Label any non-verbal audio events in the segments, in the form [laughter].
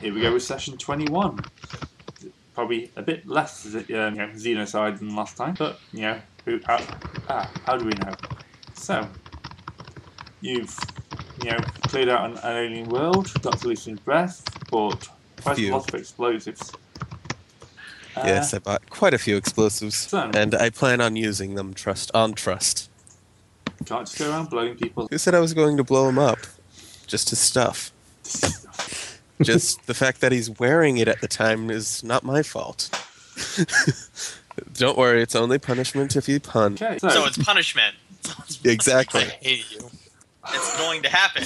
here we go with session 21. Probably a bit less um, you know, Xenocide than last time, but you know, who, how, ah, how do we know? So, you've you know cleared out an, an alien world, got Lucian's breath, bought quite Few. a lot of explosives. Uh, yes, I bought quite a few explosives, So- and I plan on using them. Trust on trust. Can't just go around blowing people. Who said I was going to blow him up? Just his stuff. Just the fact that he's wearing it at the time is not my fault. [laughs] Don't worry, it's only punishment if you pun. Okay, so, So it's punishment. Exactly. [laughs] I hate you. It's going to happen.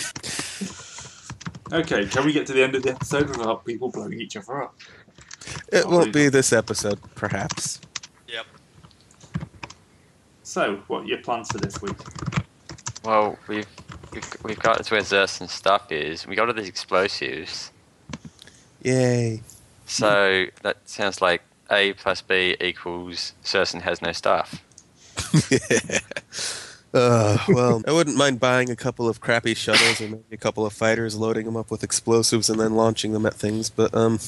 okay, can we get to the end of the episode without people blowing each other up? It won't be this episode, perhaps. Yep. So, what are your plans for this week? Well, we've we've, we've got to where Xerxes stuff is. We got all these explosives. Yay. So that sounds like A plus B equals Xerxes has no stuff. [laughs] Uh, well, I wouldn't mind buying a couple of crappy shuttles or maybe a couple of fighters, loading them up with explosives, and then launching them at things. But um,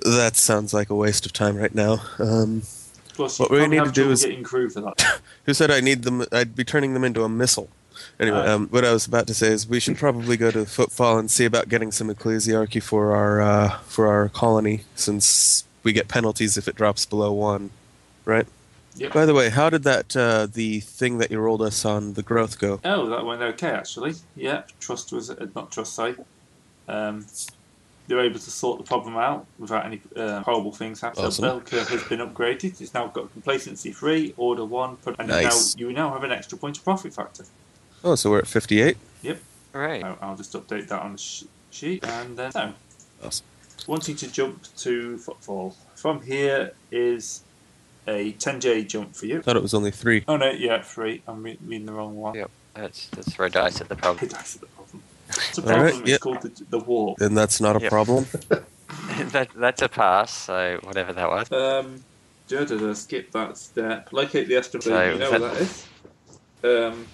that sounds like a waste of time right now. Um, Plus, What you we probably need have to do trouble is- getting crew for that. who said I need them? I'd be turning them into a missile. Anyway, Uh, um, what I was about to say is we should probably go to Footfall and see about getting some ecclesiarchy for our uh, for our colony, since we get penalties if it drops below one, right? Yep. By the way, how did that uh, the thing that you rolled us on the growth go? Oh, that went okay actually. Yep, trust was uh, not trust. Sorry, um, they were able to sort the problem out without any uh, horrible things happening. Awesome. Bell curve has been upgraded. It's now got complacency three, order one, pro- and Nice. now you now have an extra point of profit factor. Oh, so we're at fifty-eight. Hooray! Now, I'll just update that on the sh- sheet, and then so Awesome. wanting to jump to footfall. From here is a 10j jump for you. Thought it was only three. Oh no, yeah, three. I'm re- reading the wrong one. Yeah. That's that's throw dice at the [laughs] problem. That's the problem. It's a All right, problem. it's yeah. called the, the warp. Then that's not a Yep. problem. [laughs] that that's a pass. So whatever that was. Um, da, da, da, skip that step. Locate the estimate. So, you know that- what that is. Um,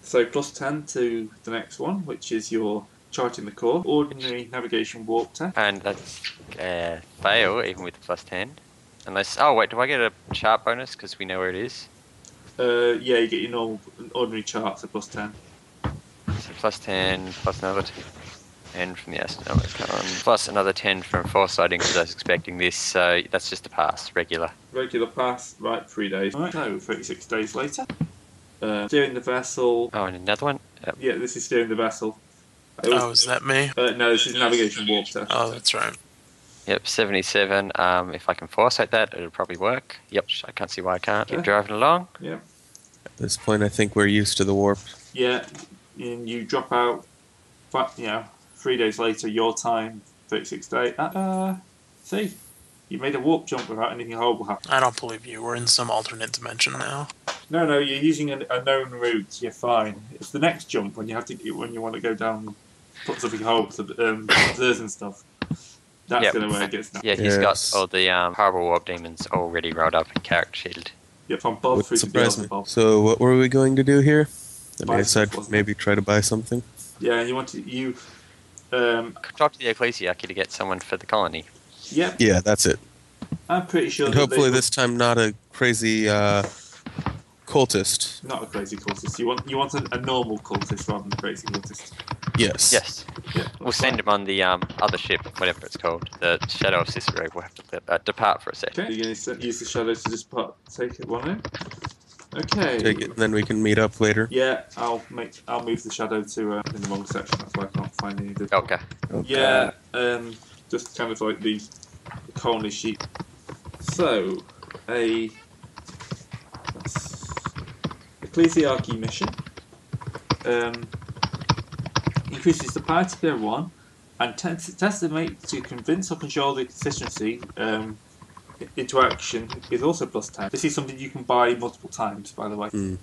so plus ten to the next one, which is your charting the core, ordinary navigation warp test. And that's uh, fail even with the plus ten. Unless oh wait, do I get a sharp bonus because we know where it is? Uh, yeah, you get your normal ordinary chart for plus ten. So plus 10, plus another 10 from the astronomical, plus another 10 from foresighting because I was expecting this, so that's just a pass, regular. Regular pass, right? Three days. Right, so thirty-six days later. Uh, steering the vessel. Oh, and another one? Yep. Yeah, this is steering the vessel. It was- Oh, is that me? uh, no, this is navigation warp test. Oh, that's right. Yep, 77. Um, if I can foresight that, it'll probably work. Yep, sh- I can't see why I can't. Keep Yeah. driving along. At this point, I think we're used to the warp. Yeah, and you drop out. But you know, three days later, your time, thirty-six day. Uh, uh, see, you made a warp jump without anything horrible happening. I don't believe you. We're in some alternate dimension now. No, no, you're using a, a known route. You're fine. It's the next jump when you have to when you want to go down, and put something horrible to um, observes and stuff. That's Yep. the way it gets now. Yeah, he's Yes. got all the um, horrible warp demons already rolled up in character shield. Yeah, from Bob Would through to surprise me. Beelzebub. So, what were we going to do here? I Buy mean, aside stuff, wasn't it? maybe try to buy something. Yeah, you want to you. Um, Talk to the Ecclesiarchy to get someone for the colony. yeah, Yeah, that's it. I'm pretty sure. And that they hopefully would- this time not a crazy uh, cultist. Not a crazy cultist. You want you want a, a normal cultist rather than a crazy cultist. Yes. Yes. Yeah, We'll send him on the um, other ship, whatever it's called. The Shadow of Cicero. We'll have to uh, depart for a sec. Okay, you're going to use the shadow to just put, take it one in. Okay. Take it, and then we can meet up later. Yeah, I'll make. I'll move the shadow to uh, in the wrong section. That's why I can't find any. of the- Okay. Oh, Yeah. Um. Just kind of like the, the colony sheet. So, a that's ecclesiarchy mission. Um. Increases the power to tier one, and tends tends to make to convince or control the constituency. Um. i- Into action is also plus ten. This is something you can buy multiple times, by the way. Mm.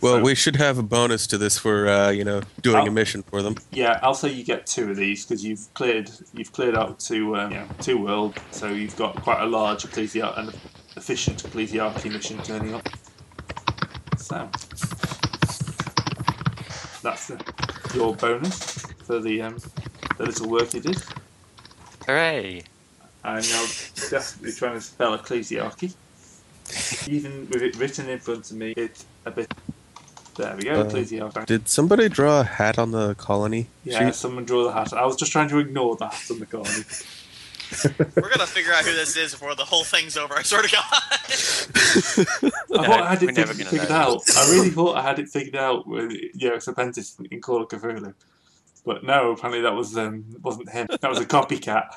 Well, So- we should have a bonus to this for uh, you know doing Oh. a mission for them. Yeah, I'll say you get two of these because you've cleared you've cleared out two um, yeah, two world, so you've got quite a large ecclesiar and efficient ecclesiarchy mission turning up. So that's the, your bonus for the um, the little work you did. Hooray! I'm now desperately trying to spell ecclesiarchy. Even with it written in front of me, it's a bit. There we go, Uh, ecclesiarchy. Did somebody draw a hat on the colony? Yeah, sheet? someone draw the hat. I was just trying to ignore the hat on the corner. We're gonna figure out who this is before the whole thing's over. I swear to God. [laughs] I thought I had we're it never fig- gonna figured know. out. I really thought I had it figured out with yeah, it's apprentice in Call of Cthulhu. But no, apparently that was um, wasn't him. That was a copycat.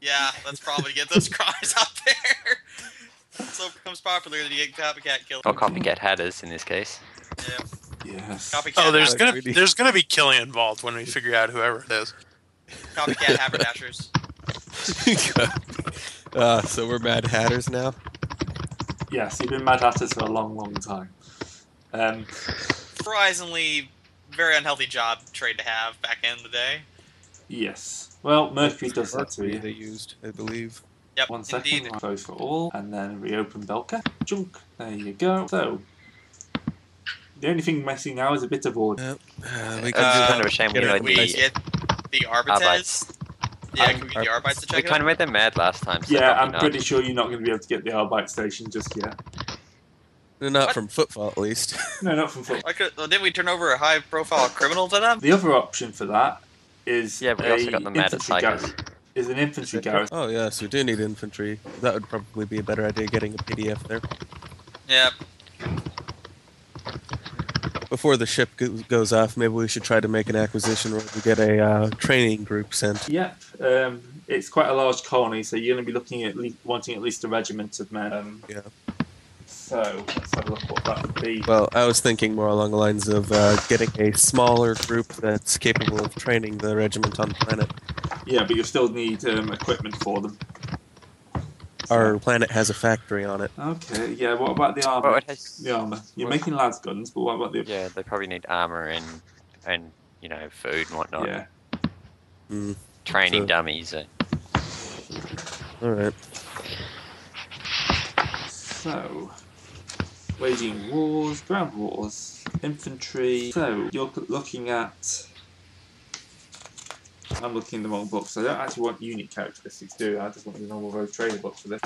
yeah, let's probably get those [laughs] crimes out there. So it becomes popular that you get copycat killed. Or copycat hatters in this case. Yeah, Yes. copycat. Oh, there's Like, gonna really- there's gonna be killing involved when we figure out whoever it is. copycat haberdashers. [laughs] uh, so we're Mad Hatters now. Yes, you've been mad hatters for a long, long time. Um, Surprisingly, very unhealthy job trade to have back in the day. yes. Well, Mercury does that to Mercury you. they used, I believe. Yep, One second, indeed. I'll close for all, and then reopen Belka. Junk. There you go. So, the only thing missing now is a bit of order. Yep. Uh, we It's can Uh, do kind of a shame we get know it We Nice. the. get the arbites. Yeah, can we get the arbites to check it We kind out? of made them mad last time. So Yeah, probably I'm not. pretty sure you're not going to be able to get the Arbite station just yet. Not What? from footfall, at least. No, not from foot. Why could- well, didn't we turn over a high-profile criminal to them? [laughs] The other option for that is Yeah, but we a also got the mad at infantry tigers. garrison. Is an infantry garrison. [laughs] oh yes, we do need infantry. That would probably be a better idea. Getting a PDF there Yeah, before the ship go- goes off. Maybe we should try to make an acquisition where we get a uh, training group sent. Yep. Um, it's quite a large colony, so you're going to be looking at le- wanting at least a regiment of men. Um, Yeah. So let's have a look what that would be. Well, I was thinking more along the lines of uh, getting a smaller group that's capable of training the regiment on the planet. Yeah, but you still need um, equipment for them. Our planet has a factory on it. Okay. Yeah. What about the armor? Well, it has, The armor. You're Well- making lads guns, but what about the yeah, they probably need armor and and you know food and whatnot. yeah? Mm, Training So- dummies. uh, all right. So, waging wars, ground wars, infantry. So, you're c- looking at. I'm looking in the wrong book, so I don't actually want unit characteristics, do I? I just want the normal road trader book for this.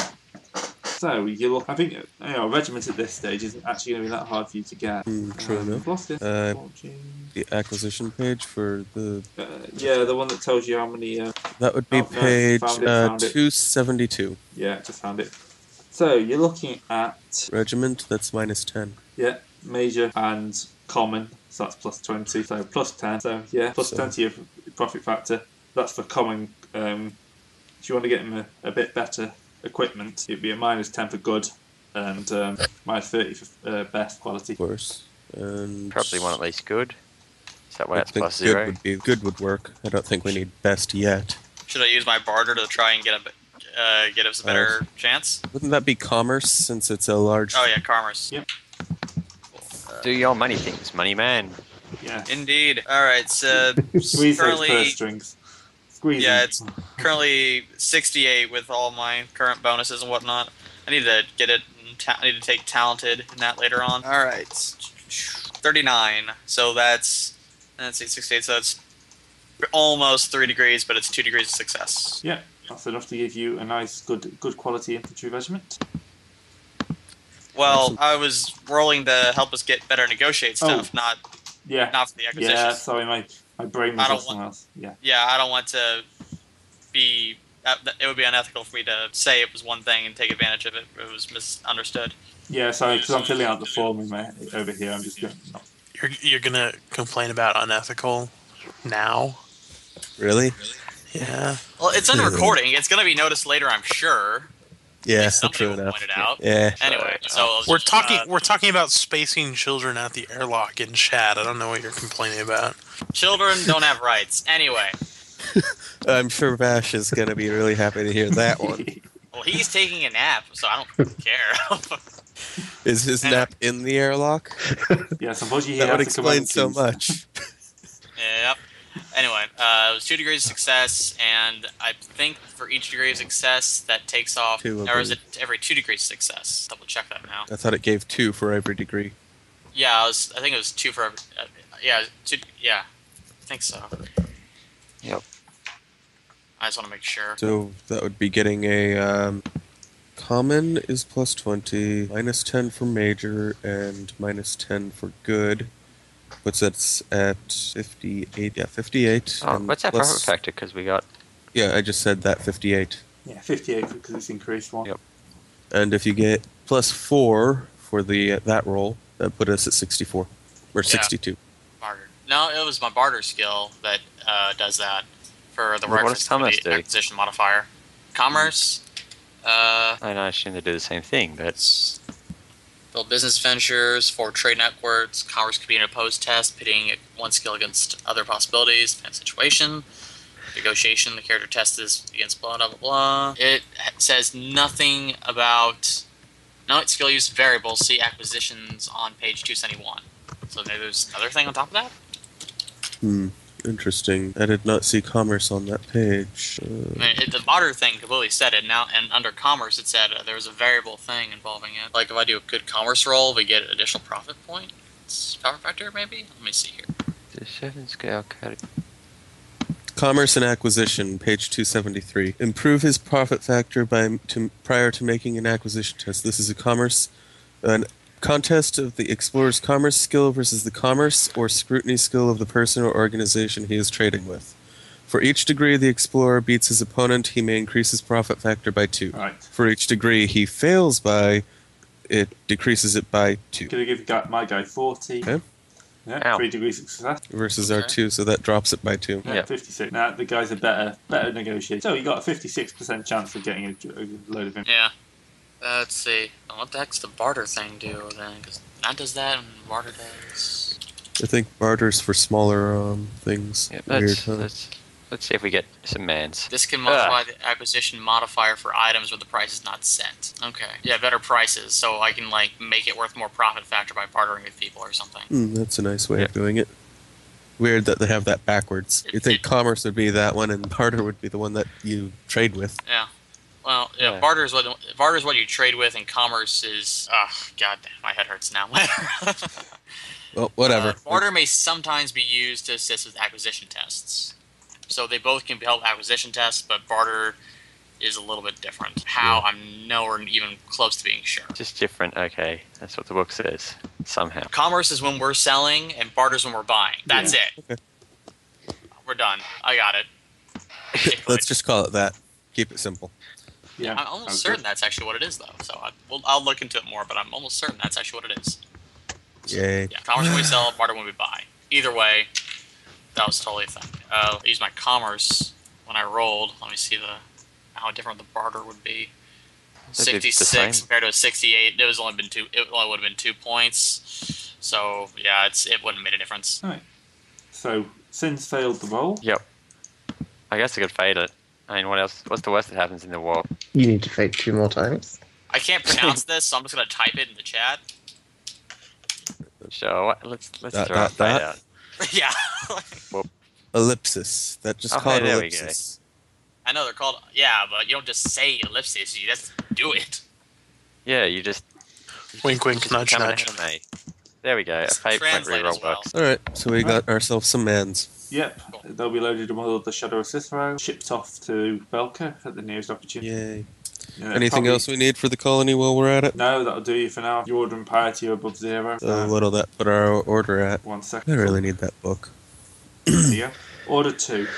So, you look. I think you know, a regiment at this stage isn't actually going to be that hard for you to get. Mm, true Um, enough. lost it. Uh, Fortune. The acquisition page for the Uh, yeah, the one that tells you how many. Uh, that would be Oh, no, page found it, uh, found it. two seventy two. yeah, just found it. So, you're looking at Regiment that's minus ten. Yeah, major and common, so that's plus 20, so plus 10. So, yeah, plus So- 10 to your profit factor. That's for common. Um, if you want to get him a, a bit better equipment, it'd be a minus 10 for good and um, minus 30 for uh, best quality. course. And Probably one at least good. So that I way it's think plus good zero. Would be, good would work. I don't think we need best yet. Should I use my barter to try and get a uh, get us a better chance? Wouldn't that be commerce since it's a large? Oh yeah, commerce. Yeah. Do your money things, money man. Yeah. Indeed. All right. [laughs] So Squeeze those currently, purse strings. Squeeze Yeah, them. it's- currently 68 with all my current bonuses and whatnot. I need to get it. in Ta- I need to take talented in that later on. All right. 39. So that's let's see, 68. So that's almost three degrees, but it's two degrees of success. Yeah, that's enough to give you a nice, good, good quality infantry regiment. Well, Excellent. I was rolling to help us get better negotiate Oh. stuff, not Yeah. not for the acquisitions. Yeah, sorry, my, my brain I was don't off somewhere else. Yeah. yeah, I don't want to be. that- that- It would be unethical for me to say it was one thing and take advantage of it. It was misunderstood. Yeah, sorry, because I'm filling out the form in my, over here. I'm just going. You're you're gonna complain about unethical now? Really? Yeah. Well, it's under Yeah. recording. It's going to be noticed later, I'm sure. Yeah. Somebody True will enough. point it out. Yeah. Anyway, so I'll We're just, talking uh, we're talking about spacing children at the airlock in Chad. I don't know what you're complaining about. children don't have rights. Anyway, I'm sure Bash is gonna be really happy to hear that [laughs] [laughs] one. well, he's taking a nap, so I don't care. [laughs] Is his nap in the airlock? Yes, unfortunately, he That has would to command explain so keys. much. Yep. Anyway, uh, it was two degrees of success, and I think for each degree of success, that takes off. Two, I or is it every two degrees of success? Double check that now. I thought it gave two for every degree. Yeah, I was. I think it was two for. every- Uh, yeah, two, yeah, I think so. Yep. I just want to make sure. So that would be getting a um, common is plus 20, minus 10 for major, and minus 10 for good. Puts us at 58. Yeah, 58. Oh, and what's our plus- profit factor? Because we got Yeah, I just said that 58. Yeah, 58 because it's increased one. Yep. And if you get plus 4 for the that roll, that put us at 64. Or 62. Barter. No, it was my barter skill that uh, does that for the Well, what reference does to commerce the do? acquisition modifier. Commerce, uh, I know, I assume they do the same thing, but it's build business ventures for trade networks. Commerce could be an opposed test, pitting one skill against other possibilities, depending on situation. Negotiation, the character test is against blah blah blah. It h- says nothing about no it's skill use variables. See acquisitions on page 271. So maybe there's another thing on top of that. Hmm. Interesting. I did not see commerce on that page. I Uh, mean, it, the modder thing completely said it now, and under commerce it said uh, there was a variable thing involving it. Like if I do a good commerce roll, we get additional profit point. It's power factor maybe. Let me see here. the seven scale cut. Commerce and acquisition, page 273. Improve his profit factor by to, prior to making an acquisition test. This is a commerce an contest of the explorer's commerce skill versus the commerce or scrutiny skill of the person or organization he is trading with. For each degree the explorer beats his opponent, he may increase his profit factor by 2. All right. For each degree he fails by, it decreases it by 2 Gonna give gu- my guy 40. Okay. Yeah, Ow. three degrees of success. versus our Okay. 2, so that drops it by 2. Yeah, Yep. 56. Now the guy's a better, better negotiator. So you got a 56% chance of getting a, a load of him. Yeah. Uh, let's see. Uh, What the heck's the barter thing do then? Because that does that and barter does. I think barter's for smaller um, things. Yep, Weird, let's, huh? let's, let's see if we get some mans. This can modify the acquisition modifier for items where the price is not set. Okay. Yeah, better prices, so I can like make it worth more profit factor by bartering with people or something. Hmm, that's a nice way Yeah. of doing it. Weird that they have that backwards. You think commerce would be that one, and barter would be the one that you trade with. Yeah. Well, yeah, Yeah. barter is what barter is what you trade with, and commerce is. Oh, God damn, my head hurts now. Well, whatever. Uh, barter may sometimes be used to assist with acquisition tests, so they both can help acquisition tests, but barter is a little bit different. How I'm nowhere even close to being sure. Just different, okay. That's what the book says, somehow. Commerce is when we're selling, and barter's when we're buying. That's Yeah. it. We're done. I got it. [laughs] Ridiculous. Let's just call it that. Keep it simple. Yeah, I'm that was almost certain good. that's actually what it is, though. So I, well, I'll look into it more, but I'm almost certain that's actually what it is. Yay. Yeah, commerce [sighs] when we sell, barter when we buy. Either way, that was totally a thing. Uh, I used my commerce when I rolled. Let me see the how different the barter would be. That'd be the Sixty-six same. compared to a sixty-eight. It was only been two. It only would have been two points. So yeah, it's it wouldn't have made a difference. So Sin's failed the roll. Yep. I guess I could fade it. I mean, what else? What's the worst that happens in the war? You need to fade two more times. I can't [laughs] pronounce this, so I'm just gonna type it in the chat. So what, let's let's Dot, throw dot, a fade dot. out. yeah, Ellipsis. That just Okay, called there we go. ellipsis. I know they're called. Yeah, but you don't just say ellipses. You just do it. Yeah, you just Wink, wink, nudge, come nudge. and anime. There we go. A fade point Translate as reroll well. works. All right, so we got ourselves some mans. Yep. Cool. They'll be loaded in one of the Shadow of Cicero, shipped off to Belka at the nearest opportunity. Yay. Yeah, Anything probably- else we need for the colony while we're at it? No, that'll do you for now. Your order and piety are above zero. Uh, Um, what'll that put our order at? One I second. really need that book. Yeah. Order two.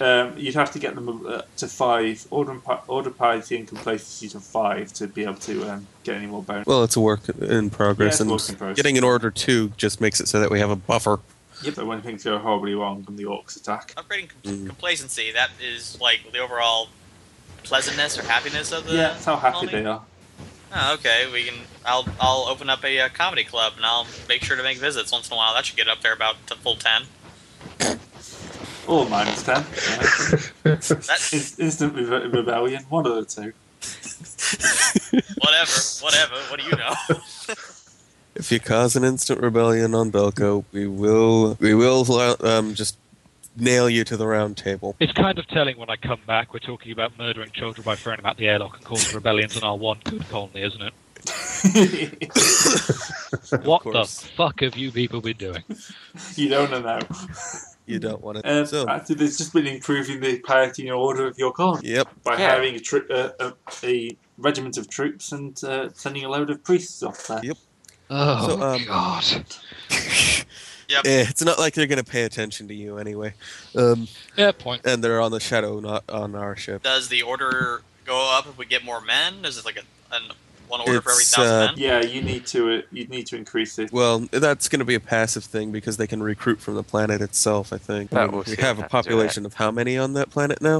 Um, you'd have to get them uh, to five. Order, and pi- order piety and complacency to five to be able to um, get any more bonus. Well, it's a work in Yeah, progress, it's a and work in progress. getting an order two just makes it so that we have a buffer. Yep. So when things go horribly wrong from the orcs attack. upgrading com- Mm. complacency that is like the overall pleasantness or happiness of the Yeah, that's how happy colony? they are. oh, okay we can i'll i'll open up a uh, comedy club and i'll make sure to make visits once in a while that should get up there about to full 10 All minus [laughs] ten. Yeah. [laughs] that [laughs] In- instant re- rebellion. One of the two. [laughs] whatever whatever what do you know [laughs] If you cause an instant rebellion on Belko, we will we will um, just nail you to the round table. It's kind of telling when I come back, we're talking about murdering children by throwing them out the airlock and causing rebellions on our one good colony, isn't [laughs] it? What the course. fuck have you people been doing? you don't know. you don't want to. Um, so, actually, there's just been improving the parity and order of your column yep, by Yeah. hiring a, tro- uh, a, a regiment of troops and uh, sending a load of priests off there. Yep. Oh, So, um, God. Yep. [laughs] Eh, it's not like they're going to pay attention to you anyway. Um, Yeah, point. and they're on the shadow, not on our ship. Does the order go up if we get more men? Is it like a an, one order for every It's, thousand uh, men? Yeah, you need to uh, you need to increase it. Well, that's going to be a passive thing because they can recruit from the planet itself. I think But I mean, we'll we have see if a they have to do that. population of how many on that planet now?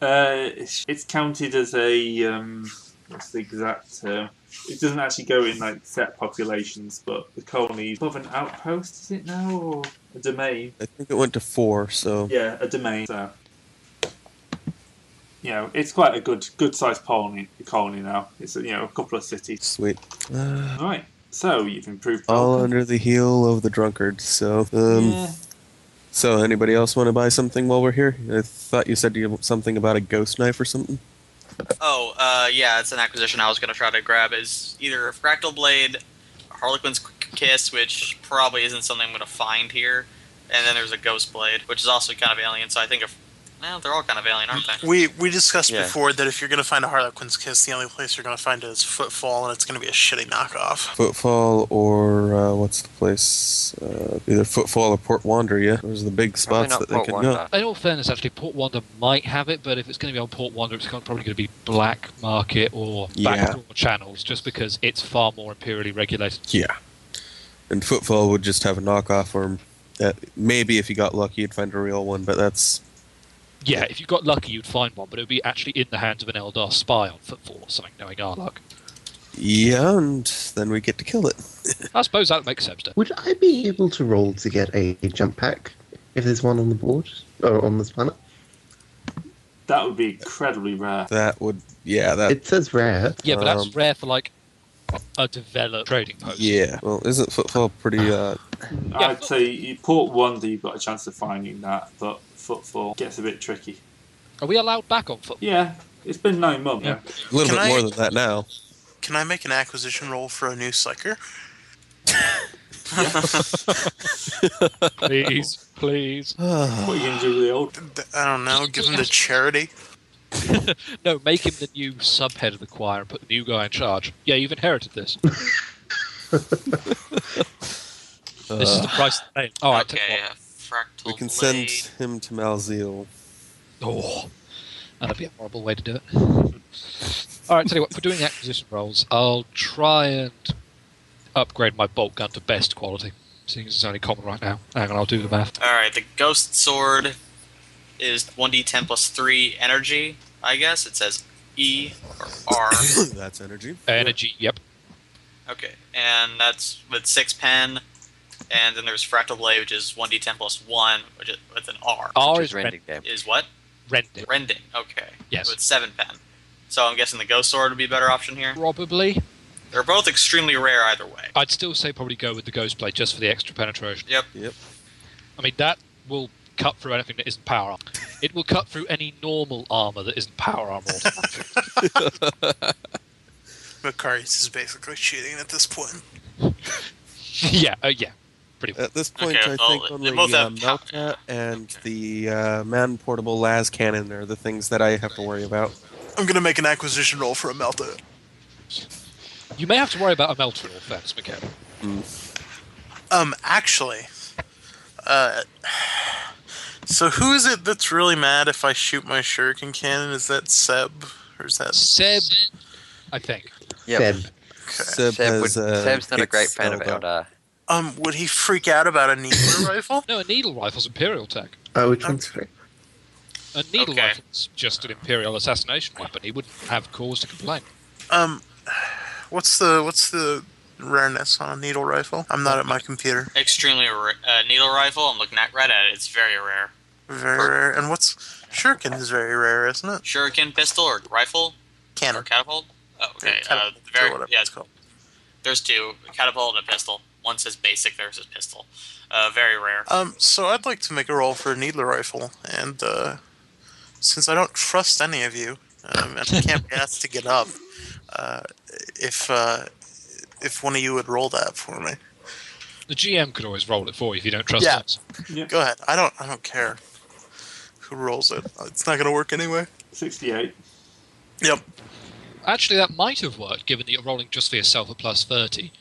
Uh, it's it's counted as a um, what's the exact term? It doesn't actually go in like set populations, but the colony is above an outpost, is it now, or a domain? I think it went to four. So Yeah, a domain. So, you know, it's quite a good good sized colony colony now. It's you know a couple of cities. sweet. Uh, Right. So you've improved. all Vulcan. under the heel of the drunkard. So, um, yeah. so anybody else want to buy something while we're here? I thought you said you had something about a ghost knife or something. Oh, uh, yeah, it's an acquisition I was going to try to grab. Is either Fractal Blade, Harlequin's Kiss, which probably isn't something I'm going to find here, and then there's a Ghost Blade, which is also kind of alien, so I think if. Well, they're all kind of alien, aren't they? We we discussed Yeah. before that if you're gonna find a Harlequin's kiss, the only place you're gonna find it is Footfall, and it's gonna be a shitty knockoff. Footfall or uh, what's the place? Uh, either Footfall or Port Wander. Yeah, those are the big Probably spots not that they Port can go. Wanda. In all fairness, actually, Port Wander might have it, but if it's going to be on Port Wander, it's probably going to be black market or Yeah. backdoor channels, just because it's far more imperially regulated. Yeah. And Footfall would just have a knockoff, or uh, maybe if you got lucky, you'd find a real one, but that's. Yeah, if you got lucky, you'd find one, but it would be actually in the hands of an Eldar spy on footfall or something, knowing our luck. Yeah, and then we get to kill it. I suppose that makes sense. Then. Would I be able to roll to get a jump pack if there's one on the board or on this planet? That would be incredibly rare. That would. Yeah, that. It says rare. Yeah, but Um, that's rare for like a developed trading post. yeah. Well, isn't Footfall pretty. Uh, I'd say you port one that you've got a chance of finding that, but footfall gets a bit tricky. Are we allowed back on football? Yeah, it's been nine months. Yeah. a little Can bit I- more than that [sighs] now. Can I make an acquisition roll for a new psyker? [laughs] Please, please. What are you going to do with the old? Th- I don't know. Give him to charity. [laughs] No, make him the new subhead of the choir and put the new guy in charge. Yeah, you've inherited this. This is the price to pay. All right, okay, take oh, uh, one. Fractal Uh, we can Blade. send him to [coughs] Malzeal. Oh, that'd be a horrible way to do it. All right, tell you what, for doing the acquisition rolls, I'll try and upgrade my bolt gun to best quality, seeing as it's only common right now. Hang on, I'll do the math. All right, the ghost sword is 1d10 plus 3 energy, I guess. It says E [laughs] or R. That's [laughs] energy. Energy, yep. okay, and that's with 6 pen. And then there's Fractal Blade, which is 1d10 plus 1, which is with an R. R Just is rend- rending them. Is what? rendered. Rending. Okay. Yes. So it's 7 pen. So I'm guessing the ghost sword would be a better option here. Probably. They're both extremely rare either way. I'd still say probably go with the ghost blade just for the extra penetration. Yep. Yep. I mean, that will cut through anything that isn't power armor. It will cut through any normal armor that isn't power armor. automatically. Macarius is basically cheating at this point. yeah, oh yeah. Pretty much. At this point, Okay, I well, think they only both uh, have pow- Melka and the uh, man portable las cannon are the things that I have to worry about. I'm gonna make an acquisition roll for a Melta. You may have to worry about a melter in all fairness, Mikhail. Um, actually, uh, so who is it that's really mad if I shoot my shuriken cannon? Is that Seb or is that Seb, I think. Yep. Seb. Okay. Seb, Seb would, has, uh, Seb's not a gets great fan of spelled out. Eldar. Um, would he freak out about a needler rifle? No, a needle rifle's Imperial tech. Oh, which one's free? A needle Okay. rifle's just an Imperial assassination weapon. He wouldn't have cause to complain. Um, what's the what's the rareness on a needle rifle? I'm not at my computer. Extremely rare. Uh, needle rifle, I'm looking at, right at it. It's very rare. Very rare. And what's shuriken is very rare, isn't it? Shuriken pistol or rifle or Cannon. catapult? Oh, okay. Uh, Catapult, or very, whatever yeah, it's called. there's two a catapult and a pistol. One says basic, theirs is pistol. Uh, very rare. Um, so I'd like to make a roll for a needler rifle, and uh, since I don't trust any of you, um, and I can't [laughs] be asked to get up, uh, if uh, if one of you would roll that for me, The GM could always roll it for you if you don't trust Yeah. us. Go ahead. I don't. I don't care who rolls it. It's not gonna work anyway. 68. Yep. Actually, that might have worked, given that you're rolling just for yourself at plus 30.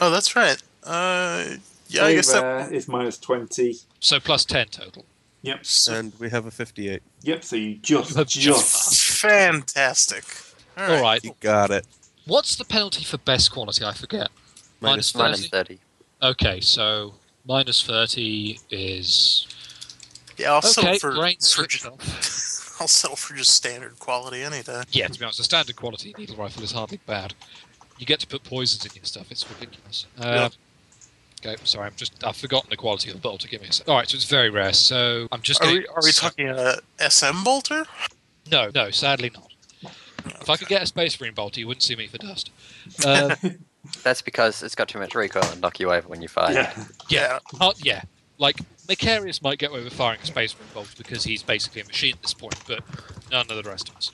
Oh, that's right. Uh, yeah. I guess that. Over is minus 20. So plus 10 total. Yep. and we have a 58. Yep, so you just, You have just, just- Fantastic. All right. All right. You got it. What's the penalty for best quality? I forget. Minus Minus Minus 30. 30. Okay, so minus 30 is. Yeah, I'll settle okay, for. great. for switch ju- it off. I'll settle for just standard quality any day. Yeah, to be honest, the standard quality needle rifle is hardly bad. You get to put poisons in your stuff. It's ridiculous. Uh, Okay, sorry, I'm just I've forgotten the quality of the bolter. Give me a sec. All right, so it's very rare. So I'm just. Are gonna- we, are we talking uh, SM bolter? No, no, sadly not. If I could get a space marine bolter, you wouldn't see me for dust. Uh, [laughs] That's because it's got too much recoil and knock you over when you fire. yeah. Yeah. Uh, yeah. Like, Macarius might get away with firing a space marine bolt because he's basically a machine at this point, but none of the rest of us.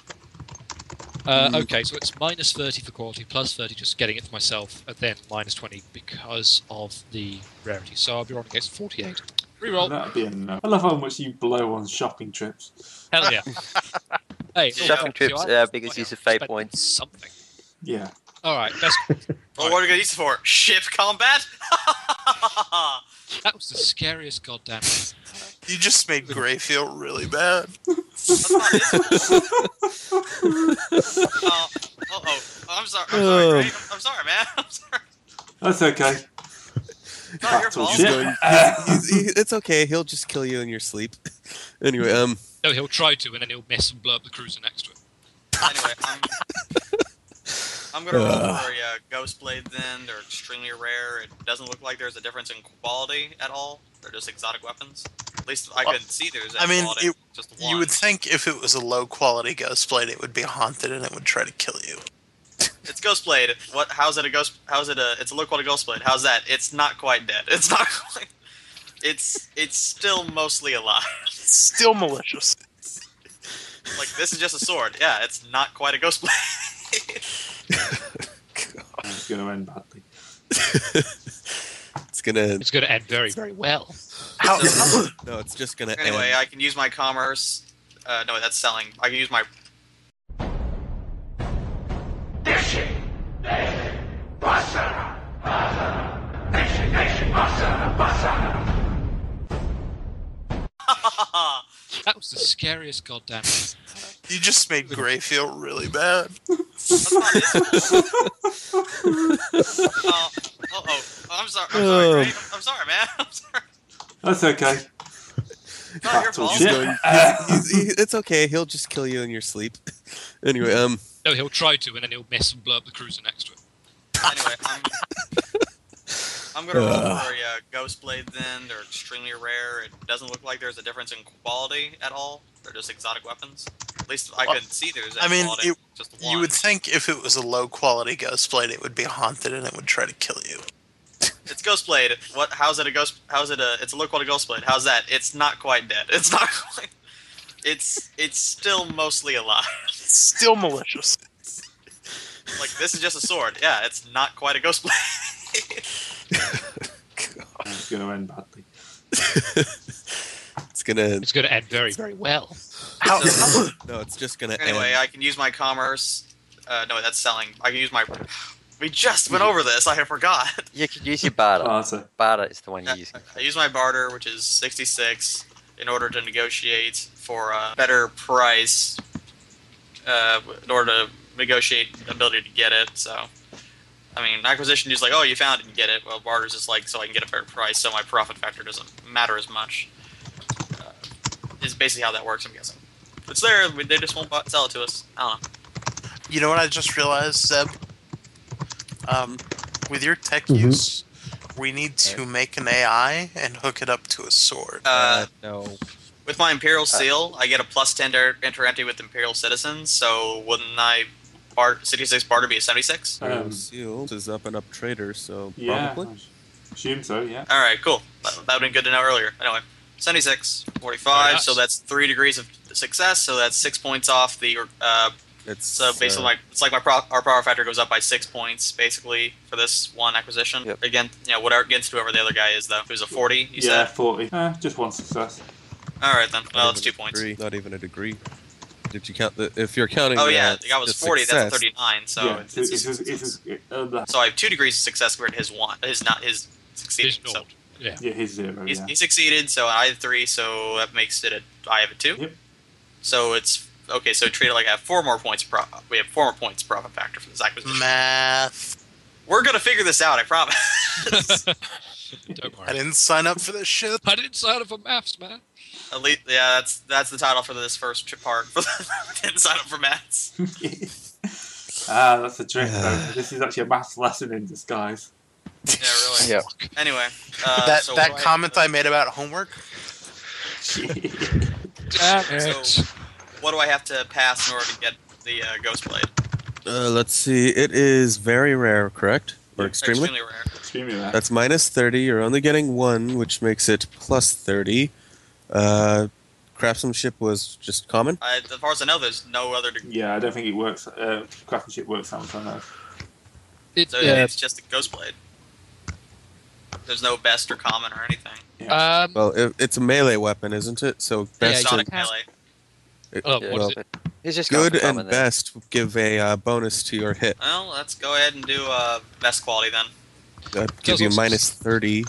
Uh, Hmm. Okay, so it's minus 30 for quality, plus 30 just getting it for myself, and then minus 20 because of the rarity. So I'll be rolling against 48. Reroll. That'd be enough. I love how much you blow on shopping trips. Hell yeah. hey, it's all Shopping right. trips See, are I- our biggest use of fate spent points. Something. Yeah. All right, that's, Well, what are we gonna use it for? Ship combat? [laughs] that was the scariest goddamn. You just made Gray feel really bad. That's not it. uh, oh, I'm sorry. I'm sorry, Gray. I'm, I'm sorry, man. [laughs] I'm sorry. That's okay. It's not your Battle fault. He's ship. going- he's- he- it's okay. He'll just kill you in your sleep. [laughs] anyway, um, No, he'll try to, and then he'll miss and blow up the cruiser next to him. Anyway, I'm, I'm gonna roll for a uh, ghost blade. Then they're extremely rare. It doesn't look like there's a difference in quality at all. They're just exotic weapons. At least I Well, couldn't see there's. I mean, quality, it- just one. You would think if it was a low quality ghost blade, it would be haunted and it would try to kill you. It's ghost blade. What? How's it a ghost? How's it a? It's a low quality ghost blade. How's that? It's not quite dead. It's not quite. It's it's still mostly alive. [laughs] It's still malicious. Like this is just a sword. Yeah, it's not quite a ghost blade. It's going to end badly. it's gonna. It's going to end very, very well. How, So- No, it's just gonna. anyway, end. I can use my commerce. Uh, no, that's selling. I can use my [laughs] That was the scariest goddamn. you just made Gray feel really bad. That's not it. uh, oh, I'm sorry. I'm sorry, Oh. Greg. I'm sorry, man. [laughs] I'm sorry. That's okay. It's not your Battle fault. He's ship. going- he's- he- it's okay. He'll just kill you in your sleep. [laughs] anyway, um, No, he'll try to, and then he'll miss and blow up the cruiser next to him. Anyway, I'm, I'm gonna roll for a uh, ghost blade. Then they're extremely rare. It doesn't look like there's a difference in quality at all. They're just exotic weapons. At least I Well, couldn't see there's. I mean, quality, it- just one. [laughs] You would think if it was a low quality ghost blade, it would be haunted and it would try to kill you. It's ghost blade. What? How's it a ghost? How's it a? It's a low quality ghost blade. How's that? It's not quite dead. [laughs] It's not. Quite, it's it's still mostly alive. [laughs] It's still malicious. Like this is just a sword. Yeah, it's not quite a ghost blade. [laughs] It's going to end badly. it's gonna. It's going to end very, very well. How, So- No, it's just gonna. anyway, end. Uh, I can use my commerce. Uh, no, that's selling. I can use my. We just went over this. I forgot. [laughs] You could use your barter. Arthur. barter is the one you're Yeah, using. I use my barter, which is 66, in order to negotiate for a better price, uh, in order to negotiate ability to get it. So, I mean, acquisition is like, oh, you found it and get it. Well, barter's just like, so I can get a better price, so my profit factor doesn't matter as much. Uh, is basically how that works, I'm guessing. It's there, but they just won't bu- sell it to us. I don't know. You know what I just realized, Zeb? Um, with your tech Mhm. use, we need to make an AI and hook it up to a sword. Uh, no. With my Imperial Seal, I get a plus 10 to enter entry with Imperial Citizens, so wouldn't I bar- 66 barter be a 76? Um, Seal is up and up trader, so yeah. probably. I assume so, yeah. All right, cool. That would have been good to know earlier. Anyway, 76, 45, Very nice. so that's three degrees of success, so that's six points off the uh, It's So basically, uh, like it's like my pro- our power factor goes up by six points basically for this one acquisition. Yep. Again, you know, whatever against whoever the other guy is though. Who's a forty? You yeah, said. 40. Eh, just one success. All right then. uh, not Well, it's even two a points. degree- not even a degree. Did you count the? If you're counting, Oh the, yeah, uh, the guy was the forty. That's a success, thirty-nine. So yeah, it's, it's, it's, it's- it's, it's, uh, that- so I have two degrees of success compared to his one. His not his succeeding. It's not. So Yeah. yeah, he's zero. he's, yeah. he succeeded. So I had three. So that makes it a I have a two. Yep. So it's okay. So treat it like I have four more points. Pro- we have four more points profit factor for this acquisition. Math. We're gonna figure this out. I [laughs] promise. [laughs] Don't I worry. didn't sign up for this shit. I didn't sign up for maths, man. At least, yeah, that's that's the title for this first tri- part. [laughs] Didn't sign up for maths. [laughs] ah, that's the trick, though. This is actually a maths lesson in [laughs] disguise. Yeah, really. Yeah. Anyway, uh, that so that what- comment I made about homework. So- What do I have to pass in order to get the uh, ghost blade? Uh, let's see. It is very rare, correct? Or Yeah, extremely? rare. Extremely rare. That's minus 30. You're only getting one, which makes it plus 30. Uh, craftsmanship was just common. I, as far as I know, there's no other. Degree, yeah, I don't think it works. Uh, craftsmanship works out for now. It, so uh, it's just the ghost blade. There's no best or common or anything. Yeah. um, Well, it, it's a melee weapon, isn't it? So best Sonic and can't- melee. it- Oh, what well, is but He's just going good for and common then. best give a uh, bonus to your hit. Well, let's go ahead and do uh, best quality then. That gives you also- minus 30. So,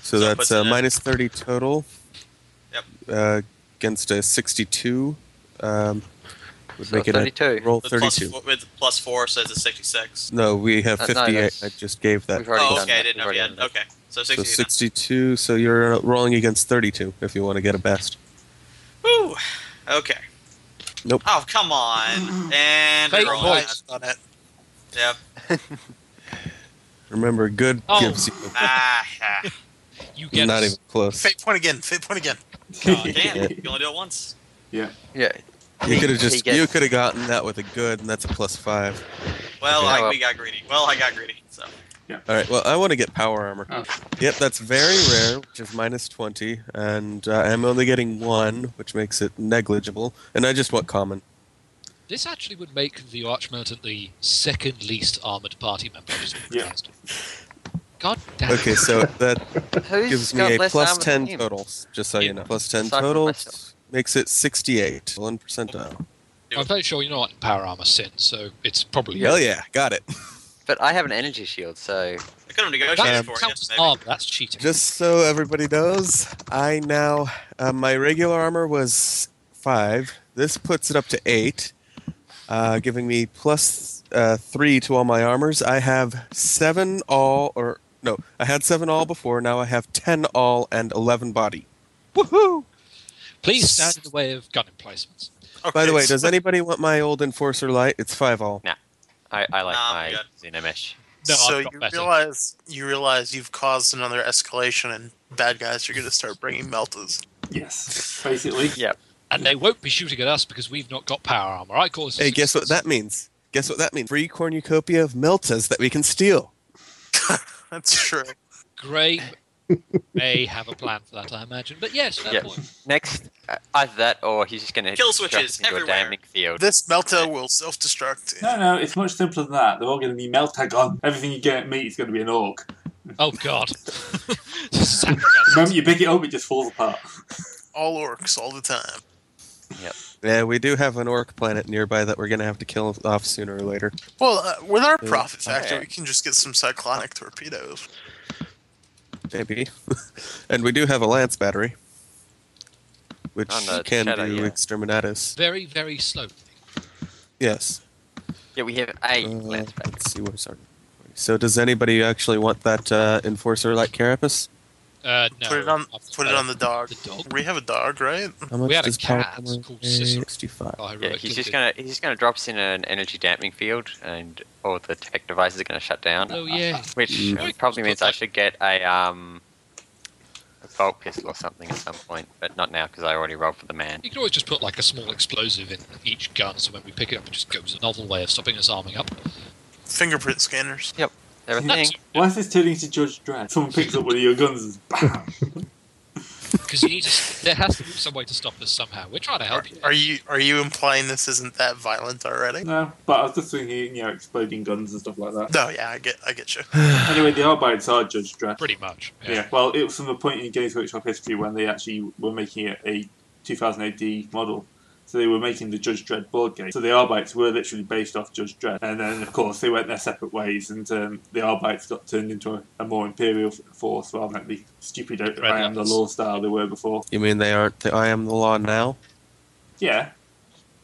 So it that's puts uh, it at- minus 30 total. Yep. Uh, against a 62. Um, would So make it a 32. roll With plus 32. four, with plus four, so it's a 66. No, we have Uh, no, 58. that's- I just gave that. We've already oh, done okay, that. I didn't We've know already yet. done that. Okay, so So 60. 62. So you're rolling against 32 if you want to get a best. Woo. Okay. Nope. Oh come [clears throat] on. And Fake we're rolling voice. that. on it. [laughs] Yep. Remember, good Oh. gives you. Ah. ah. you get not a- even close. Fate point again. Fate point again. [laughs] Damn. You only do it once. Yeah. You He- could have he just gets- you could have gotten that with a good, and that's a plus five. Well, Yeah, I, well. we got greedy. Well, I got greedy. So All right. Well, I want to get power armor. Oh. Yep, that's very rare, which is minus twenty, and uh, I'm only getting one, which makes it negligible. And I just want common. This actually would make the Archmerchant the second least armored party member. I just Yeah. realized. God damn. it. Okay, [laughs] so that Who's gives got me a less plus armor ten than him? total. Just so you know, plus ten Aside from total myself. makes it sixty-eight. One percentile. I'm fairly sure you're not in power armor sin, so it's probably Hell yeah, got it. But I have an energy shield, so I could have negotiated That for you. counts as Maybe. armor. That's cheating. Just so everybody knows, I now uh, my regular armor was five. This puts it up to eight, uh, giving me plus uh, three to all my armors. I have seven all, or no, I had seven all before. Now I have ten all and eleven body. Woohoo! Please stand in the way of gun emplacements. By the Okay, way, so does anybody want my old enforcer light? It's five all. I, I like Nah, my I'm Xenomesh. No, so I've you got better. realize you realize you've caused another escalation, and bad guys are going to start bringing meltas. Yes, basically. Yeah. And they won't be shooting at us because we've not got power armor. I call this. a Hey, guess what success. that means? Guess what that means? Free cornucopia of meltas that we can steal. That's true. Gray [laughs] may have a plan for that, I imagine. But yes, fair Yeah. point. Next, uh, either that or he's just going to Kill switches into a everywhere. damning field. This melta will self-destruct. No, no, it's much simpler than that. They're all going to be Meltagon. Everything you get at me is going to be an orc. Oh God. The moment you pick it up, it just falls apart. All orcs all the time. Yeah, we do have an orc planet nearby that we're gonna have to kill off sooner or later. Well, uh, with our Yeah. profit factor, Okay. we can just get some cyclonic torpedoes. maybe. [laughs] and we do have a lance battery, which On the can Jedi, do yeah. exterminatus. very, very slow. Yes. Yeah, we have eight Uh, Mm. lance back. let's see where's our. So does anybody actually want that uh, enforcer like carapace? Uh, no. Put it on. Put it on the dog. The dog? We have a dog, right? How much We had a does power cat armor called pay? Cicero. 65. Oh, I Yeah, really he's killed just it. gonna he's just gonna drop us in an energy dampening field, and all the tech devices are gonna shut down. [laughs] Oh, yeah. Which Mm. uh, probably means I should get a um a bolt pistol or something at some point, but not now because I already rolled for the man. You can always just put like a small explosive in each gun, so when we pick it up, it just goes. A novel way of stopping us arming up. Fingerprint scanners. [laughs] Everything. That's- [laughs] Why is this turning into Judge Dredd? Someone picks up one of your guns and bam. Because you need to. There has to be some way to stop this somehow. We're trying to Are, help you. are you are you implying this isn't that violent already? No, but I was just thinking, you know, exploding guns and stuff like [laughs] that. No, yeah, I get I get you. Anyway, they are by and large judge dress. Pretty much. Yeah. well, it was from the point in Games Workshop history when they actually were making it a 2000 AD model. So they were making the Judge Dredd board game. So the Arbites were literally based off Judge Dredd. And then, of course, they went their separate ways, and um, the Arbites got turned into a, a more Imperial f- force rather than the stupid I am the Redlands. law style they were before. You mean they aren't the I am the law now? Yeah,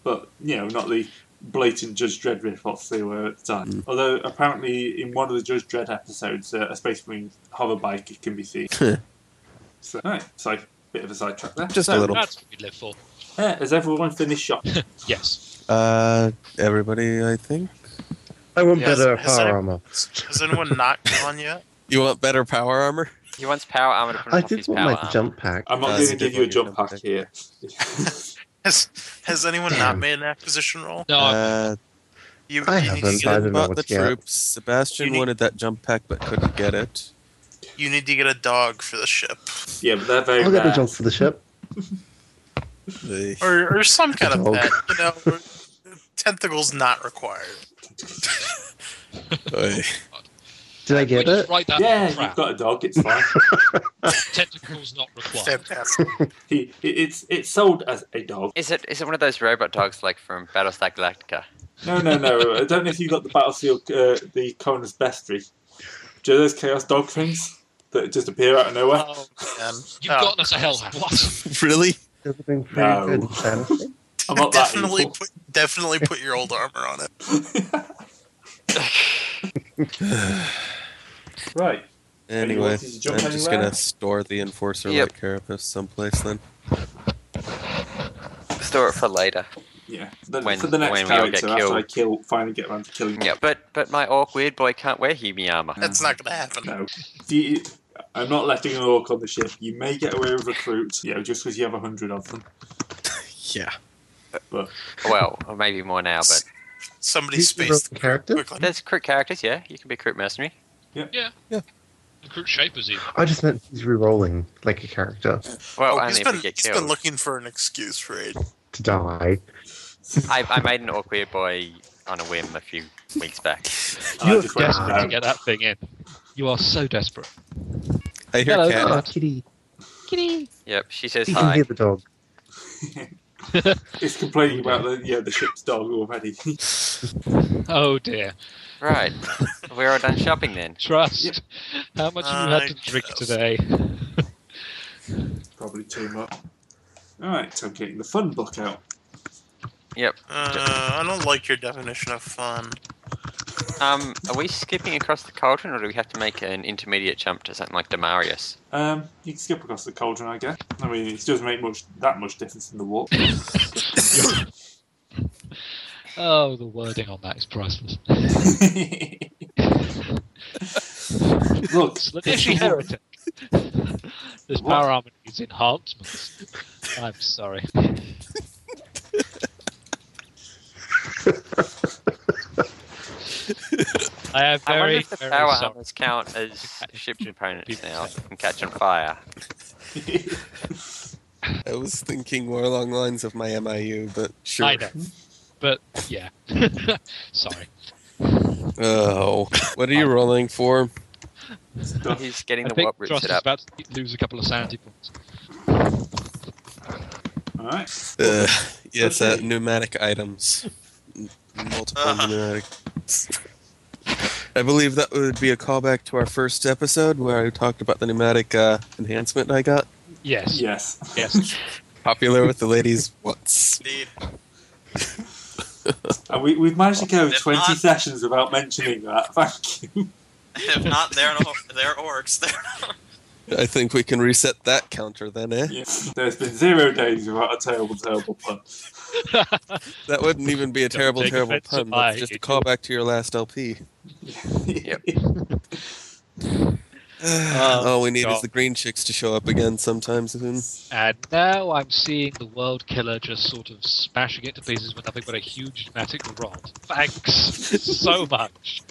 but, you know, not the blatant Judge Dredd ripoffs they were at the time. Mm. Although, apparently, in one of the Judge Dredd episodes, uh, a Space Marine hover bike can be seen. So, right, so bit of a sidetrack there. Just a So, little. That's what we live for. Yeah, has everyone finished shop? Yes. Uh, everybody, I think. I want Yes, better has power any- armor. Has anyone not gone yet? You want better power armor? He wants power armor to put I him off did his want power my armor. jump pack. I'm not Uh, going it's to a give good you a jump one, yeah. pack here. [laughs] Has Has anyone not Damn. made an acquisition roll? No. I'm- uh, You, [laughs] I you, need haven't. to get, I don't know bought what the to get. troops. Sebastian You need- wanted that jump pack but couldn't get it. you need to get a dog for the ship, yeah, but they're very I'll get the rare. jump for the ship. The- or or some kind of Dog. pet. You know, tentacles not required. Oy. Did I We get just it? Write that Yeah, in the crap. you've got a dog. It's [laughs] fine. Tentacles not required. [laughs] Fantastic. he, it, it's it's sold as a dog. Is it is it one of those robot dogs like from Battlestar Galactica? No, no, no. I don't know if you got the battlefield, uh, the coroner's bestiary. Do you know those chaos dog things that just appear out of nowhere? Oh, man. You've Oh, gotten us a hellhound. [laughs] [laughs] What? really? Does it bring pretty No. [laughs] good fantasy? I'm not that definitely evil. put definitely put your old armor on it. right. Anyway, I'm want to jump just anywhere? gonna store the enforcer Yep. like Carapace someplace then. Store it for later. Yeah. Then When- for the next when we all get character, after I killed. kill, finally get around to killing. Yeah, but but my orc weird boy can't wear Humi armor. That's not gonna happen. No. If you- I'm not letting an orc on the ship. You may get away with recruits, you know, just because you have a hundred of them. Yeah. Well, or maybe more now, but [laughs] Somebody You spaced wrote the character? quickly. there's crit characters. Yeah, you can be crit mercenary. Recruit shapers even. I just meant he's rerolling like a character Well, Oh, only he's if been, you get he's been killed. looking for an excuse for it. to die. I, [laughs] I made an orc weird boy on a whim a few weeks back. I You're just went, Desperate "No." to get that thing in. You are so desperate. [laughs] I hear Hello. cat. Ah, kitty. Yep, she says [laughs] You can hear hi. the dog. It's complaining about the yeah the ship's dog already. [laughs] Oh dear. Right, we're all done shopping then. Trust. How much have you I had to drink guess. today? [laughs] Probably too much. All right, so I'm getting the fun book out. Uh, I don't like your definition of fun. Um, are we skipping across the cauldron, or do we have to make an intermediate jump to something like Demarius? Um, you can skip across the cauldron, I guess. I mean, it doesn't make much that much difference in the walk. [laughs] Oh, the wording on that is priceless. [laughs] Look, [laughs] Slaneshi heretic. This What? power armor needs enhancements. I'm sorry. I am I wonder very, if the very power sorry. armors count [laughs] as ship components People now say. and catch on fire. I was thinking more along the lines of my MIU, but sure. I know. But yeah. [laughs] sorry. Oh, what are you rolling for? stuff. He's getting I the think warp root Trust set is up. about to lose a couple of sanity points. All right. Uh, yes, uh, pneumatic items. M- Multiple Uh-huh. pneumatic. I believe that would be a callback to our first episode where I talked about the pneumatic uh, enhancement I got. Yes. Yes. Yes. [laughs] Popular with the ladies once. [laughs] Indeed. And we, we've managed to go If 20 not- sessions without mentioning that. [laughs] Thank you. If not, they're, no, they're [laughs] orcs. They're I think we can reset that counter then, eh? Yes. There's been zero days without a terrible, terrible pun. That wouldn't even be a Don't terrible, take terrible offense pun. if That's I- just a callback to your last LP. [laughs] yep. Um, All we need God. is the green chicks to show up again sometime soon. And now I'm seeing the world killer just sort of smashing it to pieces with nothing but a huge pneumatic rod. Thanks [laughs] so much.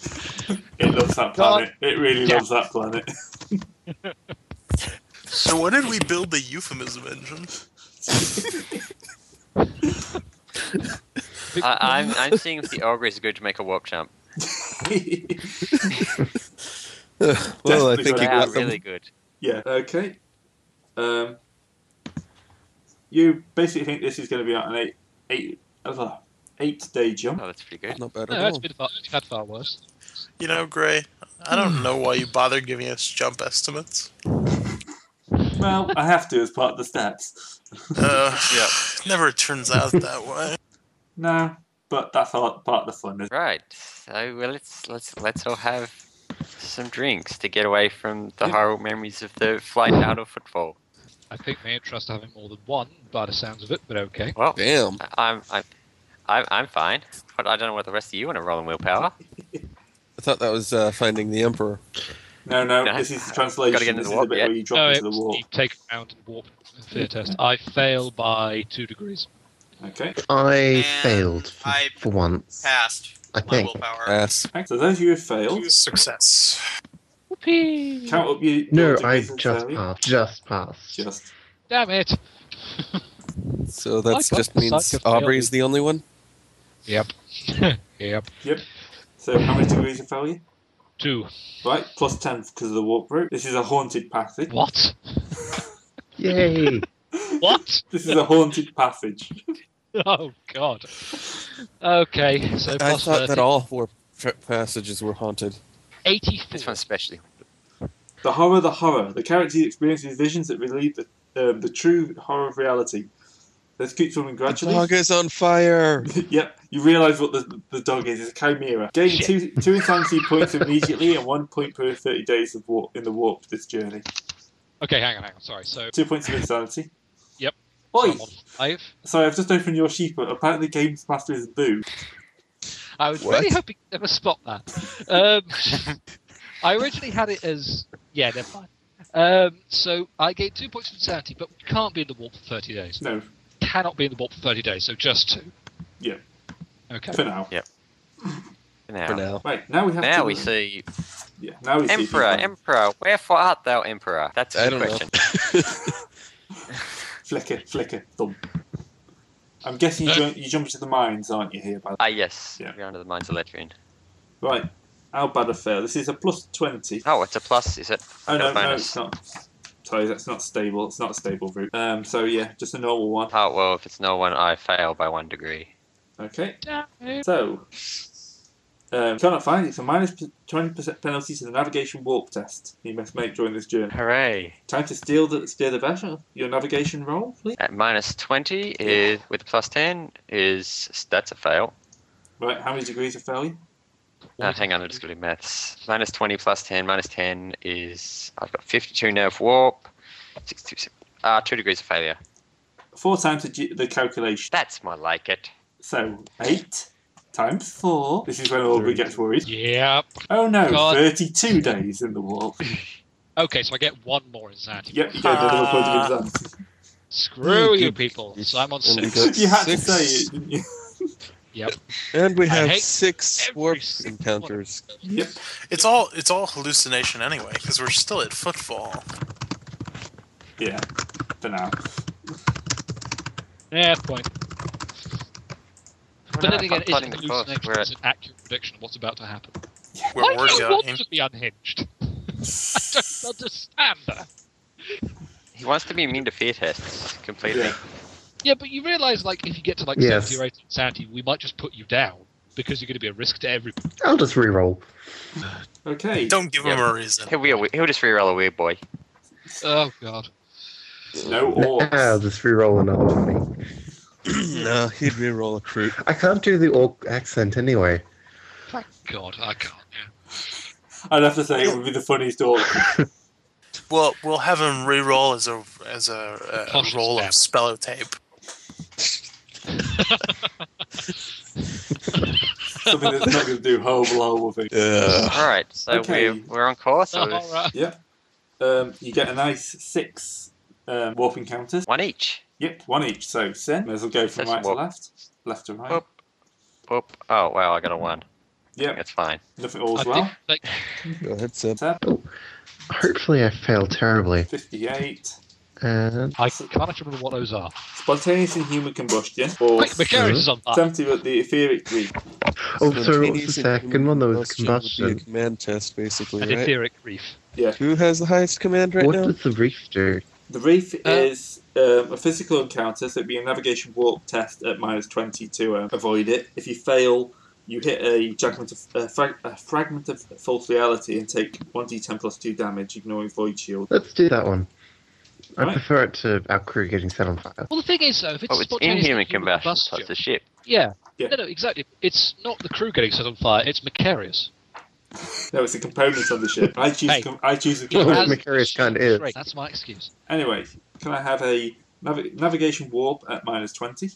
It loves that God. planet. [laughs] It really Yeah. loves that planet. So why did we build the euphemism engine? I, I'm, I'm seeing if the ogre is good to make a warp jump. [laughs] well, I Definitely got think you They it. are got them. really good. Yeah. Okay. Um, you basically think this is going to be an eight, eight, uh, eight day jump. Oh, that's pretty good. Not bad No, at that's all. been far, you've had far worse. You know, Gray, I Hmm. don't know why you bother giving us jump estimates. Well, I have to as part of the stats. Uh, Yeah. Never turns out that [laughs] way. No, but that's all part of the fun. isn't it? Right. So well, let's let's let's all have some drinks to get away from the horrible memories of the flight out of football. I think they ain't trust having more than one by the sounds of it, but okay. Well, Damn. I- I'm I'm I'm, I'm fine. But I don't know what the rest of you want to roll in willpower. I thought that was uh, finding the emperor. No, no, No, this is the I've translation. gotta get into this the is warp, the bit yeah. where you drop No, into the it's- wall. you take it round and warp and fear test. I fail by two degrees. Okay. I And failed for, I- for once. Passed I my think. willpower. Uh, Ass. So those who have failed, Success. Whoopee! count up your. No, your I degrees and just failure. passed. Just passed. Just. Damn it! So that's Like, just what? means Psych of Aubrey's the only one. Yep. [laughs] yep. So how many degrees of failure? Two. Right, plus ten because of the warp route. This is a haunted passage. What? [laughs] Yay! What? [laughs] This is a haunted passage. Oh God. Okay, so I plus thought 30, that all warp tra- passages were haunted. This 84. one's especially. The horror, the horror. The characters experience these visions that relieve the, um, the true horror of reality. Let's keep swimming The gradually. dog is on fire. yep, you realise what the, the dog is. It's a chimera. Gain Shit. two, two insanity points immediately and one point per 30 days of warp, in the warp this journey. Okay, hang on, hang on. Sorry. So Two points of insanity. Yep. Oi! I'm on five. Sorry, I've just opened your sheet, but apparently Games Master is boo. I was What? really hoping you'd never spot that. Um, I originally had it as yeah, never mind. Um, so I gain two points of insanity, but we can't be in the warp for 30 days. No, Cannot be in the warp for 30 days. So just two. Yeah. Okay. for now. Now, For now. Right, now we have now to- we see [laughs] Yeah, now we see if you emperor, can emperor. Wherefore art thou emperor? That's I the don't know. question. Flicker, flicker, thump. I'm guessing you, Uh. jump, you jump into the mines, aren't you, here, Bad? Ah, yes. Yeah. We're under the minds of Letrian. Right, how bad a fail? This is a plus 20. Oh, it's a plus, is it? Oh, no, Got a no, bonus. it's not. Sorry, that's not stable. It's not a stable route. Um, so, yeah, just a normal one. Oh, well, if it's no one, I fail by one degree. Okay, Damn it. so. Um, cannot find it. It's a minus p- 20% penalty to the navigation warp test you must make during this journey. Hooray! Time to steal the, steer the vessel. Your navigation roll, please. At minus 20 is, with plus 10 is, that's a fail. Right, how many degrees of failure? Uh, hang on, I'm just going to do maths. Minus 20 plus 10, minus 10 is, I've got 52 nerve warp, 62, se- ah, 2 degrees of failure. Four times the, g- the calculation. That's more like it. So eight times four. This is when Aubrey gets worried. Yep. Oh no, God. thirty-two days in the warp. Okay, so I get one more insanity. Yep, you get another point Ah. of insanity. Screw Mm, you, good. people. So I'm on And we six. got You had six- to say it, didn't you? [laughs] And we I have hate six every warp single one. encounters. Yep. It's all it's all hallucination anyway, because we're still at footfall. Yeah. For now. Yeah, point. But Well, then no, again, I'm it's plotting an the course. hallucination. We're It's at, an accurate prediction of what's about to happen. We're Why do working you on want to be unhinged? [laughs] I don't understand that. he wants to be immune to fear tests completely. Yeah. Yeah, but you realise, like, if you get to like Yes. seventy or eighty insanity, we might just put you down because you're going to be a risk to everybody. I'll just re-roll. Okay. Don't give him a reason. He'll, be a, we- he'll just reroll a weird boy. Oh God. No I'll orcs. just re-roll another one. [clears throat] no, he'd reroll a crew. I can't do the orc accent anyway. Thank God, I can't. Yeah. I'd have to say it would be the funniest orc. Well, we'll have him re-roll as a as a, a Cautious roll of step. spello tape. Something that's not going to do horrible, horrible things. Ugh. Alright, so Okay. we're, we're on course. so [laughs] All right. Yep. Um, you get a nice six um, warp encounters. One each. Yep, one each. So send. This will go from That's right to warp. left, left to right. Warp. Whoop. Oh, wow, I got a one. Yep. That's fine. Nothing all's I well. think, like, Your head's up. Tab Hopefully, I fail terribly. Uh, 58. And I can't actually remember what those are. Spontaneous inhuman combustion. Or Wait, Macarius is on fire. 70 with the etheric reef. oh, sorry, what's the Spontaneous second one? That was combustion would be combustion. a command test, basically, An right? etheric reef. Who has the highest command right what now? does the reef do? The reef Uh, is um, a physical encounter, so it'd be a navigation warp test at minus 20 to uh, avoid it. If you fail, you hit a fragment of, a frag- a fragment of false reality and take 1d10 plus 2 damage, ignoring void shield. Let's do that one. I Right. prefer it to our crew getting set on fire. Well, the thing is, though, if it's Oh, it's spontaneous inhuman combustion. So it's a ship. yeah. Yeah. No, no, exactly. It's not the crew getting set on fire, it's [laughs] Macarius. No, it's a component of the ship. I choose. Hey. Com- I choose a Oh, component. As- Macarius kinda is. Great, That's my excuse. Anyway, can I have a navi- navigation warp at minus 20?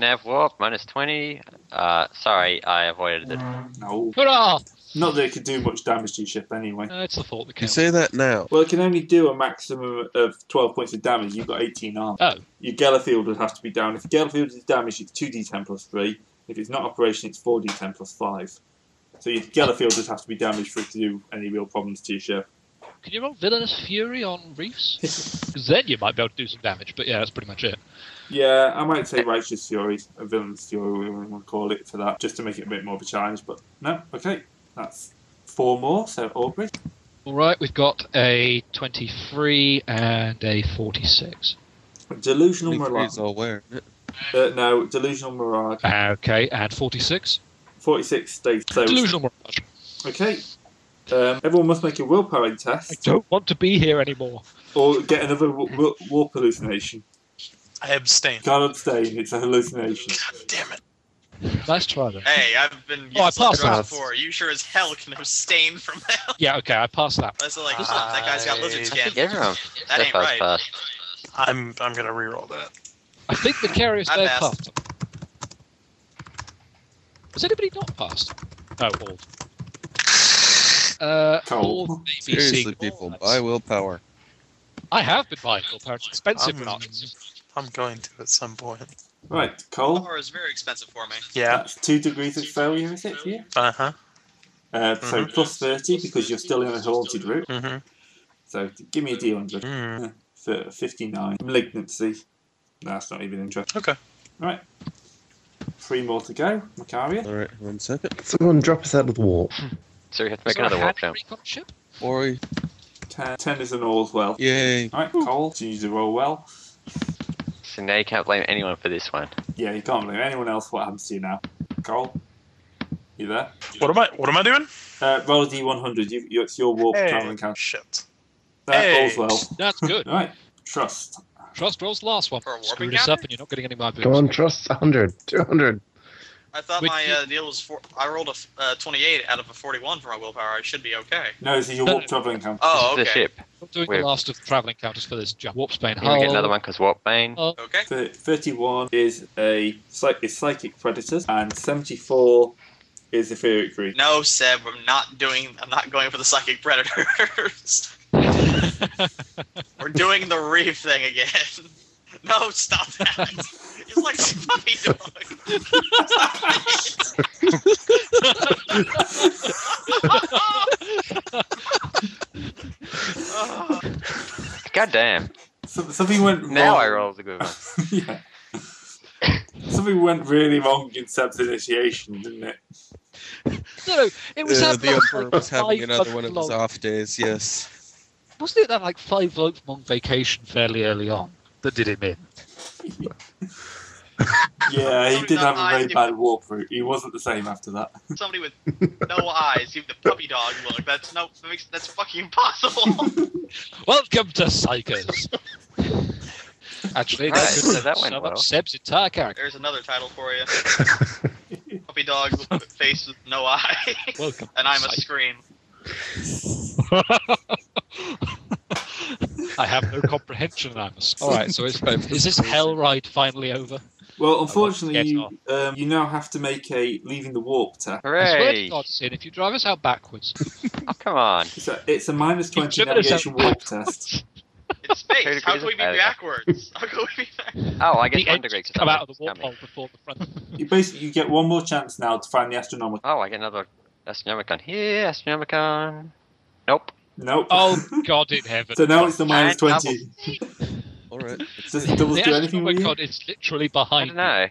Nav warp minus twenty. Uh, sorry, I avoided it. No. Hurrah! Not that it could do much damage to your ship anyway. Uh, it's the fault that You counts. say that now. Well, it can only do a maximum of 12 points of damage. You've got 18 arms. Oh, Your Gellerfield would have to be down. If your Gellerfield is damaged, it's 2d10 plus 3. If it's not operation, it's 4d10 plus 5. So your Gellerfield would have to be damaged for it to do any real problems to your ship. can you roll Villainous Fury on reefs? 'Cause then you might be able to do some damage, but yeah, that's pretty much it. Yeah, I might say Righteous Fury, a Villain's Fury, whatever you want to call it, for that, just to make it a bit more of a challenge. But no, okay. That's four more, so Aubrey. All right, we've got a 23 and a 46. Delusional Mirage. Degrees all where? isn't it? Uh, no, Delusional Mirage. Okay, and 46. 46 states. So, Delusional mirage. okay. Um, everyone must make a willpower I test don't want to be here anymore. or get another w- w- warp hallucination. I abstain. Can't abstain, it's a hallucination. Damn it. Nice try, though. Hey, I've been using Oh, I passed drugs that. before. You sure as hell can abstain from that. [laughs] Yeah, okay, I passed that. That's like, "Huh, that guy's got lizard I skin. think everyone. That so ain't far right. passed. I'm I'm gonna reroll that. I think the carrier's I there passed. passed. Has anybody not passed? Oh, all. Uh, Cold. all maybe seeing Seriously, people, all buy that's- willpower. I have been buying all parents. Expensive, but I'm- not expensive. I'm going to at some point. Right, Cole. Or is very expensive for me. Yeah. That's two degrees of failure, is it, for you? Uh huh. Uh, so plus 30 because you're still in a haunted route. Mm-hmm. So d- give me a D100 Mm. for 59. Malignancy. No, that's not even interesting. Okay. Right. Three more to go. Macaria. All right, one second. Someone drop us out of the warp. So we have to make Is there a another warp hand now. recon ship? Ori, Ten. Ten is an all's well. yay. All right, Cole. You need to roll well. So now you can't blame anyone for this one. Yeah, you can't blame anyone else what happens to you now. Cole. You there? What am I? What am I doing? Uh, roll a D100. You, you, it's your warp traveling count. shit. That Hey. all's well. [laughs] That's good. All right. Trust. Trust rolls the last one. For a warping Screw this counter? up and you're not getting any of my Go on, boots. trust 100, 200. I thought Would my you- uh, deal was four. I rolled a f- uh, 28 out of a 41 for my willpower. I should be okay. No, this is Uh, your warp traveling count. Oh, This is okay. the ship. I'm doing We're- the last of the travelling counters for this jump. Warp Spain Can we get Hull. [laughs] another one [laughs] because warp bane. Oh. Okay. Thir- 31 is a psych- is psychic predators, and 74 is etheric reach. No, Seb, I'm not doing. I'm not going for the psychic predators. [laughs] We're doing the reef thing again. [laughs] No, stop that. [laughs] He's like a puppy dog. [laughs] Oh. God damn. So- something went wrong. Now I rolled a good one. [laughs] yeah. Something went really wrong in Seb's initiation, didn't it? No, no, it was Uh, that the like Emperor was having five another one of his long- off days, yes. Wasn't it that like five month vacation fairly early on that did him in? Yeah, he Something did have that a very I- bad warp route. He wasn't the same after that. Somebody with no eyes, give the puppy dog look. That's no. That makes, that's fucking impossible. Welcome [laughs] to Psychers. Actually, Right, that could so that went sum well. up Seb's entire character. There's another title for you. Puppy dog with face with no eye, [laughs] Welcome. and to I must Psychers. scream. I have no comprehension. and I must. All right. So is, Sometimes is this hell ride finally over? Well, Yes, unfortunately, no. you, um, you now have to make a leaving the warp test. I swear to Hooray! God, Sin, if you drive us out backwards, Oh, come on. It's a, it's a minus You've 20 driven us navigation out warp backwards. test. It's space. Two How can degrees we be of- backwards? How can we be backwards? Oh, I get the one edge degree. 'cause come I out of was the warthog coming. before the front. You basically you get one more chance now to find the astronomical. Oh, I get another Astronomicon here, Astronomicon. Nope. Nope. [laughs] oh God in heaven! so now it's the minus And double. twenty. All right. Does it doubles the do anything with you? Astronomicon is literally I behind. don't know.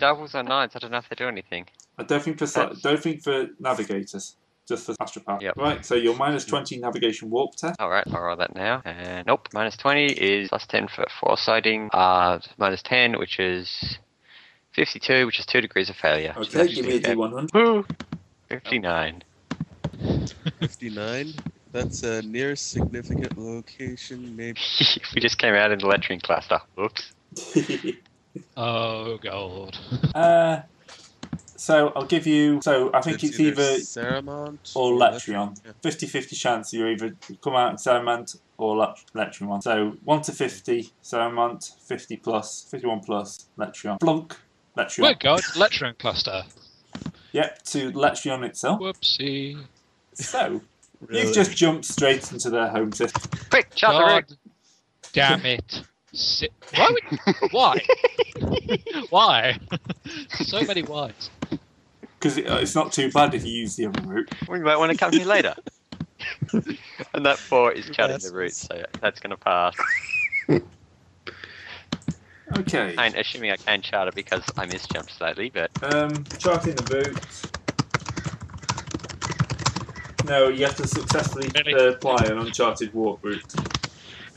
Doubles or nines, I don't know if they do anything. I don't think for That's- don't think for navigators, just for astropath. Yep. Right. So your minus twenty navigation warp test. Alright, I'll roll that now. Uh, nope, minus 20 is plus 10 for foresighting, uh, minus 10, which is 52, which is 2 degrees of failure. So Okay, that's give me a just- D one hundred. Woo! 59. 59. That's a near significant location. Maybe. [laughs] we just came out in the lettering cluster. Oops. Oh God! [laughs] uh, so I'll give you. So I think it's either Saramont or Letrion. Yeah. 50 50 chance you either come out in Saramont or Le- Letrion. So 1 to 50, Saramont, 50 plus, 51 plus, Letrion. Flunk, Letrion. My God, Electron cluster. Yep, to Letrion itself. Whoopsie! So Really? you've just jumped straight into their home system. Quick, shut the room! God damn it! Si- why? Would- why? [laughs] why? [laughs] so many whys. Because it, uh, it's not too bad if you use the other route. We might want to come here later. [laughs] and that 4 is counting That's- the route, so that's going to pass. Okay. And assuming I can chart it because I misjumped slightly, but Um, charting the route. No, you have to successfully uh, apply an uncharted warp route.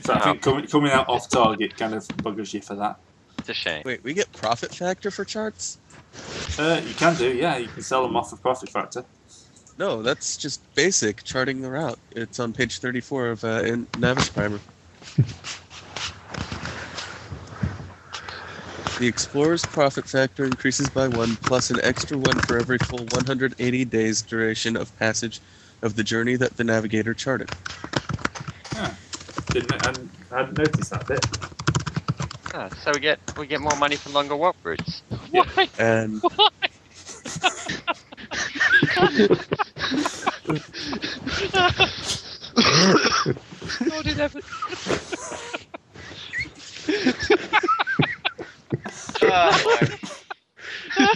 So I think com- coming out off target kind of buggers you for that. it's a shame. Wait, we get profit factor for charts? Uh, you can do, yeah. You can sell them off for profit factor. No, that's just basic charting the route. It's on page 34 of uh, in Navis [laughs] Primer. The explorer's profit factor increases by one, plus an extra one for every full 180 days duration of passage of the journey that the navigator charted. Didn't and I hadn't noticed that bit. Ah, so we get we get more money for longer walk routes. Yeah. Why? [laughs] And Why? God in heaven! Oh, my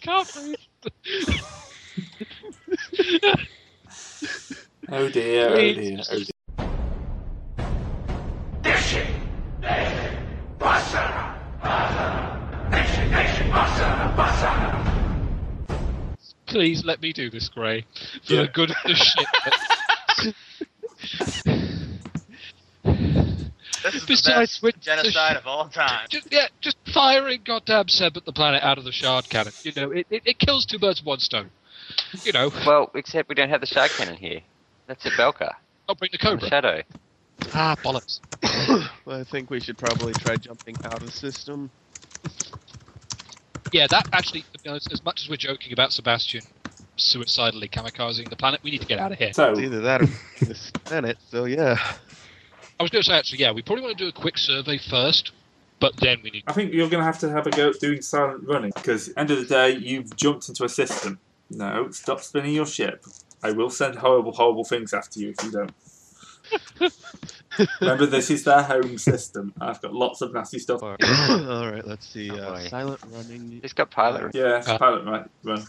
Can't breathe. Oh dear, oh dear, oh dear. Please let me do this, Gray. For the [laughs] good of the shit. This is Besides the which- best genocide of all time. just, yeah, just firing goddamn Seb at the planet out of the shard cannon. You know, it, it, it kills two birds with one stone. You know, Well, except we don't have the shark cannon here. That's a Belka. not bring the The cobra. shadow. Ah, bollocks. [laughs] well, I think we should probably try jumping out of the system. Yeah, that actually, you know, as, as much as we're joking about Sebastian suicidally kamikazing the planet, we need to get out of here. So It's either [laughs] that or the Senate, so yeah. I was going to say, actually, yeah, we probably want to do a quick survey first, but then we need. I think you're going to have to have a go at doing silent running because end of the day you've jumped into a system. No, stop spinning your ship. I will send horrible, horrible things after you if you don't. Remember, this is their home system. I've got lots of nasty stuff. All right, let's see. Oh, Uh, boy. silent running. It's got pilot. Yeah, it's Uh, pilot right run.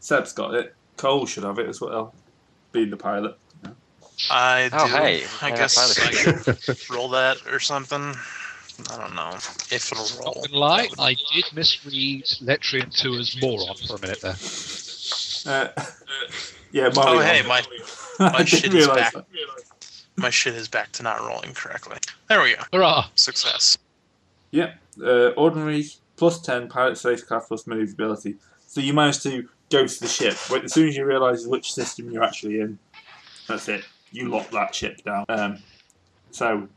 Seb's got it. Cole should have it as well, being the pilot. I do. Oh, hey, I yeah, guess I pilot. [laughs] can roll that or something. I don't know if it'll Not roll. gonna lie, I did misread Letrian 2 as moron for a minute there. Uh, [laughs] yeah, Mario. Oh, hey, [laughs] my I my didn't shit is realise back. that. my shit is back to not rolling correctly. There we go. Hurrah! Success. Yep. Uh, ordinary plus ten pilot spacecraft plus maneuverability. So you manage to go to the ship. But as soon as you realise which system you're actually in, that's it. You lock that ship down. Um, so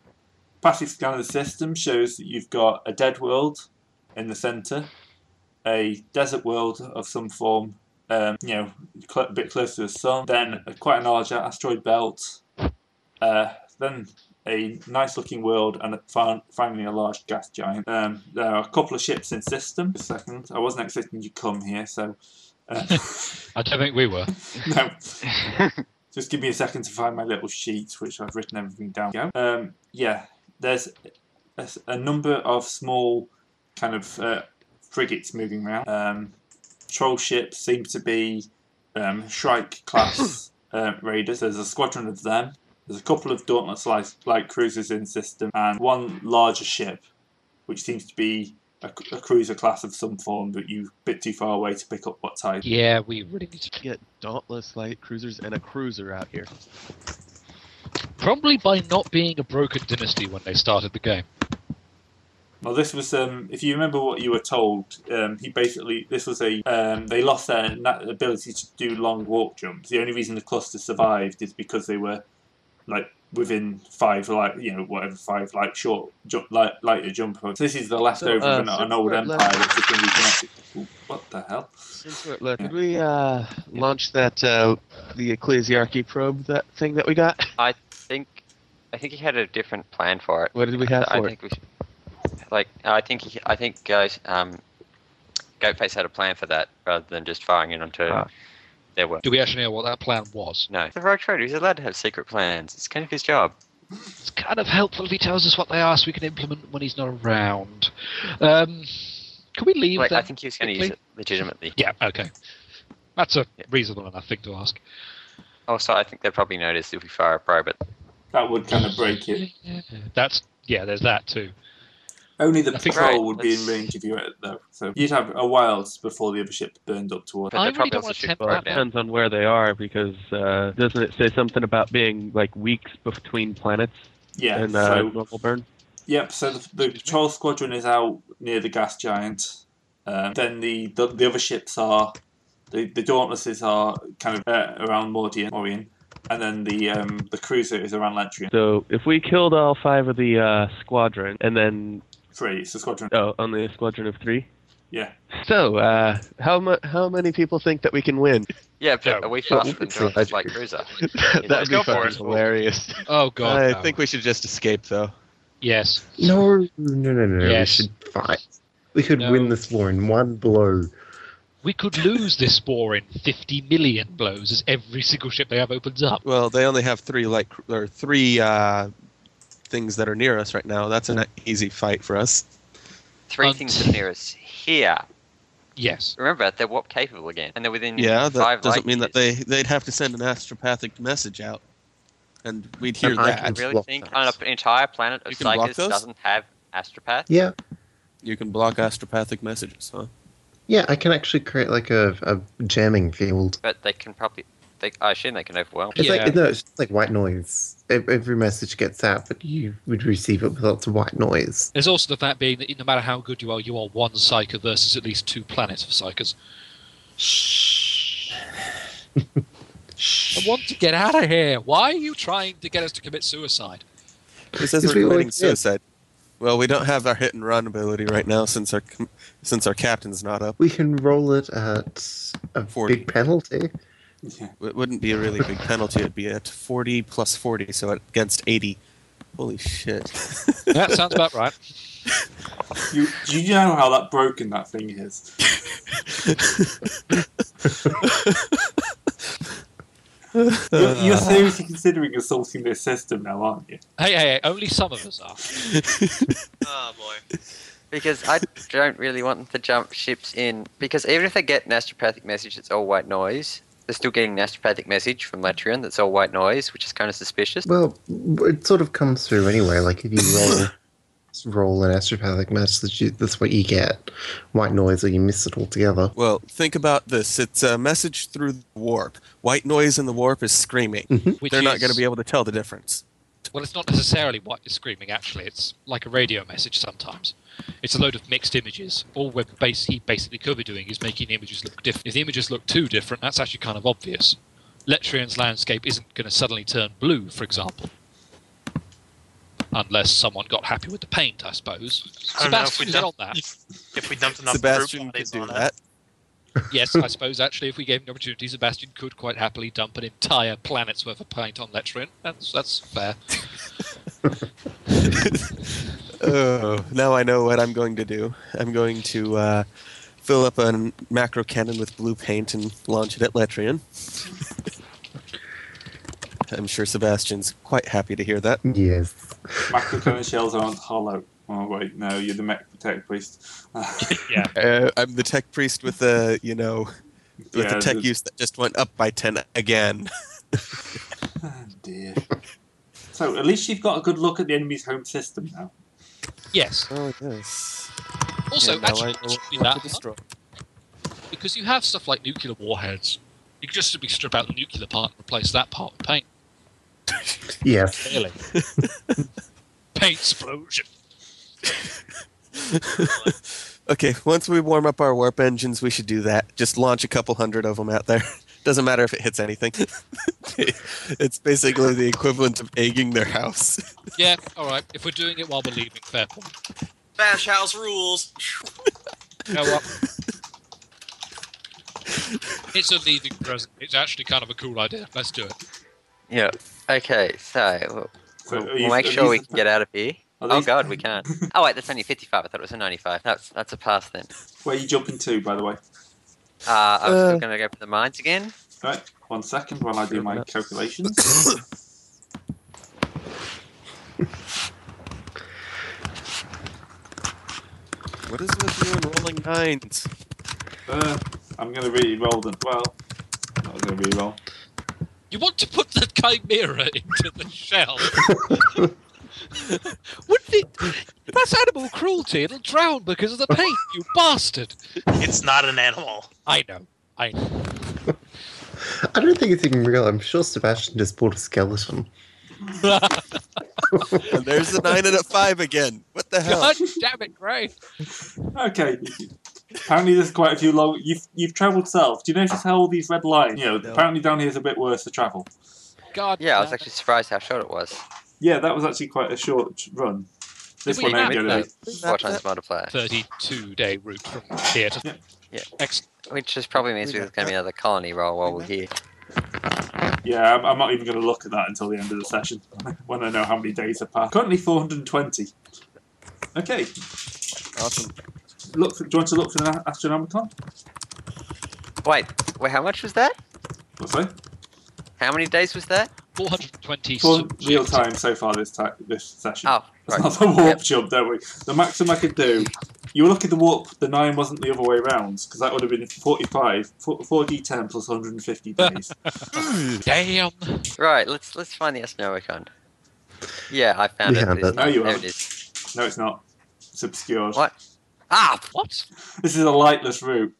passive scan of the system shows that you've got a dead world in the centre, a desert world of some form. Um, you know, cl- a bit closer to the sun. Then a, quite a large asteroid belt. Uh, then a nice looking world and fin- finally a large gas giant. Um, there are a couple of ships in system. A second, I wasn't expecting you to come here, so uh, [laughs] I don't think we were. no. [laughs] Just give me a second to find my little sheet, which I've written everything down. Go. Um, yeah, there's a, a number of small kind of uh, frigates moving around. Um, troll ships seem to be um, Shrike class uh, raiders. There's a squadron of them. There's a couple of Dauntless like, like cruisers in system, and one larger ship, which seems to be a, a cruiser class of some form, but you a bit too far away to pick up what type. Yeah, we really need to. Get dauntless light cruisers and a cruiser out here. Probably by not being a broken dynasty when they started the game. Well, this was um, if you remember what you were told. Um, he basically this was a um, they lost their na- ability to do long walk jumps. The only reason the cluster survived is because they were like within five like you know whatever five like short jump like lighter jump points. This is the leftover uh, of an, an old Silver empire Left- that's been reconnected. Ooh, What the hell? Since we're at Leth- Yeah. could we uh, launch that uh, the ecclesiarchy probe that thing that we got? [laughs] I think I think he had a different plan for it. What did we have I for it? think we should, like I think he, I think guys um, Goatface had a plan for that rather than just firing it onto Ah. their work. Do we actually know what that plan was? No, the rogue trader. He's allowed to have secret plans. It's kind of his job. It's kind of helpful if he tells us what they are so we can implement when he's not around. Um, can we leave Like then? I think he was going to use it legitimately. Yeah, okay. That's a Yeah. reasonable enough thing to ask. Also, I think they probably noticed if we fire a probe. At, That would kind of break it. That's yeah. There's that too. Only the I think- patrol Right, would be in let's- range of you uh, though, so you'd have a while before the other ship burned up towards. but they I really probably don't also wanna should tempt fire that it down. Depends on where they are because uh, doesn't it say something about being like weeks between planets Yeah. and uh, so normal burn? Yep, so the, the patrol squadron is out near the gas giant. Um, then the, the the other ships are the, the Dauntlesses are kind of uh, around Mordian, Orion, and then the um, the cruiser is around Lantrian. So if we killed all five of the uh, squadron and then Three, it's the squadron. oh, only a squadron of three. Yeah. So uh, how mu- how many people think that we can [laughs] win? Yeah, but Yeah. are we Yeah, faster we than could try. Dauntless Light Cruiser? That'd Let's be go for fucking it. hilarious. Oh god. I no. think we should just escape though. yes. No, no, no, no. Yes. We should fight. We could No. win this war in one blow. We could lose this war in 50 million blows as every single ship they have opens up. Well, they only have three light cr- or three uh, things that are near us right now. That's an easy fight for us. Three Um, things are near us here. Yes. Remember, they're warp capable again, and they're Hmm. within Yeah, that five doesn't light mean that years. they they'd have to send an astropathic message out, and we'd hear And I that. can- I really block think those. on an entire planet of You can block psychers those? doesn't have astropath. Yeah, You can block astropathic messages, huh? yeah. I can actually create like a, a jamming field. But they can probably. They, I assume they can overwhelm. It's Yeah. like no, it's just like white noise. Ev- Every message gets out, but you would receive it with lots of white noise. There's also the fact being that no matter how good you are, you are one psyker versus at least two planets of psychers. Shh. I [laughs] Shh. want to get out of here. Why are you trying to get us to [laughs] commit suicide? It says Because we're we committing always did. suicide. Well, we don't have our hit and run ability right now since our com- since our captain's not up. We can roll it at a 40. big penalty. Yeah. It wouldn't be a really big penalty. It'd be at 40 plus 40, so against 80. Holy shit! [laughs] That sounds about right. You, do you know how that broken that thing is? Uh, You're, you're seriously considering assaulting this system now, aren't you? Hey, hey, hey, only some of us are. Oh boy. Because I don't really want them to jump ships in. Because even if they get an astropathic message, it's all white noise. They're still getting an astropathic message from Latrian that's all white noise, which is kind of suspicious. Well, it sort of comes through anyway. Like if you [coughs] roll, just roll an astropathic message, you, that's what you get: white noise, or you miss it altogether. Well, think about this. It's a message through the warp. White noise in the warp is screaming. Which They're not is- going to be able to tell the difference. Well, it's not necessarily what you're screaming, actually. It's like a radio message sometimes. It's a load of mixed images. All web base he basically could be doing is making the images look different. If the images look too different, that's actually kind of obvious. Letrian's landscape isn't going to suddenly turn blue, for example. Unless someone got happy with the paint, I suppose. I don't [laughs] know if we Sebastian's done- on that. If we dumped enough Sebastian could brute bodies do on it. that. yes, I suppose actually, if we gave him the opportunity, Sebastian could quite happily dump an entire planet's worth of paint on Letrian. That's that's fair. [laughs] Oh, now I know what I'm going to do. I'm going to uh, fill up a macro cannon with blue paint and launch it at Letrian. [laughs] I'm sure Sebastian's quite happy to hear that. Yes. Macrocone shells aren't hollow. Oh wait, no, you're the mech tech priest. yeah. Uh, I'm the tech priest with the, you know, [laughs] with Yeah, the tech the- use that just went up by 10 again. oh, dear. So at least you've got a good look at the enemy's home system now. Yes. [laughs] Oh, yes. Also, Yeah, now actually, I know what actually to that destroy. because you have stuff like nuclear warheads, you can just simply strip out the nuclear part and replace that part with paint. Yes. Really? paint explosion. [laughs] Okay, once we warm up our warp engines, we should do that. Just launch a couple hundred of them out there. [laughs] Doesn't matter if it hits anything. [laughs] it's basically the equivalent of egging their house. [laughs] Yeah. All right. If we're doing it while we're leaving, fair point. Bash House rules. You know what? it's a leaving present. It's actually kind of a cool idea. Let's do it. Yeah. Okay, so So we'll, are we'll you- make are sure these we the- can get out of here. Are Oh these- god, [laughs] we can't. Oh wait, that's only 55. I thought it was a 95. That's that's a pass then. Where are you jumping to, by the way? Uh, I'm Uh. still going to go for the mines again. Right, one second while I do my calculations. [coughs] What is with you and rolling nines? Uh, I'm going to re-roll them. Well, I'm not going to re-roll. You want to put the chimera into the shell? [laughs] Wouldn't it? That's animal cruelty. It'll drown because of the paint. You bastard. It's not an animal. I know. I know. I don't think it's even real. I'm sure Sebastian just bought a skeleton. [laughs] And there's a nine and a five again. What [laughs] the hell? [laughs] God damn it, Gray. Okay. Apparently, there's quite a few long. You've you've travelled south. Do you notice how all these red lines? You know, No. apparently down here's a bit worse to travel. God. Yeah, I was damn it. actually surprised how short it was. Yeah, that was actually quite a short run. This Did one we ain't map going to that? be. Four times multiplier, 32 day route from here to. Yeah. Yeah. Ex- which just probably means there's going to be another colony roll while we're here. Yeah, I'm, I'm not even going to look at that until the end of the session [laughs] when I know how many days have passed. Currently, 420. Okay. Awesome. Look. For, do you want to look for the na- Astronomicon? Wait, wait, how much was that? Or so? How many days was that? 420 For subjects. real time so far this time, this session. Oh, That's right. not the warp Yep. jump, don't we? The maximum I could do. You were lucky the warp, the 9 wasn't the other way round, because that would have been 45, 4, 4d10 plus 150 [laughs] days. [laughs] Damn. Right, let's let's find the Astronomicon. Yeah, I found Yeah, it. It's but- No, you there haven't. it is. no, it's not. It's obscured. What? Ah, What? This is a lightless route.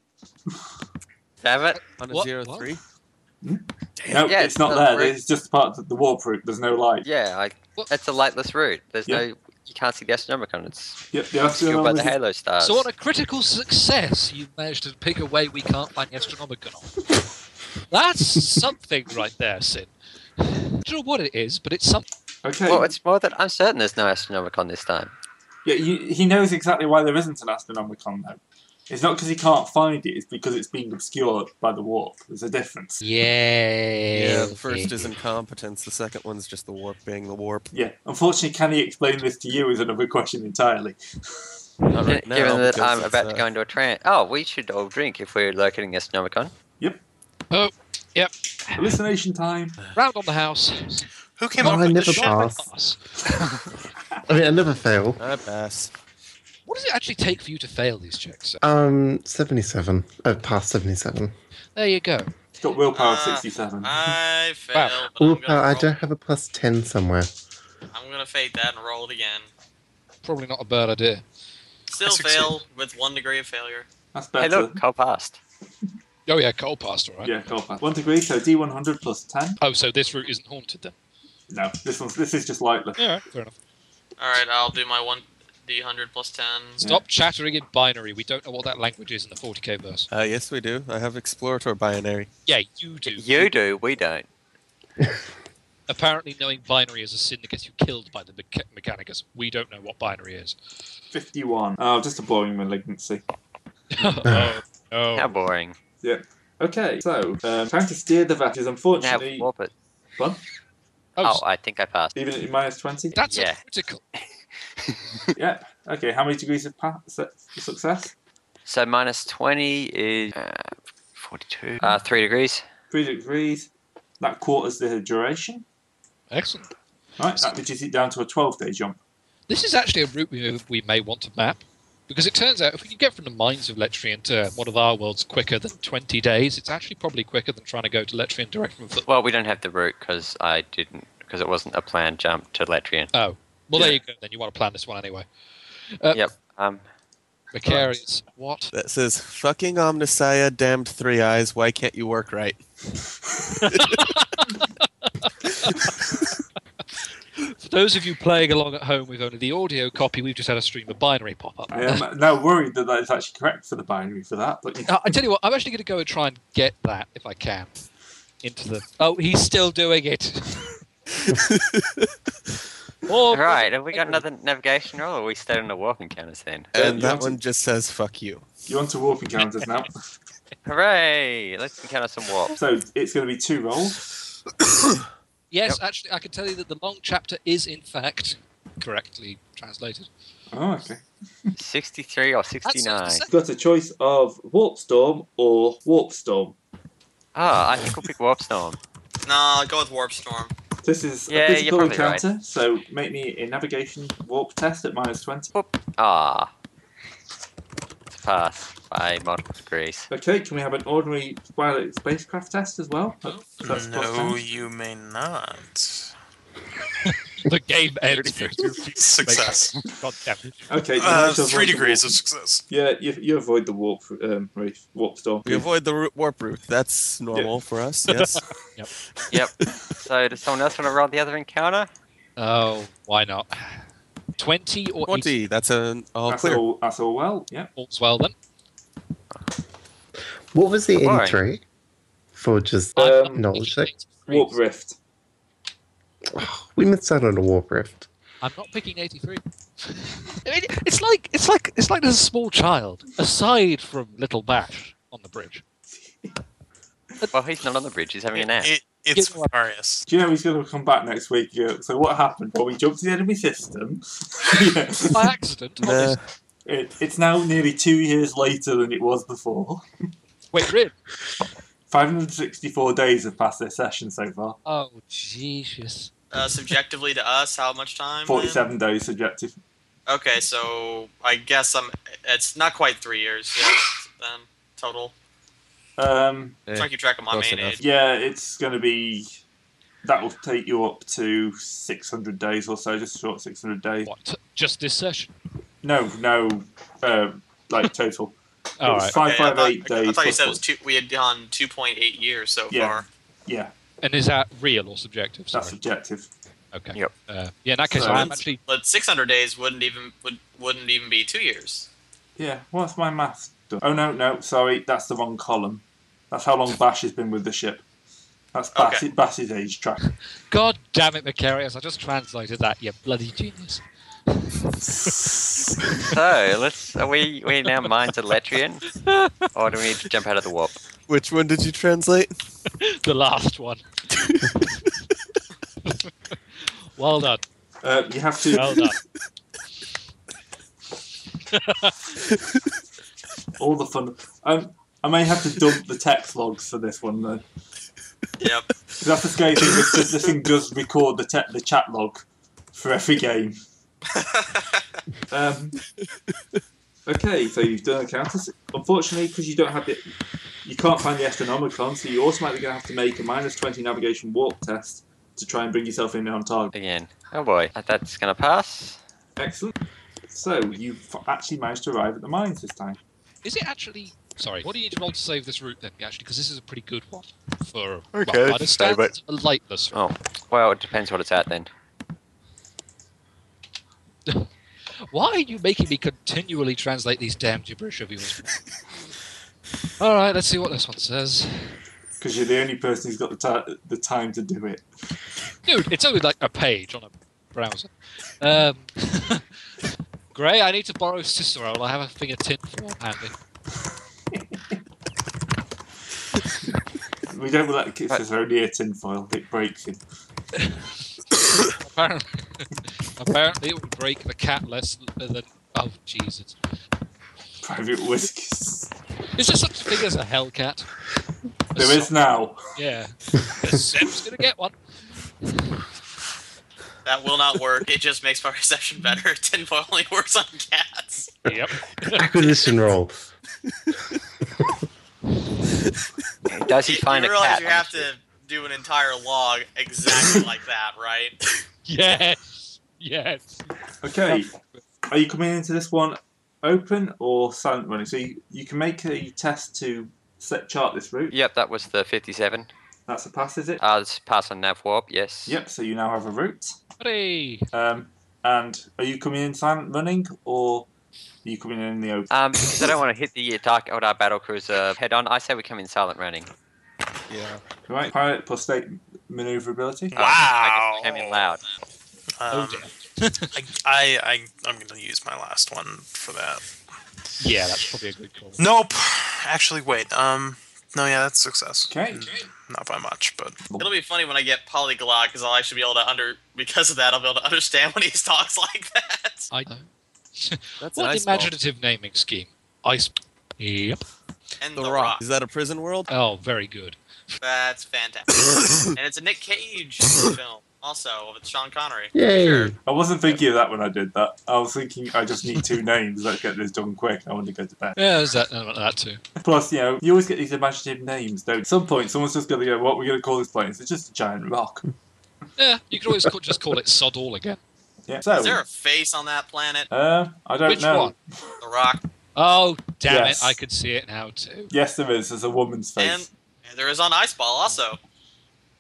damn it. On a What? zero What? three? No, Yeah, it's, it's not not there. the route. It's just part of the warp route. There's no light. Yeah, I, What? it's a lightless route. There's Yeah. no, you can't see the Astronomicon. It's Yep, the obscured by astronomers the Halo stars. So, on a critical success, you managed to pick a way we can't find the Astronomicon on. [laughs] That's something right there, Sin. I [sighs] don't know what it is, but it's something. Okay. Well, it's more that I'm certain there's no Astronomicon this time. yeah, you, he knows exactly why there isn't an astronomicon, though. It's not because he can't find it, it's because it's being obscured by the warp. There's a difference. Yay. Yeah, the first is incompetence. The second one's just the warp being the warp. Yeah, unfortunately, can he explain this to you is another question entirely. Not right Gi- now, Given that because I'm it's, about to uh, go into a trance. Oh, we should all drink if we're locating the Astronomicon. Hallucination time. Round on the house. Who came Oh, up I with never this shit? pass. Pass. I mean, I never fail. I pass. What does it actually take for you to fail these checks? sir? Um, 77. Oh, past 77. There you go. It's got willpower Uh, 67. I failed. but Oh, I'm, gonna uh, I roll- don't have a plus 10 somewhere. I'm gonna fade that and roll it again. Probably not a bad idea. Still succeed. fail with one degree of failure. That's Hey, better. look, Cole passed. Oh, yeah, Cole passed, all right. Yeah, cool. One degree, so D100 plus 10. Oh, so this route isn't haunted then? No, this one's this is just lightless. Yeah, fair enough. All right, I'll do my one d100 plus ten. Stop chattering in binary. We don't know what that language is in the 40k verse. Uh, yes, we do. I have Explorator binary. Yeah, you do. You do, we don't. Apparently, knowing binary is a sin that gets you killed by the mecha- Mechanicus. We don't know what binary is. 51. Oh, just a boring malignancy. oh, How no. boring. Okay, so, um, trying to steer the vat is Now, unfortunately. warp it. What? Oh, Oh, I think I passed. Even at minus 20? that's a yeah. critical. yep. Okay, how many degrees of pa- su- success? So, minus 20 is uh, 42. Uh, 3 degrees. Three degrees. That quarters the duration. Excellent. Right, that reduces it down to a 12 day jump. This is actually a route we, we may want to map because it turns out if we can get from the mines of Letrian to one of our worlds quicker than 20 days, it's actually probably quicker than trying to go to Letrian direct from. Th- Well, we don't have the route because I didn't because it wasn't a planned jump to Latrian. oh, well, there you go. Then you want to plan this one anyway. Uh, Yep. Um, Macarius, what? That says, fucking Omnisaya, damned three eyes, why can't you work right? [laughs] For those of you playing along at home with only the audio copy, we've just had a stream of binary pop up. I am now worried that that is actually correct for the binary for that, but Uh, I I tell you what, I'm actually going to go and try and get that if I can into [laughs] the. Oh, he's still doing it. oh, all right. Have we got another navigation roll, or are we stayed on the walking counters then? And you that want to- one just says, fuck you. you want to warp encounters [laughs] now. Hooray! Let's encounter some warps. [laughs] So it's going to be two rolls. Yes, actually, I can tell you that the long chapter is in fact correctly translated. Oh, okay. Sixty-three or That's sixty-nine. You've got a choice of Warp Storm or Warp Storm. Ah, I think we'll pick warp storm. Nah, I'll go with Warp Storm. This is Yeah, a you're physical probably right. encounter, so make me a navigation warp test at minus 20. Ah, it's a pass by multiple degrees. Okay, can we have an ordinary pilot spacecraft test as well? That's- that's plus No, 10. you may not. The game ends. with you being Success. made- [laughs] God damn it. Okay, you Uh, managed to three avoid the degrees warp. of success. Yeah, you, you avoid the warp, um, Rafe, warp storm. We avoid the root warp route. That's normal for [laughs] us, yes. Yep. so does someone else want to roll the other encounter? Oh, why not? Twenty or 20. 20, that's an all that's, clear. all, that's all well, yeah. well then. What was the Why? N3? For just Um, knowledge sake? Warp rift. We missed out on a warp rift. I'm not picking 83. [laughs] I mean, it's like it's like it's like there's a small child aside from Little Bash on the bridge. Well, he's not on the bridge. He's having a nap. It, it's Get one. Varius. Do you know he's going to come back next week? Yeah, So what happened? Well, we jumped to the enemy system. [laughs] yeah. [laughs] By accident. on Nah. this- it, it's now nearly two years later than it was before. Wait, really? 564 days have passed this session so far. Oh, Jesus. Uh, subjectively to us, how much time? then? 47 days subjective. Okay, so I guess I'm. It's not quite three years yet, then total. Um, I'm trying to keep track of my close main enough. age. yeah, it's going to be. That will take you up to 600 days or so, just short 600 days. What? Just this session? No, no, uh, like total. [laughs] All It's right. Five, Okay, five, I thought, eight I- I days. thought you said it plus was two, we had done 2.8 years so Yeah. far. Yeah, And is that real or subjective? that's Sorry. subjective. Okay. Yep. Uh, yeah, in that case, So I'm that's- actually. But 600 days wouldn't even would wouldn't even be two years. Yeah, what's my math? done? Oh, no, no, sorry, that's the wrong column. That's how long Bash has been with the ship. That's Bash, Okay. Bash's age track. God damn it, Macarius. I just translated that, you bloody genius. [laughs] So let's. Are we we now mine to Letrian, or do we need to jump out of the warp? Which one did you translate? The last one. well done. Uh, you have to. Well done. [laughs] all the fun. Um, I may have to dump the text logs for this one though. Yep. Because that's the scary thing. This, this- this thing does record the te- the chat log for every game. Um, okay, so you've done encounters. Unfortunately, because you don't have the, you can't find the astronomicon, so you're automatically going to have to make a minus twenty navigation warp test to try and bring yourself in on target. Again. Oh boy, that's gonna pass. Excellent. So you have actually managed to arrive at the mines this time. Is it actually? Sorry, what do you need to roll to save this route then? Actually, because this is a pretty good one for Okay, well, by the just save it. standards of a lightless. Oh, well, it depends what it's at then. Why are you making me continually translate these damn gibberish of yours? [laughs] All right, let's see what this one says. Because you're the only person who's got the, ti the time to do it. Dude, it's only like a page on a browser. Um, [laughs] Gray, I need to borrow Cicero. I have a thing of tin for handy. We don't let kids it's only a tinfoil, it breaks him. Apparently, [laughs] apparently it would break the cat less than. Oh Jesus! Private whiskers. Is there such a thing as a Hellcat? A There is now. [laughs] Yeah. Seb's gonna get one. That will not work. It just makes my [laughs] reception better. Tinfoil only works on cats. Yep. Acquisition roll. Does [laughs] he You- find you a realize cat? you have to do an entire log exactly like that, right? [laughs] Yes. Yes. Okay. Are you coming into this one open or silent running? So you, you can make a test to set chart this route. Yep, that was the 57. That's a pass, is it? Uh, this pass on nav warp, yes. Yep, so you now have a route. Hooray. Um, and are you coming in silent running or are you coming in in the open? Um, because I don't want to hit the Dark Eldar battlecruiser head on, I say we come in silent running. Yeah. Right, pilot plus state maneuverability. Um, I guess we came in Wow. loud. Um, oh, I, I, I, I'm going to use my last one for that. dear. yeah, that's probably a good call. Nope. Actually, wait. Um, no, yeah, that's success. Okay. Not by much, but It'll be funny when I get polyglot because I'll actually be able to under because of that I'll be able to understand [laughs] when he talks like that. I, That's what an imaginative naming scheme. Ice. Yep. And The the, Rock. Uh, rock. Is that a prison world? [laughs] Oh, very good. That's fantastic. and it's a Nick Cage film also with Sean Connery. Yay! I wasn't thinking of that when I did that. I was thinking I just need two [laughs] names. Let's get this done quick. I want to go to bed. Yeah, there's that element of that too. Plus, you know, you always get these imaginative names, though. At some point, someone's just going to go, what are we going to call this place? It's just a giant rock. Yeah, you could always call, just call it sod all again. Yeah. So, Is there a face on that planet? uh, I don't Which know. one? The Rock. Oh, damn Yes. it! I could see it now too. Yes, there is. There's a woman's face. And there is on Iceball also.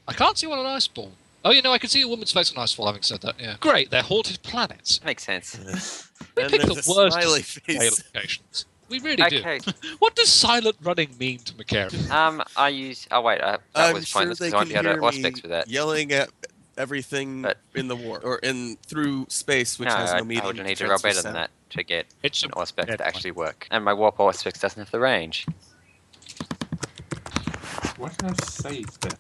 I can't see one on Iceball. Oh, you know, I could see a woman's face on Iceball. Having said that, yeah. Great, they're haunted planets. Makes sense. We And pick there's the a worst [laughs] smiley display face. locations. We really Okay. do. What does silent running mean to McCary? Um, I use. Oh wait, uh, that I'm was Um, sure pointless they because I won't can be able hear to aspects me with that. yelling at everything But- in the war or in through space, which no, has I, no medium. I would need to roll transfer better than sound. that to get It's a, an aspect to Deadline. actually work. And my warp aspects doesn't have the range. Why can I save this?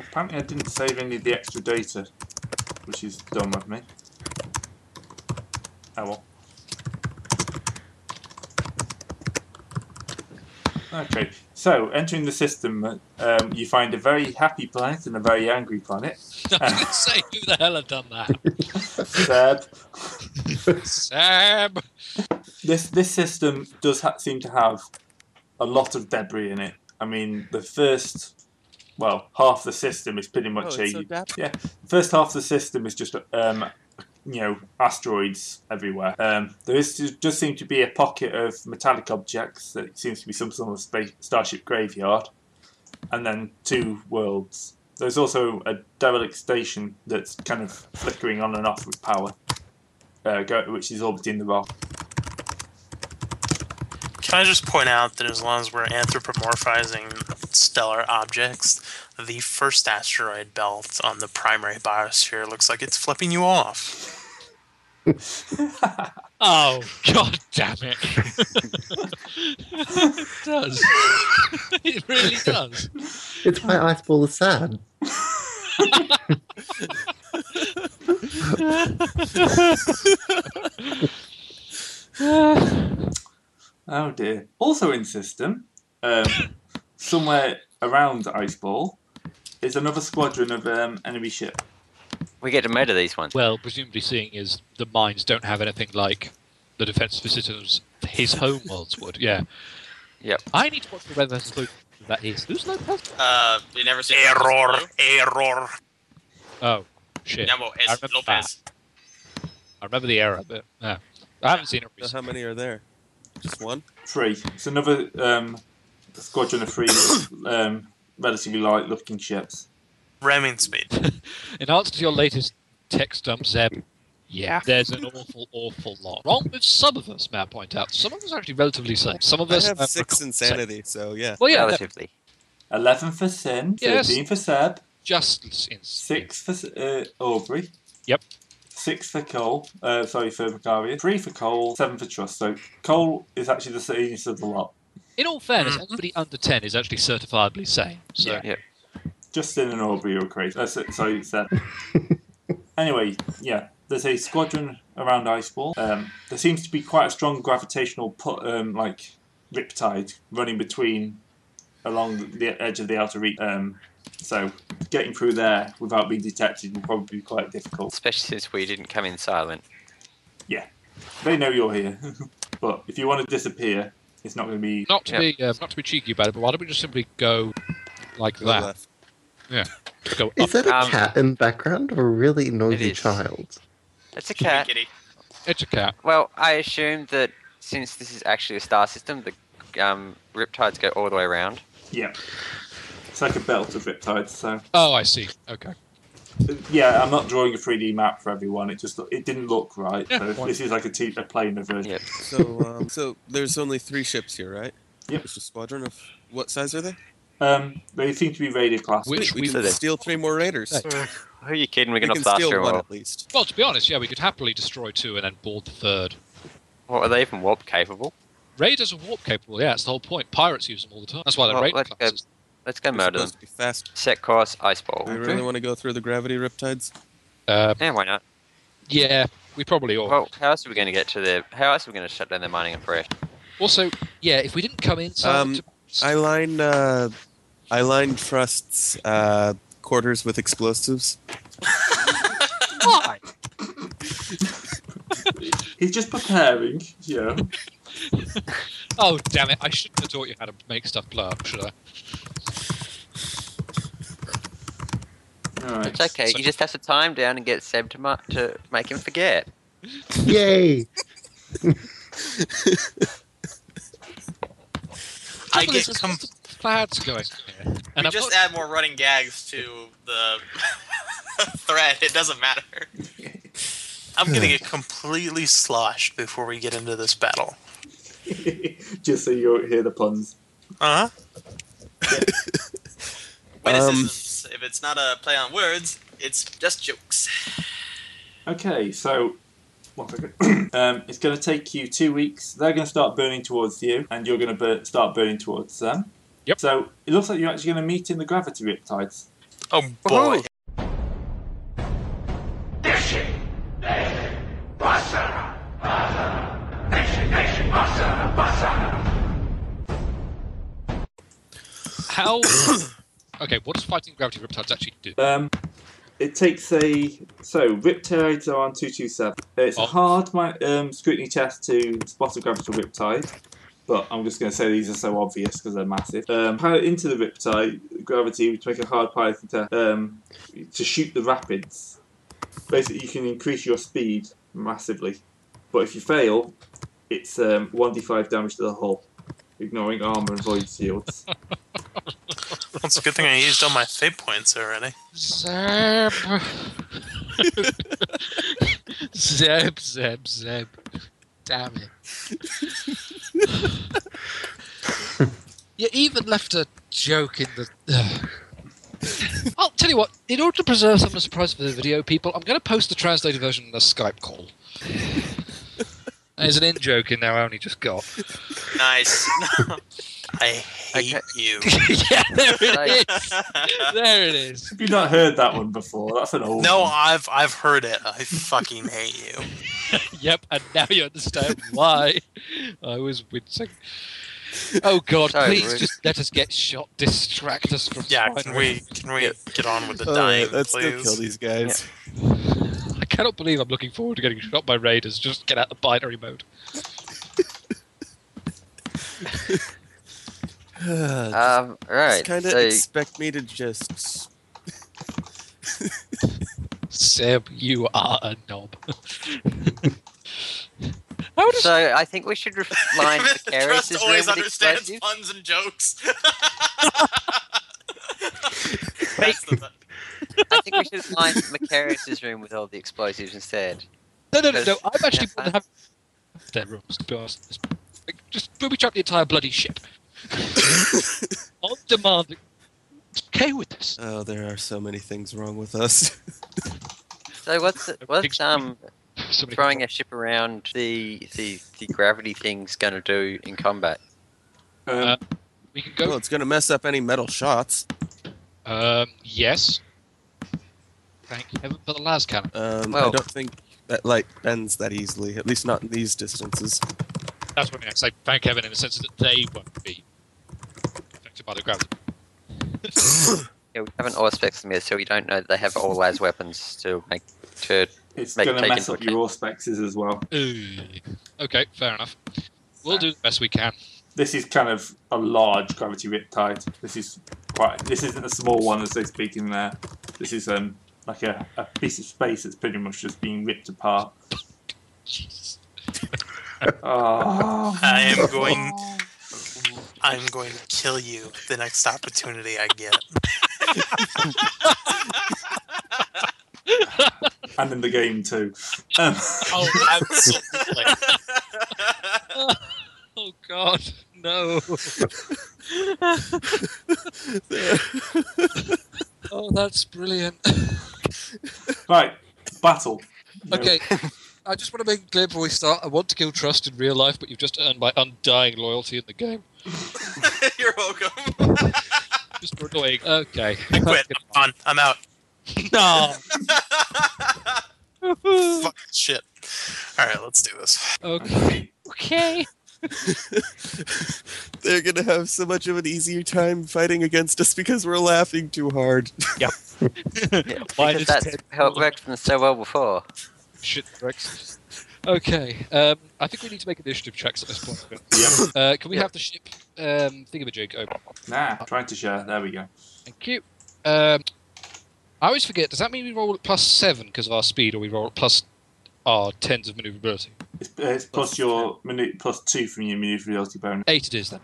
Apparently, I didn't save any of the extra data, which is dumb of me. Oh well. Okay, so entering the system, um, you find a very happy planet and a very angry planet. [laughs] I was going to say, who the hell had done that? Sad. [laughs] Sam. This this system does ha- seem to have a lot of debris in it. I mean, the first, well, half the system is pretty Oh, much a it's so dapper. yeah. First half of the system is just um, you know asteroids everywhere. Um, there is does seem to be a pocket of metallic objects that seems to be some sort of space, starship graveyard, and then two worlds. There's also a derelict station that's kind of flickering on and off with power, uh, go, which is orbiting the rock. can I just point out that as long as we're anthropomorphizing stellar objects, the first asteroid belt on the primary biosphere looks like it's flipping you off. Oh, god damn it. it does. [laughs] it really does. It's Oh. why Iceball is sad. Oh dear. Also in system, [laughs] um, somewhere around Iceball, is another squadron of um, enemy ship. We get to murder these ones. Well, presumably seeing is the mines don't have anything like the defense visitors his home worlds would, yeah. Yep. I need to watch the weather so that is. Who's Lopez? Uh you never see Error, error. Oh, shit. Yeah, well, I it's remember Lopez. I remember the error, but no. I haven't seen it So recently. how many are there? Just one. Three. It's another um, squadron of three um, relatively light looking ships. Ramming speed. In answer to your latest text dump, Zeb, yeah, there's an awful, awful lot wrong with some of us. May I point out? Some of us are actually relatively safe. Some of I us have are- six insanity, so yeah. Well, yeah, they're Relatively. 11 for Sin, 13 Yes. for Seb, just in 6 for uh, Aubrey. Yep. 6 for Cole, uh, sorry, for Macaria. 3 for Cole, 7 for Trust. So Cole is actually the safest of the lot. In all fairness, Mm-hmm. anybody under ten is actually certifiably sane. So Yeah. Justin and Aubrey are crazy. Uh, so- sorry, Seth. anyway, yeah, there's a squadron around Iceball. Um, there seems to be quite a strong gravitational pu- um, like riptide running between along the edge of the outer reach um, So getting through there without being detected will probably be quite difficult. Especially since we didn't come in silent. Yeah, they know you're here, [laughs] but if you want to disappear, it's not going to be Not to be um, not to be cheeky about it, but why don't we just simply go like that? left. Yeah. Just go up. Is that a Um, cat in the background or a really noisy is. [laughs] child? It's a cat. Kitty. It's a cat. Well, I assume that since this is actually a star system, the um, riptides go all the way around. yeah. It's like a belt of riptides. So Oh, I see. Okay. yeah, I'm not drawing a 3D map for everyone. It just lo- it didn't look right. Yeah, so fine. this is like a, t- a planar version. Yep. So, um, so there's only three ships here, right? Yep. It's a squadron of what size are they? Um, they seem to be raider class. Which- Sweet, we, we- can steal three more raiders. Hey, Who are you kidding? We're we going can to blast steal through one all. at least. Well, to be honest, yeah, we could happily destroy two and then board the third. What are they even warp capable? Raiders are warp capable. Yeah, that's the whole point. Pirates use them all the time. That's why they're Well, raider let's go- classes. Let's go We're murder them. supposed to be fast. Set course, ice Do ball. we Okay. really want to go through the gravity riptides? Uh, Yeah, why not? yeah, we probably Oh. all. Well, how else are we going to get to the? How else are we going to shut down their mining operation? also, yeah, if we didn't come in, Um, silent, I line, uh, I line trusts uh, quarters with explosives. He's just preparing. Yeah. oh damn it! I shouldn't have taught you how to make stuff blow up, should I? All right. It's okay. You just have to time down and get Seb to mu- to make him forget. Yay! I Trouble get is, there's com- lots of fads going here, and we I've just got- add more running gags to the [laughs] thread. It doesn't matter. I'm gonna get completely sloshed before we get into this battle. [laughs] just so you hear the puns. Uh huh. Witticisms. if it's not a play on words, it's just jokes. Okay, so one second. [clears throat] um, it's going to take you two weeks. They're going to start burning towards you, and you're going to bur- start burning towards them. Yep. So it looks like you're actually going to meet in the gravity riptides. Oh boy. [coughs] how? okay, what does fighting gravity riptides actually do? Um, it takes a so riptides are on two two seven. It's Oh. a hard mi- um, scrutiny test to spot a gravitational riptide, but I'm just going to say these are so obvious because they're massive. Um, pilot into the riptide gravity to make a hard piloting test um, to shoot the rapids. Basically, you can increase your speed massively, but if you fail, it's um, 1d5 damage to the hull, ignoring armor and void shields. Well, it's a good thing I used all my fate points already. Zeb. Zeb, Zeb, Zeb. Damn it. you even left a joke in the. [sighs] I'll tell you what, in order to preserve some of the surprise for the video people, I'm going to post the translated version in the Skype call. There's an in joke in there I only just got. [laughs] Nice. I hate Okay. you. yeah, there Right. it is. There it is. Have you not heard that one before? That's an old No, one. I've I've heard it. I fucking hate you. Yep, and now you understand why I was wincing. Oh God! Sorry, please Ruth. just let us get shot. Distract us from. Yeah, Spider-Man. can we can we get on with the All dying, right, let's go please? Oh, kill these guys. I cannot believe I'm looking forward to getting shot by raiders. Just get out the binary mode. Um, [sighs] right. just kind of so, expect me to just Seb, you are a knob. [laughs] How does so I think we should ref- line the Trust carriages room always with understands [laughs] explosives. puns and jokes. That's the [laughs] best. I think we should line Macarius's room with all the explosives instead. no, no, no, no? Yes. I'm actually Yeah. going to have their rooms. To be honest, Like, just booby trap the entire bloody ship on demand. Okay with this. Oh, there are so many things wrong with us. So what's what's um Somebody- throwing a ship around the the, the gravity thing's going to do in combat? Um, Uh, We can well, go. it's going to mess up any metal shots. Um, yes. Thank heaven for the las cannon. Um, I Well- don't think that light bends that easily, at least not in these distances. [laughs] That's what I mean. I say thank heaven in the sense that they won't be affected by the gravity. Yeah, we haven't auspexed them yet, so we don't know that they have all as weapons to make to It's make going to take mess into up your all spexes as well. Ooh. Okay, fair enough. We'll do the best we can. This is kind of a large gravity riptide. This is quite. This isn't a small one, as they speak in there. This is um like a, a piece of space that's pretty much just being ripped apart. oh, I am going. I'm going to kill you the next opportunity I get. [laughs] and in the game too. Um, [laughs] Oh, absolutely. [laughs] oh God, no. oh, that's brilliant. right, battle. Okay. I just want to make it clear before we start. I want to kill trust in real life, but you've just earned my undying loyalty in the game. You're welcome. Just annoying. [laughs] Okay. I quit. I'm on. I'm out. No. [laughs] Fuck shit. All right, let's do this. [laughs] Okay. Okay. They're gonna have so much of an easier time fighting against us because we're laughing too hard. Mine [laughs] because is that's dead. how it worked for them so well before. Shit, Rex. Okay. Um, I think we need to make initiative checks at this point. Yep. Uh, can we have the ship um, thingamajig open? Nah, trying to share. There we go. Thank you. Um, I always forget. Does that mean we roll at plus seven because of our speed, or we roll at plus our tens of maneuverability? It's, uh, it's plus your manu- plus two from your maneuverability bonus. Eight it is then.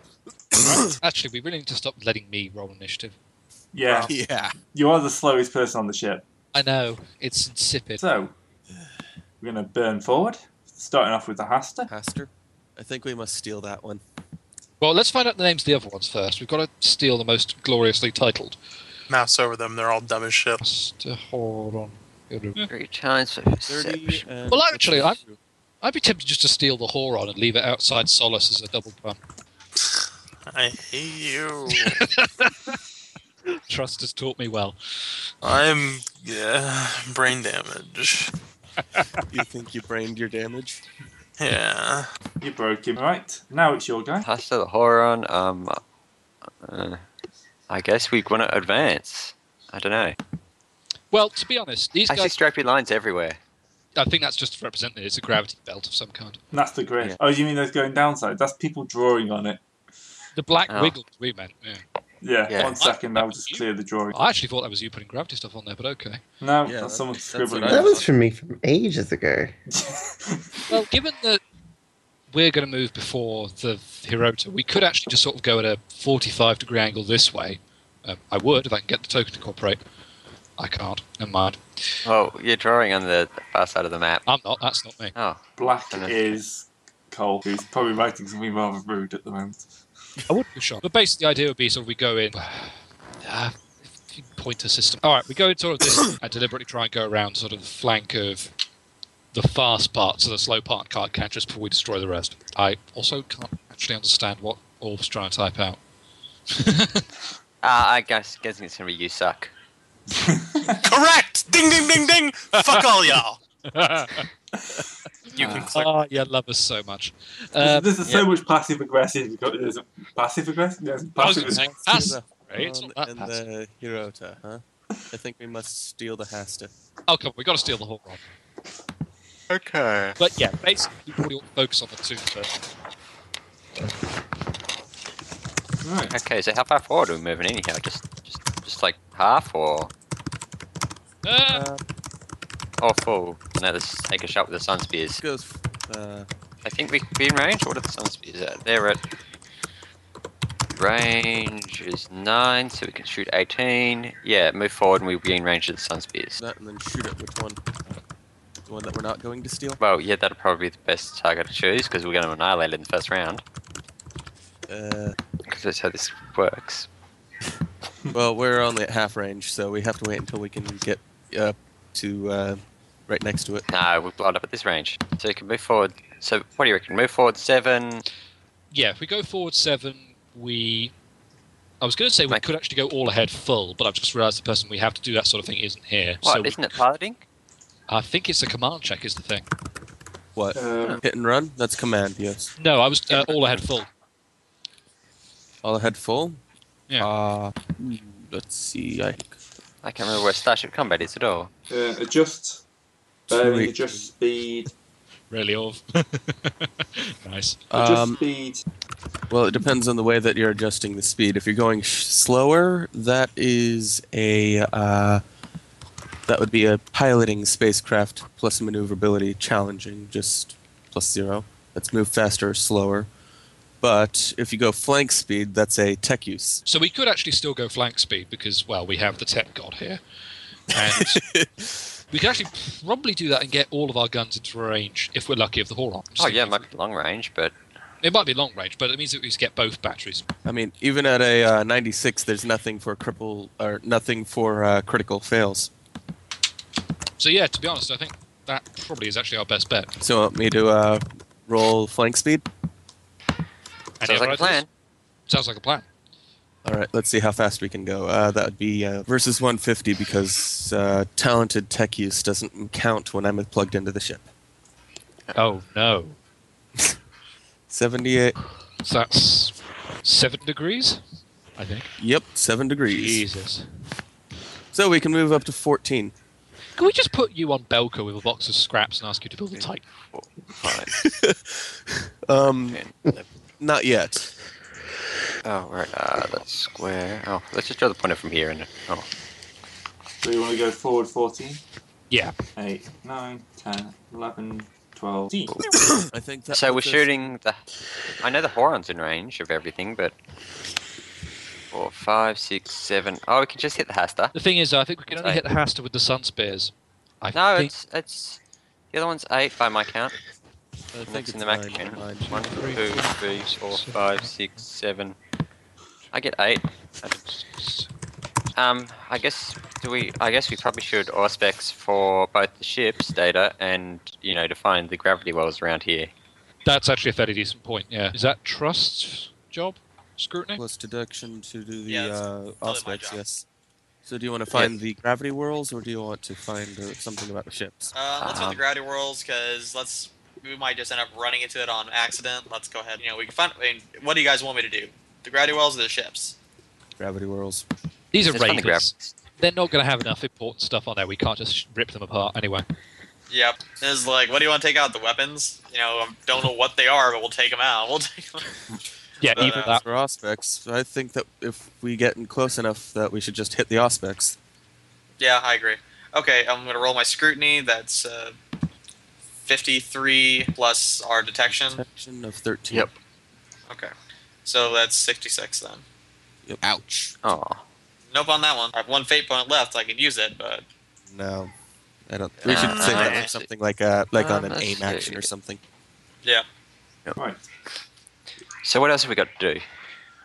Actually, we really need to stop letting me roll initiative. Yeah, [laughs] yeah. you are the slowest person on the ship. I know it's insipid. So we're going to burn forward, starting off with the Hasta. Pastor, I think we must steal that one. Well, let's find out the names of the other ones first. We've got to steal the most gloriously titled. Mouse over them. They're all dumb as shit. Just uh, hold on. Three times for Thirty. perception. and- Well, actually, I'm- I'd be tempted just to steal the Horon and leave it outside Solace as a double pun. I hate you. Trust has taught me well. I'm yeah, brain damage. you think you brained your damage? Yeah. You broke him, right? Now it's your guy. Pasta the Horon. Um, uh, I guess we want to advance. I don't know. Well, to be honest, these Actually, guys. stripy lines everywhere. I think that's just to represent that it's a gravity belt of some kind. And that's the grid. Yeah. Oh, you mean those going downside? That's people drawing on it. The black Oh. wiggles we meant. Yeah. Yeah, Yeah. one second, I'll just clear the drawing. I actually thought that was you putting gravity stuff on there, but okay. No, Yeah, that's that's- someone that's scribbling. what That was from me from ages ago. Well, given that we're going to move before the Hirota, we could actually just sort of go at a 45 degree angle this way. Um, I would if I can get the token to cooperate. I can't. Never mind. Well, you're drawing on the far side of the map. I'm not. That's not me. Oh, [laughs] Black I know. is Cole, who's probably writing something rather rude at the moment. I would be sure. But basically, the idea would be sort of we go in. Uh, pointer system. All right, we go in sort of this [coughs] and deliberately try and go around sort of the flank of the fast part, so the slow part can't catch us before we destroy the rest. I also can't actually understand what Orb's trying to type out. uh, I guess guessing it's gonna be you suck. Correct. Ding ding ding ding. Fuck all y'all. You can click. Ah, you love us so [laughs] much. There's- Um, there's so much passive aggressive. There's passive aggressive. There's I was passive going to say, Steal that's the great. It's Horon not that and passive. the Hirota, huh? I think we must steal the Hasta. Oh, come on, we got to steal the whole rod. Okay. But yeah, basically, we probably ought to focus on the two first. Right. Okay, so how far forward are we moving anyhow? Just, just, just like half or Uh, Um, or full? No, let's take a shot with the sun spears. Goes. Uh, I think we could be in range. What are the sun spears at? They're at range is nine, so we can shoot eighteen. Yeah, move forward and we'll be in range of the sun spears. that and then shoot at which one? The one that we're not going to steal. Well, yeah, that'd probably be the best target to choose because we're going to annihilate it in the first round. Uh, Because that's how this works. well, we're only at half range, so we have to wait until we can get up to uh, right next to it. No, we've blown up at this range, so you can move forward. So what do you reckon? Move forward seven. yeah, if we go forward seven, we. I was going to say we Right. could actually go all ahead full, but I've just realised the person we have to do that sort of thing isn't here. What so we- not it piloting? I think it's a command check is the thing. What? Um, Hit and run? That's command, yes. No, I was uh, all ahead full. All ahead full? Yeah. Uh, Let's see. I I can't remember where Starship Combat is at all. Uh, adjust bearing, Sweet. adjust speed, Really off. [laughs] nice. adjust Um, speed. Well, it depends on the way that you're adjusting the speed. If you're going sh- slower, that is a uh, that would be a piloting spacecraft plus maneuverability challenging, just plus zero. That's move faster or slower. But if you go flank speed, that's a tech use. So we could actually still go flank speed because, well, we have the tech god here. And [laughs] we could actually probably do that and get all of our guns into range if we're lucky of the Horons. Oh yeah, it might be long range, but It might be long range, but it means that we just get both batteries. I mean, even at a uh, 96, there's nothing for cripple or nothing for uh, critical fails. So yeah, to be honest, I think that probably is actually our best bet. So you want me to uh, roll flank speed? Any sounds other like a ideas? plan. Sounds like a plan. All right, let's see how fast we can go. Uh, that would be uh, versus 150 because uh, talented tech use doesn't count when I'm plugged into the ship. Oh no. 78. So that's seven degrees, I think. Yep, seven degrees. Jesus. So we can move up to 14. Can we just put you on Belka with a box of scraps and ask you to build a Titan? Fine. Um, Okay. not yet. Oh right, uh, that's square. Oh, let's just draw the pointer from here and oh, So you want to go forward 14, Yeah. 8, 9, 10, 11, 12, 13. I think that So we're puts us- shooting the. I know the Horon's in range of everything, but. Four, five, six, seven. Oh, we can just hit the Hasta. The thing is, I think we can only Right. hit the Hasta with the Sun Spears. I No, think it's it's the other one's eight by my count. I and think that's in it's the nine, max count. nine. One, three, two, four, three, five, four, six, five, six, seven. I get eight. Um, I guess do we? I guess we probably should auspex for both the ship's data and you know to find the gravity wells around here. that's actually a fairly decent point. Yeah. Is that trust job scrutiny? Plus deduction to do the Yeah, that's uh, my aspects, job. yes. So do you want to find the gravity whirls or do you want to find uh, something about the ships? Uh, let's find Um, the gravity whirls because let's we might just end up running into it on accident. Let's go ahead. You know, we can find. I mean, what do you guys want me to do? The gravity whirls or the ships? Gravity whirls. These are Let's find the raiders. grav- They're not going to have enough important stuff on there. We can't just sh- rip them apart anyway. Yep. It's like, what do you want to take out? The weapons? You know, I don't know what they are, but we'll take them out. [laughs] We'll take 'em out. Yeah, Uh, even As that. for aspects, I think that if we get in close enough, that we should just hit the aspects. Yeah, I agree. Okay, I'm gonna roll my scrutiny. That's uh, 53 plus our detection. Section of thirteen. Yep. Okay, so that's 66 then. Ouch. Oh, Nope on that one. I have one fate point left. I could use it, but No, I don't. We Nah, should save nah. that for something like uh, like on Nah, an that's aim action or good. something. yeah. Right. so what else have we got to do?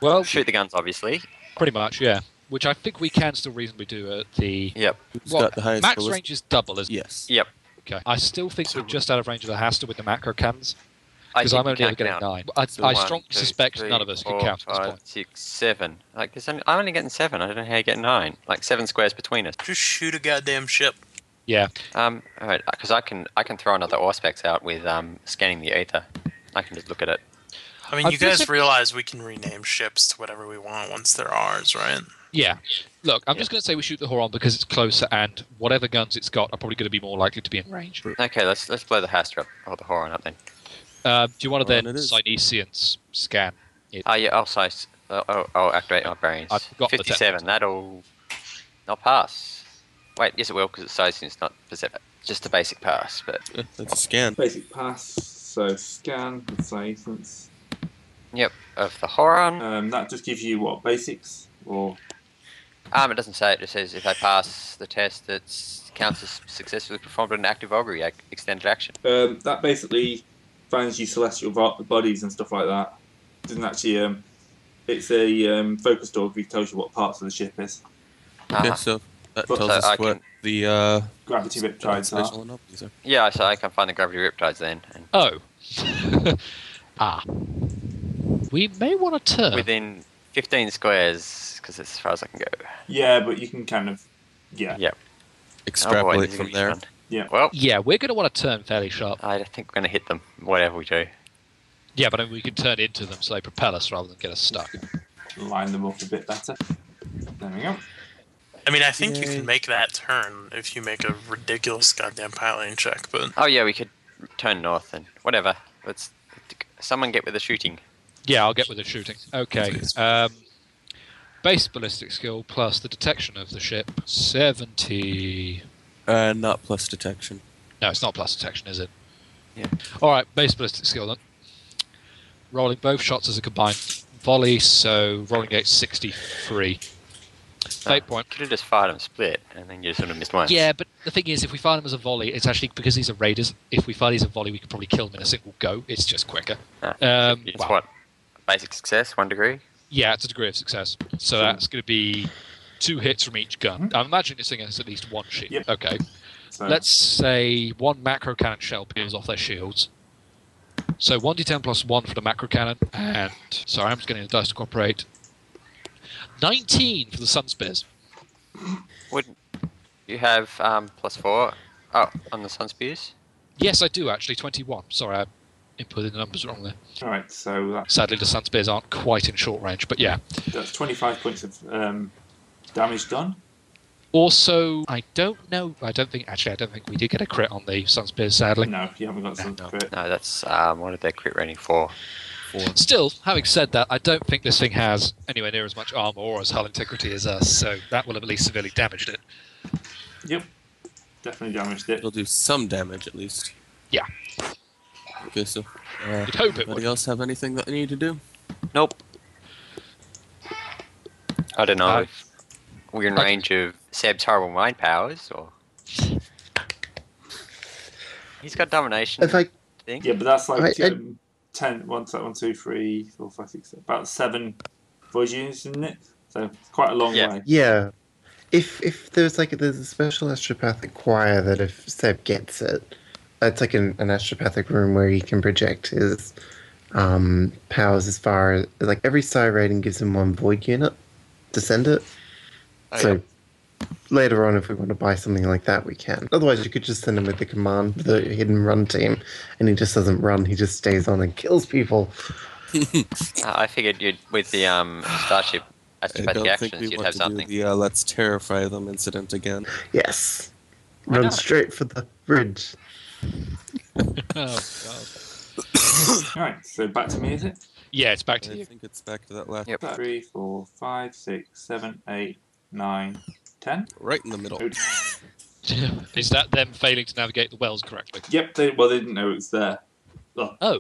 Well, Shoot the guns, obviously. pretty much. Yeah. Which I think we can still reasonably do at the. Yep. Who's What? got the highest? Max ballistic- range is double, isn't Yes. Yep. it? Okay. I still think we're just out of range of the Hasta with the macro cannons. I Because think I'm we only ever can't getting count. nine. I, So I one, strongly two, suspect three, none of us can four, count at this five, point. six, seven. Like, there's only, I'm only getting seven. I don't know how you get nine. Like seven squares between us. Just shoot a goddamn ship. Yeah. Um, all right, because I can I can throw another aspects out with um scanning the ether. I can just look at it. I mean, I you guys think- realize we can rename ships to whatever we want once they're ours, right? Yeah. Look, I'm Yeah. just going to say we shoot the Horon because it's closer, and whatever guns it's got are probably going to be more likely to be in range. Okay, let's let's blow the Hastra up or the Horon up then. Uh, do you want to Horon then it is. Synesians scan? Oh yeah, I'll size. I'll, I'll, I'll activate my brains. I forgot the Fifty-seven. That'll not pass. Wait, yes it will because it's sizing. It's not percept. Just a basic pass, but Uh, That's a scan. Basic pass, so scan, license. yep. Of the Horon, Um, that just gives you what, basics? Or um, it doesn't say. It just says if I pass the test, it counts as successfully performed an active augury ac- extended action. um, That basically finds you celestial vo- bodies and stuff like that. Doesn't actually. Um, it's a um, focus dog who tells you what parts of the ship is. Okay, Ah, so that But, tells uh, us I what can- the uh, Gravity riptides special are. anomalies are. yeah, so I can find the gravity riptides then. And Oh. [laughs] ah. We may want to turn. within 15 squares because that's as far as I can go. Yeah, but you can kind of. Yeah. Oh boy, Extrapolate these are from gonna be there. fun. Yeah. Well, Yeah, we're going to want to turn fairly sharp. I think we're going to hit them, whatever we do. Yeah, but we can turn into them so they propel us rather than get us stuck. Line them up a bit better. There we go. I mean, I think you can make that turn if you make a ridiculous goddamn piloting check, but Oh yeah, we could turn north and whatever. Let's someone get with the shooting. Yeah, I'll get with the shooting. Okay. Um, base ballistic skill plus the detection of the ship. 70. Uh, not plus detection. No, it's not plus detection, is it? Yeah. All right, base ballistic skill then. Rolling both shots as a combined volley, so rolling at 63. Ah. Fate point. Could have Uh, just fired them split, and then you sort of missed one. Yeah, but the thing is, if we fire them as a volley, it's actually because these are raiders. If we fire these as a volley, we could probably kill them in a single go. It's just quicker. Ah, Um, it's wow. what basic success, one degree. Yeah, it's a degree of success. So Hmm. that's going to be two hits from each gun. I'm imagining this thing has at least one shield. Yep. Okay. So, Let's say one macro cannon shell peels off their shields. So 1d10 plus 1 for the macro cannon, and sorry, I'm just getting the dice to cooperate. 19 for the sun spears. Wouldn't you have um, plus four? Oh, on the sun spears. Yes, I do actually, 21. Sorry, I inputted the numbers wrong there. all right, so that's, Sadly, the sun spears aren't quite in short range, but yeah. that's 25 points of um, damage done. Also, I don't know. I don't think actually. I don't think we did get a crit on the sun spears. Sadly, No, you haven't got some No. crit. No, that's um, what did they crit rating for? Still, having said that, I don't think this thing has anywhere near as much armor or as hull integrity as us, so that will have at least severely damaged it. Yep, definitely damaged it. It'll do some damage at least. Yeah. Okay, so. Uh, You'd hope it anybody would. else have anything that they need to do? Nope. I don't know. Uh, if we're in I- range of Seb's horrible mind powers, or he's got domination. If I think. Yeah, but that's like I- I- um, 10, one, se- one, two, three, four, five, six, seven- about seven voyage units, isn't it? So quite a long Yeah. way. yeah, if if there's like there's a special astropathic choir that if Seb gets it, it's like an, an astropathic room where he can project his um, powers as far as like every star rating gives him one void unit to send it. Oh, so yeah. later on, if we want to buy something like that, we can. Otherwise, you could just send him with the command, the hidden run team, and he just doesn't run. He just stays on and kills people. Uh, I figured you'd with the um, starship I astropathic don't think we actions, you'd want have to something. do the uh, let's terrify them incident again. Yes, run not? straight for the bridge. Oh, All right, so back to me, is it? Yeah, it's back to I you. think it's back to that last. Yep. Three, four, five, six, seven, eight, nine, ten. Right in the Oh. middle. Oops. [laughs] Is that them failing to navigate the wells correctly? [laughs] Yep, they, well, they didn't know it's there. Well, Oh.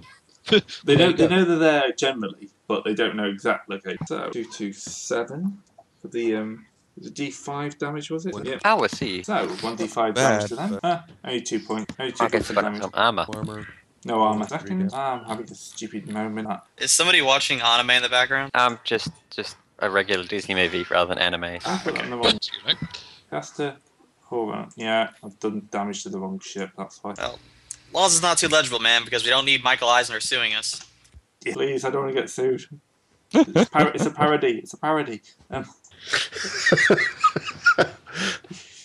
they, There know, you go. they know they're there generally, but they don't know exact location. So, 227 for the, um, the d5 damage, was it? One. Yep. Oh, I see. So, 1d5 damage Bad, to them. but- Ah, only two points. Only two I guess points I of got damage. some armor. Warmer. No armor. Three Second, damage. I'm having a stupid moment. Ah, Is somebody watching anime in the background? Um, just just a regular Disney movie rather than anime. I put on the wrong Excuse me. caster. Hold on. Yeah, I've done damage to the wrong ship. That's why. Laws is not too legible, man, because we don't need Michael Eisner suing us. Please, I don't want to get sued. It's, par- it's a parody. It's a parody. Um, [laughs]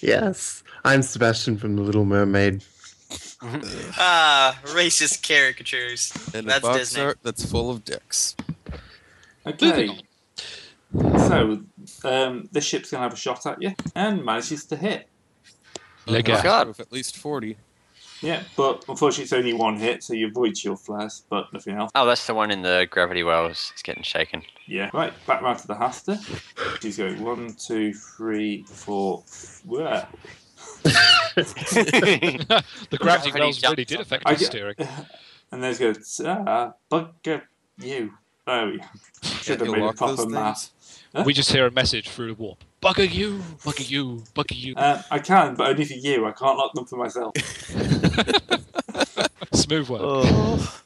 yes, I'm Sebastian from The Little Mermaid. Ah, racist caricatures. And That's a box Disney. art that's full of dicks. okay. So, um, this ship's gonna have a shot at you and manages to hit. Leg out. God. With at least 40. Yeah, but unfortunately, it's only one hit, so you avoid shield flares, but nothing else. Oh, that's the one in the gravity wells. It's getting shaken. [laughs] Yeah. Right, back round to the Haster. She's going one, two, three, four. f- Where? [laughs] the gravity Gravity wells really jumps did up. affect I our ju- steering. And there's goes, ah, bugger you. Oh, should have you made a lock those proper things? math. We just hear a message through the warp. Bugger you, bugger you, [laughs] bugger you. Uh, I can, but only for you. I can't lock them for myself. Smooth work. Oh.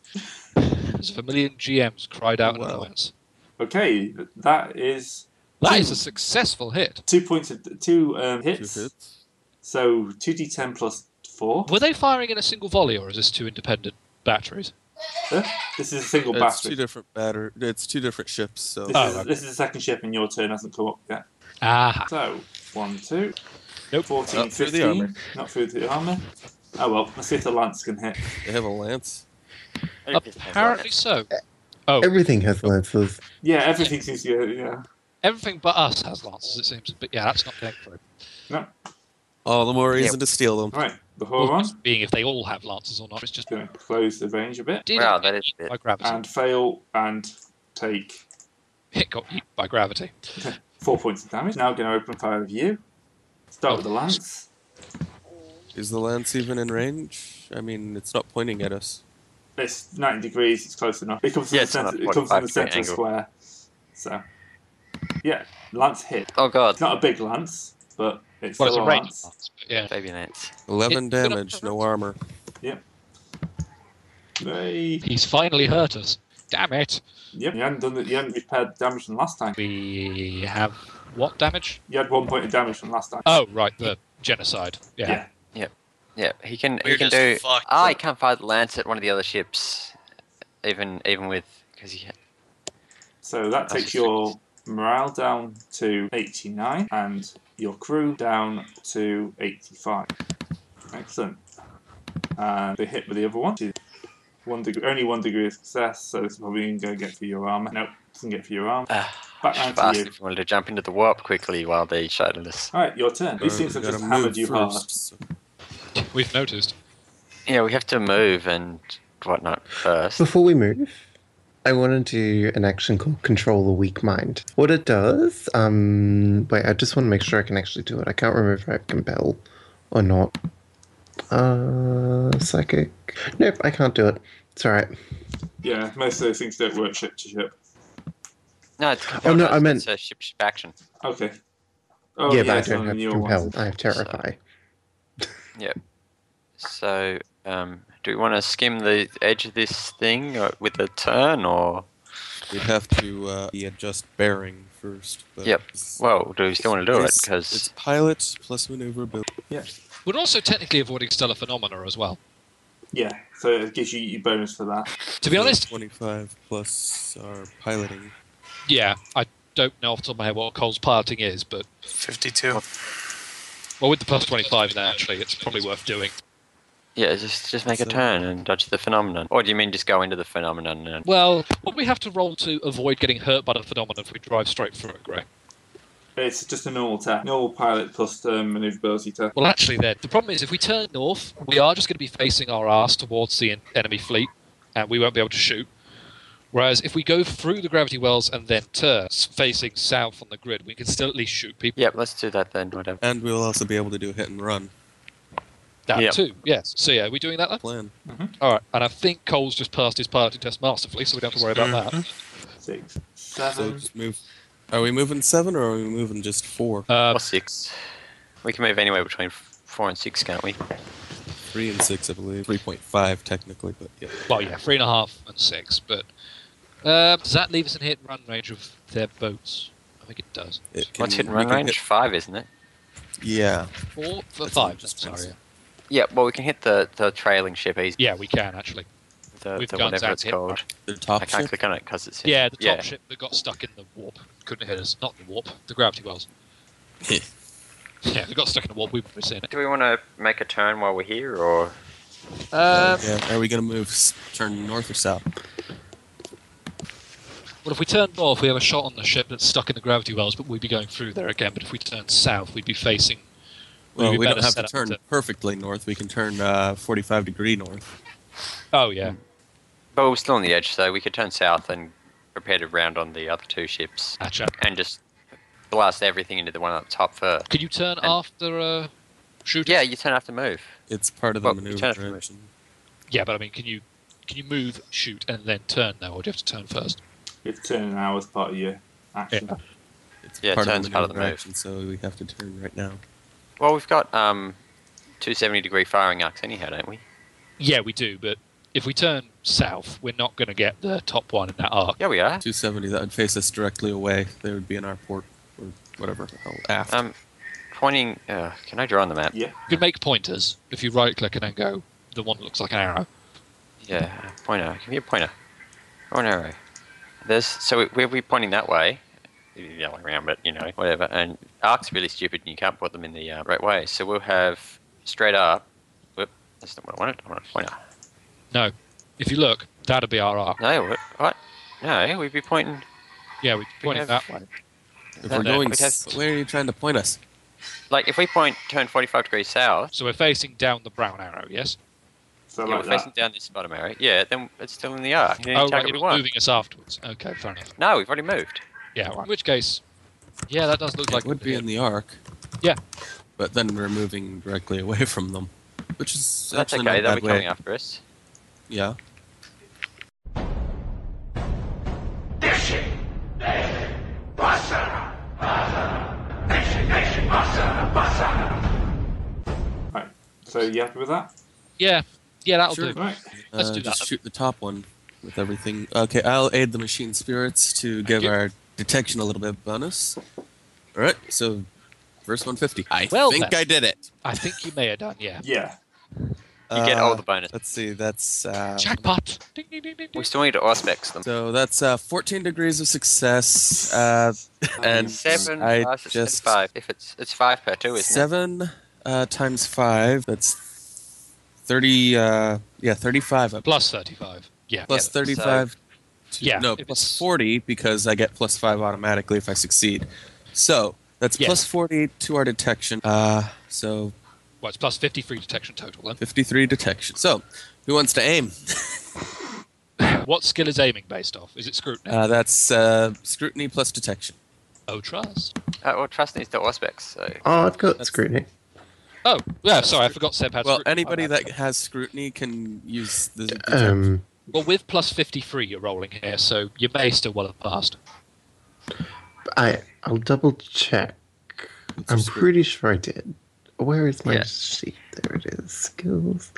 As if a million GMs cried out Wow. in annoyance. Okay, that is That Two. is a successful hit. two points of two um, Two hits. hits. So two d10 plus four. Were they firing in a single volley, or is this two independent batteries? Huh? This is a single It's two battery. different batter. It's two different ships. So This, Oh, is, okay. this is the second ship, and your turn hasn't come up yet. Ah, So one, two, Nope. 14, Not through the 15. armor. Not through the armor. Oh well, let's see if the lance can hit. they have a lance. apparently so. Oh, Everything has lances. Yeah, everything seems to. Yeah, Everything but us has lances, it seems. But yeah, that's not going through. All the more reason Yeah. to steal them. Right, the whole Well, one. it's Being if they all have lances or not, it's just Going to close the range a bit did Wow, it that is a bit. by gravity. and fail and take It got eaten by gravity. four points of damage. Now going to open fire with you. Start with the lance. Is the lance even in range? I mean, it's not pointing at us. It's 90 degrees. It's close enough. It comes from Yeah, the it's not center. a It comes from the 45 center angle. square. So, yeah, lance hit. Oh god, It's not a big lance, but it's Well, it's still a a range lance. lance, but yeah. baby nets. 11 It- damage, no armor. Yay. He's finally hurt us. Damn it. Yep, you hadn't done it. You hadn't repaired the damage from last time. We have what damage? You had one point of damage from last time. Oh, right, the genocide. Yeah. Yeah. Yeah, he can. We're he can just do. fucked. Ah, he can't fire the lance at one of the other ships, even even with because he. So that That's takes a six. your morale down to 89 and your crew down to 85. Excellent. And they hit with the other one. which is One degree, only one degree of success, so it's probably going to get for your armor. Nope, doesn't get for your armor. Uh, Back down fast to you. if you wanted to jump into the warp quickly while they shadowed us. All right, your turn. These things have Gotta just hammered move you hard. first. We've noticed. Yeah, we have to move and whatnot first. Before we move, I want to do an action called Control the Weak Mind. What it does, um, wait, I just want to make sure I can actually do it. I can't remember if I have Compel or not. Uh, Psychic. Nope, I can't do it. It's alright. Yeah, most of those things don't work ship to ship. No, it's Oh, no, I it's meant- a ship ship action. Okay. Oh, yeah, yeah, but I it's don't on have your Compel. ones. I have Terrify. So, um, do we want to skim the edge of this thing uh, with a turn, or We'd have to uh, adjust bearing first. But Yep. well, do we still want to do it? It's- It's Because pilot plus maneuverability. We're also technically avoiding stellar phenomena as well. Yeah, so it gives you your bonus for that. To be honest, 25 plus our piloting. yeah, I don't know off the top of my head what Cole's piloting is, but Fifty-two. well, with the plus twenty-five now, actually, it's probably worth doing. yeah, just just make a So- turn and dodge the phenomenon. Or do you mean just go into the phenomenon? And, Well, what we have to roll to avoid getting hurt by the phenomenon if we drive straight through it, Greg? It's just a normal test. Normal pilot plus um, maneuverability test. Well, actually, then the problem is if we turn north, we are just going to be facing our ass towards the en- enemy fleet, and we won't be able to shoot. Whereas if we go through the gravity wells and then turn s- facing south on the grid, we can still at least shoot people. yep, let's do that then. Whatever. And we'll also be able to do hit and run. That Yep. too, yes. So yeah, are we doing that then? Plan. All right. And I think Cole's just passed his piloting test masterfully, so we don't have to worry about Six, So seven. just move. Are we moving seven or are we moving just four? that. Um, or six. We can move anywhere between f- four and six, can't we? Three and six, I believe. 3.5 technically, but yeah. well, yeah, three and a half and six, but um, does that leave us in hit and run range of their boats? I think it does. It What's hit and we run can range? hit- Five, isn't it? yeah. Four for That's five. just Sorry. fancy. Yeah, well, we can hit the, the trailing ship easy. Yeah, we can actually. The, With the guns whatever out it's hit and called. The I top can't ship. click on it because it's hidden. Yeah, the top ship that got stuck in the warp couldn't hit us. Not the warp, the gravity wells. [laughs] yeah, they got stuck in the warp. We've never seen it. Do we want to make a turn while we're here, or Um, yeah. Are we going to move, s- turn north or south? well, if we turn north, we have a shot on the ship that's stuck in the gravity wells, but we'd be going through there again. But if we turn south, we'd be facing. We'd Well, be we don't better have set to up turn to- perfectly north. We can turn uh, 45 degree north. Oh yeah, Hmm. But we're still on the edge, so we could turn south and prepare to round on the other two ships gotcha. and just blast everything into the one up top first. Could you turn And- after uh, shooting? Yeah, you turn after move. It's part of the Well, we maneuver turn after direction. Yeah, but I mean, can you can you move, shoot, and then turn though, or do you have to turn first? You're turning now as part of your action. Yeah. It's Yeah, it part, of turns the part of the maneuver move. action, so we have to turn right now. Well, we've got um, 270 degree firing arcs anyhow, don't we? Yeah, we do, but if we turn south, we're not going to get the top one in that arc. Yeah, we are. 270, that would face us directly away. They would be in our port or whatever. Oh, aft. Um, pointing. Uh, can I draw on the map? Yeah. You can make pointers if you right click and then go. The one that looks like an arrow. Yeah, a pointer. Give me a pointer. Or an arrow. There's so we're we pointing that way, the other way around, but you know whatever. And arcs are really stupid, and you can't put them in the uh, right way. So we'll have straight up. Whoop, that's not what I wanted. I wanted a pointer. No, if you look, that'd be our arc. No, what? what? No, we'd be pointing. Yeah, we We have- pointed that way. If No, we're no, going, we'd s- have- where are you trying to point us? Like if we point turn 45 degrees south, So we're facing down the brown arrow, yes? So yeah, like we're that. facing down this bottom arrow. Yeah, then it's still in the arc. You need oh, to right, target we it was want. moving us afterwards. Okay, fair enough. No, we've already moved. Yeah, right. in which case, yeah, that does look like it would be in the arc. Yeah. But then we're moving directly away [laughs] from them, which is So that's actually okay. not They'll a be bad coming way. after us. Yeah. Right. So you happy with that? Yeah, yeah, that'll Sure. do. Right. Let's uh, do just that. shoot the top one with everything. Okay, I'll aid the machine spirits to give you. our detection a little bit of bonus. All right, so first 150. I Well think then. I did it. I think you may have done, yeah. Yeah. You get all Uh, the bonus. Let's see. That's uh, Jackpot! Ding, ding, ding, ding, We ding. still need to auspex them. so that's uh, 14 degrees of success. Uh, and Seven I plus it's just- five. If it's it's five per two, isn't seven uh, times five. That's 30. Uh, yeah, 35. I Plus 35. Yeah. plus Yeah, 35 to- Yeah, no if plus it's- 40 because i get plus 5 automatically if i succeed so that's Yes. plus 40 to our detection uh, so Well, it's plus 53 detection total 53 detection so who wants to aim then. what skill is aiming based off? Is it scrutiny? uh, that's uh, scrutiny plus detection oh, trust. it? Uh, well, trust needs to auspex. So Oh, I've got That's- scrutiny. Oh, yeah, sorry, I forgot Seb had well scrutiny. anybody My bad. that has scrutiny can use the detection. Um, Well, with plus 53 you're rolling here, so you may still well have passed. I I'll double check. What's your I'm scrutiny? pretty sure I did. Where is my Yeah. sheet? There it is. Skills,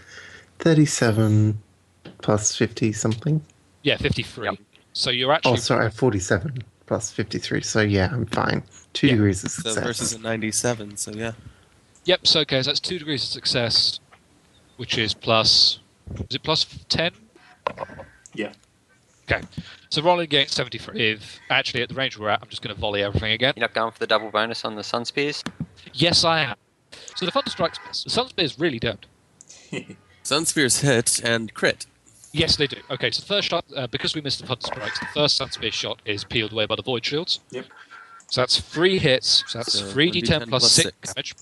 thirty-seven plus fifty something. Yeah, 53. Yep. So you're actually Oh, sorry, forty-seven plus fifty-three. So yeah, I'm fine. Two Yeah. degrees of so success. versus a 97 so yeah Yep, so okay, so that's two degrees of success, which is plus. Is it plus 10? Yeah. Okay, so rolling against 75. Actually, at the range we're at, I'm just going to volley everything again. you're not going for the double bonus on the sun spears. Yes, I am. So the Thunder Strikes miss. The Sun Spears really don't. sunspheres hit and crit Yes, they do. Okay, so the first shot, uh, because we missed the Thunder Strikes, the first Sun Spear shot is peeled away by the Void Shields. Yep. So that's three hits. So that's So 3d10 plus 6 six. damage.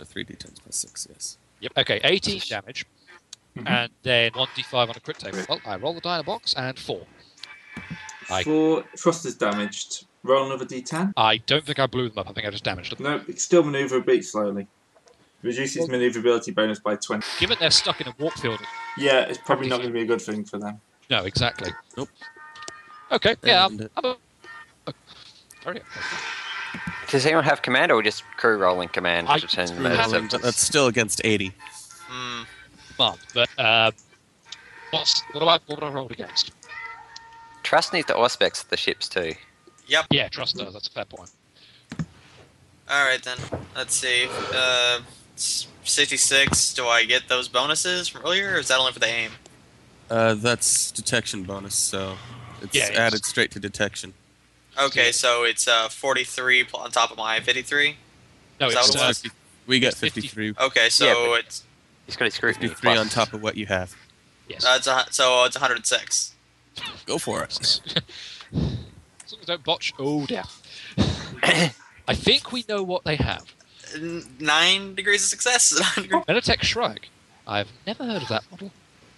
or 3d10 plus 6 yes Yep. Okay, 18 damage. Mm-hmm. Mhm. And then 1d5 on a crit table. Well, I roll the die in a box and 4. I- Four thrust is damaged. Roll another d10. I don't think I blew them up. I think I just damaged them. No, it's still manoeuvre a bit slowly. Reduces manoeuvrability bonus by 20. Given they're stuck in a warp field. Yeah, it's probably not going to be a good thing for them. No, exactly. Nope. Okay, yeah. I'm, And- I'm a... Very okay. Does anyone have command, or we just crew rolling command? I- which turns crew them over rolling, to- but that's still against 80 Hmm. mark, but uh, what's what do I what would I roll against? Trust needs to auspex the ships too. Yep. Yeah, trust does. That's a fair point. All right then. Let's see. Uh, s- sixty-six. Do I get those bonuses from earlier, or is that only for the aim? Uh, that's detection bonus, so it's Yeah, it's- added straight to detection. Okay, so it's uh forty-three pl- on top of my fifty-three. No, Is it's that It's 50 what uh, we get it's 50. 53, Okay, so Yeah, but- it's He's got his scrutiny 53 plus. on top of what you have. yes. uh, it's a, hu- so it's one hundred six. Go for it. [laughs] as long as I don't botch. Oh dear. [coughs] I think we know what they have. Nine degrees of success. Nine degrees. Benetech Shrike. I've never heard of that model.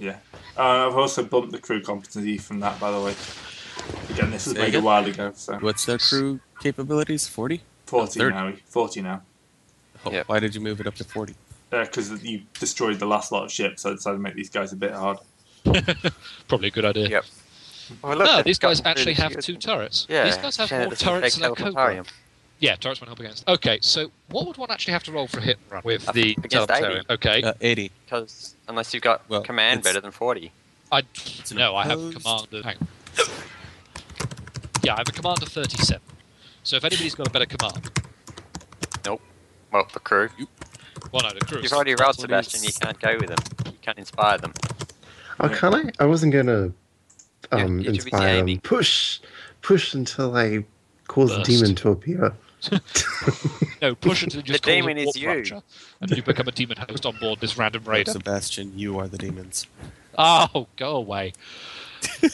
Uh, I've also bumped the crew competency from that, by the way. Again, this was Say made a again? while ago, so What's their crew capabilities? 40? 40 Third. now. 40 now. Oh, Yep. Why did you move it up to 40? Because you destroyed the last lot of ships, so I decided to make these guys a bit harder. Probably a good idea. Yep. Well, look, No, they've these guys gotten through actually the have shield. two turrets. Yeah, These guys have Shannon more doesn't turrets take than a Caliparium. cobra. Yeah, turrets went up against. Okay, so what would one actually have to roll for a hit and run with Up the against Talitarium? Okay, Uh, 80. Because unless you've got Well, command it's- better than 40. I an no, I have opposed- command of. Hang on. Yeah, I have a command of thirty-seven. So if anybody's got a better command, Well, the crew. well, no, the crew. You've already rolled, what he's- Sebastian. You can't go with them. You can't inspire them. Oh, Yeah. can I? I wasn't Yeah, gonna um, you should be inspire them. aiming. Push, push until I cause Burst. a demon to [laughs] appear. [laughs] No, push until it just The calls demon a is warp you. rupture, and you become a demon host on board this random raider. Sebastian, you are the demons. Oh, go away! I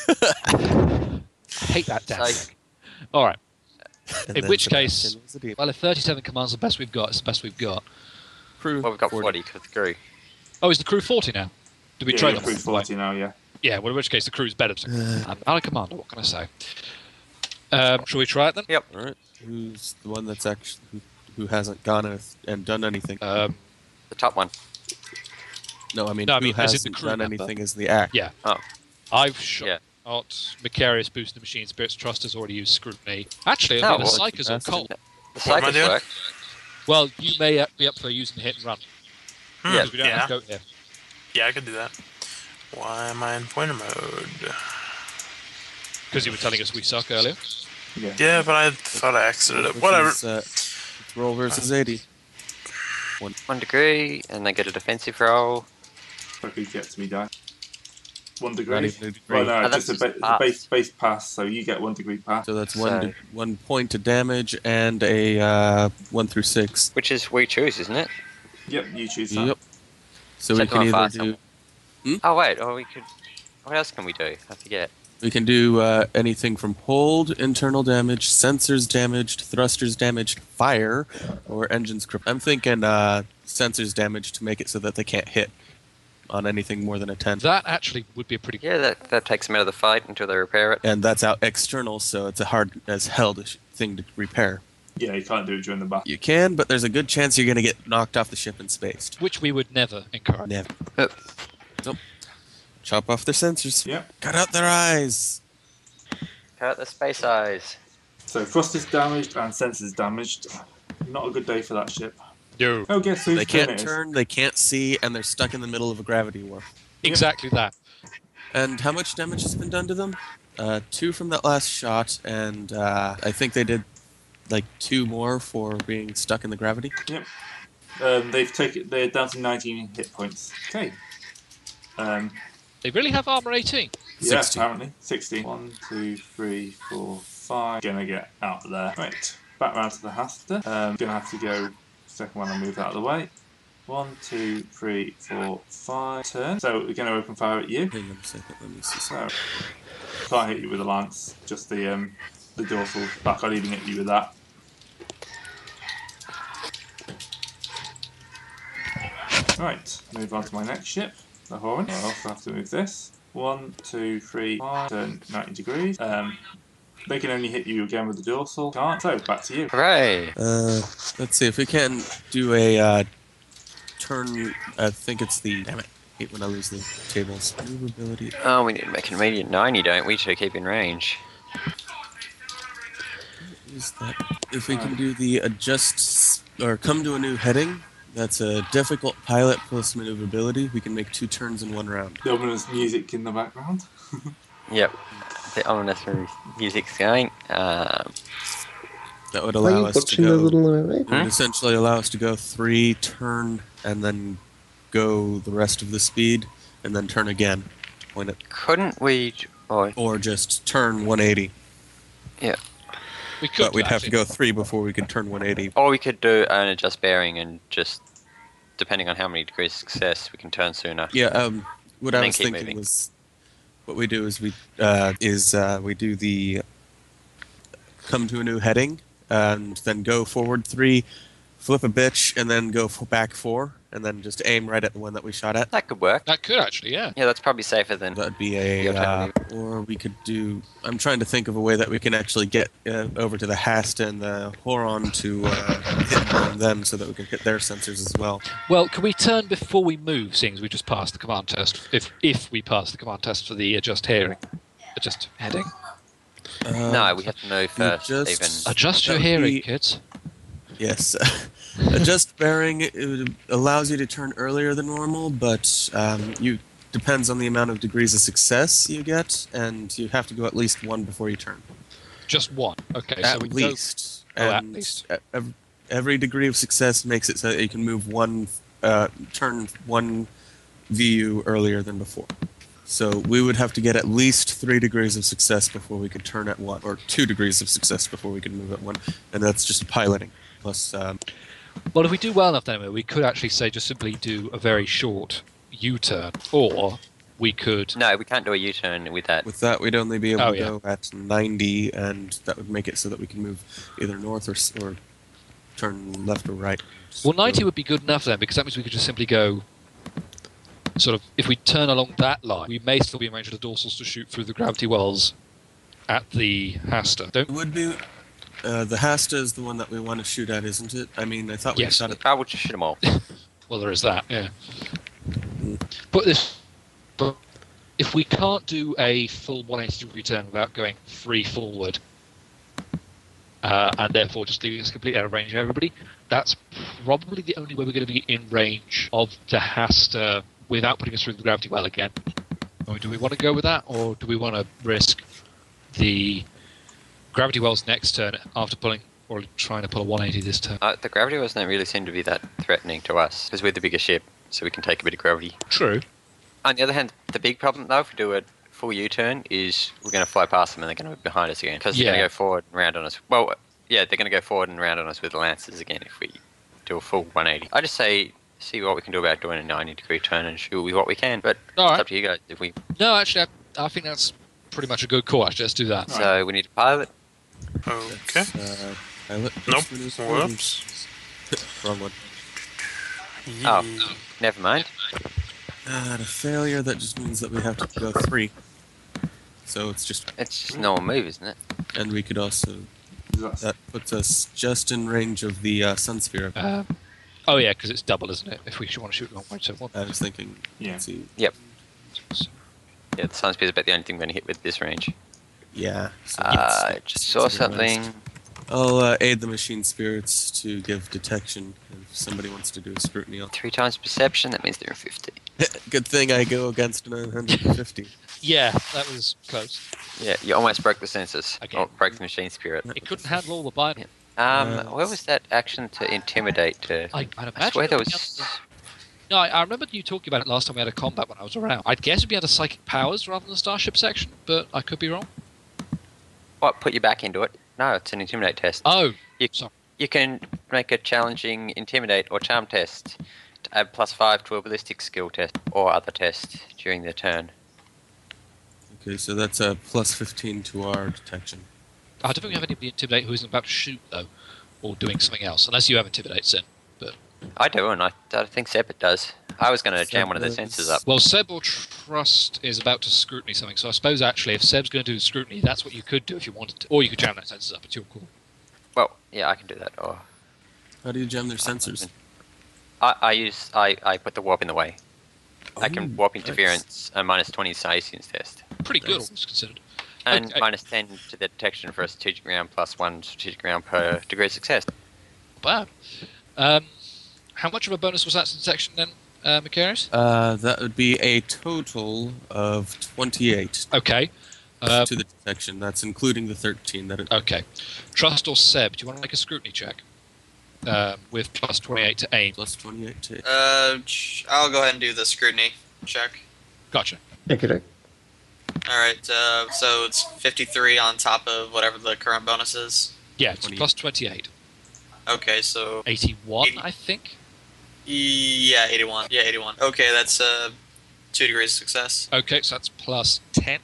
hate that death. So- All right. And In then which Sebastian case, was the demon. well, if 37 commands the best we've got, it's the best we've got. Crew Well, we've got 40. 40 because crew. Oh, is the crew 40 now? Do we yeah, trade you're them? through 40 now, yeah. Yeah, well, in which case the crew's better. Uh. I'm not a commander, what can I say? Um, shall we try it then? All right. Who's the one that's actually who, who hasn't gone and- and done anything? Um, The top one. no, I mean no, I who mean, as in the hasn't crew done member. anything is the act. Yeah. I've shot Oh. Yeah. Macarius, Boost the Machine, Spirits Trust has already used Scrutiny. Actually, Oh, I mean, well, the Psychers on that's- Colt. The What am I psychic doing? work. Well, you may uh, be up for using Hit and Run. Hmm, Yeah. Because we don't have to go here. Yeah, I could do that. Why am I in pointer mode? Because you were telling us we suck earlier. Yeah. Yeah, but I thought I exited it. Which Whatever. is, uh, it's roll versus eighty. One degree, and they get a defensive roll. Fucking gets me down. One Not degree. even a degree. Well, no, Oh, that's just a, just ba- it's a pass. base, base pass, so you get one degree pass. So that's one So- de- one point of damage and a uh, one through six. Which is we choose, isn't it? Yep, you choose that. Yep. So Check we can them on either fast, do Hmm? Oh wait, oh we could. What else can we do? I forget. we can do uh, anything from hold, internal damage, sensors damaged, thrusters damaged, fire, or engines. Cri- I'm thinking uh, sensors damage to make it so that they can't hit on anything more than a ten. That actually would be a pretty Yeah, that that takes them out of the fight until they repair it. and that's out external, so it's a hard as hell to sh- thing to repair. Yeah, you can't do it during the battle. You can, but there's a good chance you're going to get knocked off the ship and spaced. Which we would never encourage. Never. Uh. Nope. Chop off their sensors. Yep. Cut out their eyes. Cut the space eyes. So thrust is damaged and sensors damaged. Not a good day for that ship. No. Oh, guess who's They [laughs] can't turn it is? turn, they can't see, and they're stuck in the middle of a gravity warp. Exactly that. And how much damage has been done to them? Uh, two from that last shot, and uh, I think they did like two more for being stuck in the gravity. Um, they've taken. They're down to 19 hit points. Okay. Um, They really have armor 18. yeah, 16. apparently 16. One, two, three, four, five. Gonna get out of there. Right, back round to the Hasta. Um, gonna have to go second one and move that out of the way. One, two, three, four, five. Turn. So we're gonna open fire at you. Hang on a second, let me see. something. So can't Oh, hit you with a lance. Just the um, the dorsal back. I'll even hit you with that. Right, move on to my next ship, the Horn. I also have to move this. One, two, three, five, turn 90 degrees. Um, they can only hit you again with the dorsal. Can't. So, back to you. Hooray! Uh, let's see if we can do a uh, turn. I think it's the. Damn it! Hate when I lose the tables. Movability. Oh, we need to make an immediate ninety, don't we, to keep in range? Is that if we can do the adjust s- or come to a new heading? That's a difficult pilot plus maneuverability. We can make two turns in one round. The ominous music in the background. Yep. The ominous mu- music's going. Um, That would Are allow you us to watching go. the little mermaid? it would essentially allow us to go three turn and then go the rest of the speed and then turn again. Point it couldn't we? Oh, or just turn [laughs] 180. We could. But we'd have to actually. go three before we could turn 180. or we could do an adjust bearing and just, depending on how many degrees success, we can turn sooner. Yeah. Um. What And I then was keep thinking moving. was, what we do is we uh, is uh, we do the come to a new heading and then go forward three, flip a bitch, and then go f- back four, and then just aim right at the one that we shot at. That could work. That could actually, yeah. Yeah, that's probably safer than. That'd be a, Yeah, uh, or we could do. I'm trying to think of a way that we can actually get uh, over to the Hast and the Horon to uh, hit on them, so that we can hit their sensors as well. Well, can we turn before we move, seeing as we just passed the command test? If if we pass the command test for the adjust hearing, adjust heading, Uh, No, we have to move you first. just- Even adjust That your would hearing, be- kids. Yes. [laughs] Adjust bearing it would- allows you to turn earlier than normal, but um, you depends on the amount of degrees of success you get, and you have to go at least one before you turn. Just one. Okay, so at we go- least. Oh, at And least. e- ev- Every degree of success makes it so that you can move one, uh, turn one VU earlier than before. So we would have to get at least three degrees of success before we could turn at one, or two degrees of success before we could move at one, and that's just piloting plus um, Well, if we do well enough, then we could actually say just simply do a very short U-turn, or we could. No, we can't do a U turn with that. With that, we'd only be able Oh, to yeah. go at 90, and that would make it so that we can move either north or, s- or turn left or right. Well, 90 would be good enough then, because that means we could just simply go. Sort of, if we turn along that line, we may still be in range of the dorsals to shoot through the gravity wells at the Hasta. Don't It would be. Uh, the Hasta is the one that we want to shoot at, isn't it? I mean, I thought we Yes. shot at. I would just shoot them all. Well, there is that, yeah. But this, but if we can't do a full 180 degree turn without going free forward, uh, and therefore just leaving us completely out of range of everybody, that's probably the only way we're going to be in range of the Hasta without putting us through the gravity well again. Or do we want to go with that, or do we want to risk the gravity well's next turn after pulling or trying to pull a 180 this turn? Uh, the gravity wells don't really seem to be that threatening to us because we're the bigger ship, so we can take a bit of gravity. True. On the other hand, the big problem though, if we do a full U turn, is we're going to fly past them and they're going to be behind us again because they're Yeah. going to go forward and round on us. Well, yeah, they're going to go forward and round on us with the lances again if we do a full 180. I just say see what we can do about doing a 90 degree turn and shoot with what we can, but All it's right. up to you guys. If we No, actually, I, I think that's pretty much a good call. Actually, let's do that. so we need a pilot. Okay. Uh, pilot. Nope. Whoops. Wrong one. Oh. Never mind. Uh, a failure, that just means that we have to go three. So it's just. It's just normal move, isn't it? And we could also. That's- That puts us just in range of the uh, sun sphere. Uh, oh yeah, because it's double, isn't it? If we should want to shoot long range, so one. I was thinking. Yeah. let's see. Yeah, the sun spear is about the only thing we're going to hit with this range. Yeah. so that's- Uh, I just saw that's a good one. something. I'll uh, aid the machine spirits to give detection if somebody wants to do a scrutiny. I'll- Three times perception, that means they're in 50. Good thing I go against 950. Yeah, that was close. Yeah, you almost broke the census. Okay. Or broke the machine spirit. It couldn't handle all the binary. Um, Uh, where was that action to intimidate? To, I, I'd imagine. I swear it would there be was. under- No, I, I remember you talking about it last time we had a combat when I was around. I'd guess it'd be under psychic powers rather than the starship section, but I could be wrong. What put you back into it? No, it's an intimidate test. Oh, You can make a challenging intimidate or charm test to add plus five to a ballistic skill test or other test during their turn. Okay, so that's a plus 15 to our detection. I don't think we have anybody intimidate who isn't about to shoot though, or doing something else, unless you have intimidate sin. I do, and I, I think Sepet does. I was going to jam one of their Sepet. sensors up. Well, Seb or Trust is about to scrutiny something, so I suppose actually, if Seb's going to do scrutiny, that's what you could do if you wanted to, or you could jam that sensors up. It's your call. Well, yeah, I can do that. Or How do you jam their sensors? I, I use I, I put the warp in the way. I can Oh, warp nice. interference and minus twenty Saiyans test. Pretty good, all Nice. things considered. And Okay. minus ten to the detection for a strategic round plus one strategic round Hmm. per degree of success. Wow. Um, how much of a bonus was that to detection then, uh, Macarius? Uh, that would be a total of 28 Okay. Uh, to the detection. That's including the 13 that it uh, okay. Trust or Seb, do you want to make a scrutiny check? Um, with plus 28 to aim. plus 28 to. Uh, ch- I'll go ahead and do the scrutiny check. Gotcha. Okay. All right. Uh, so it's 53 on top of whatever the current bonus is. Yeah, it's 28. plus 28. Okay, so 81, Eighty. I think. yeah, 81. Yeah, 81. Okay, that's uh, two degrees of success. Okay, so that's plus 10,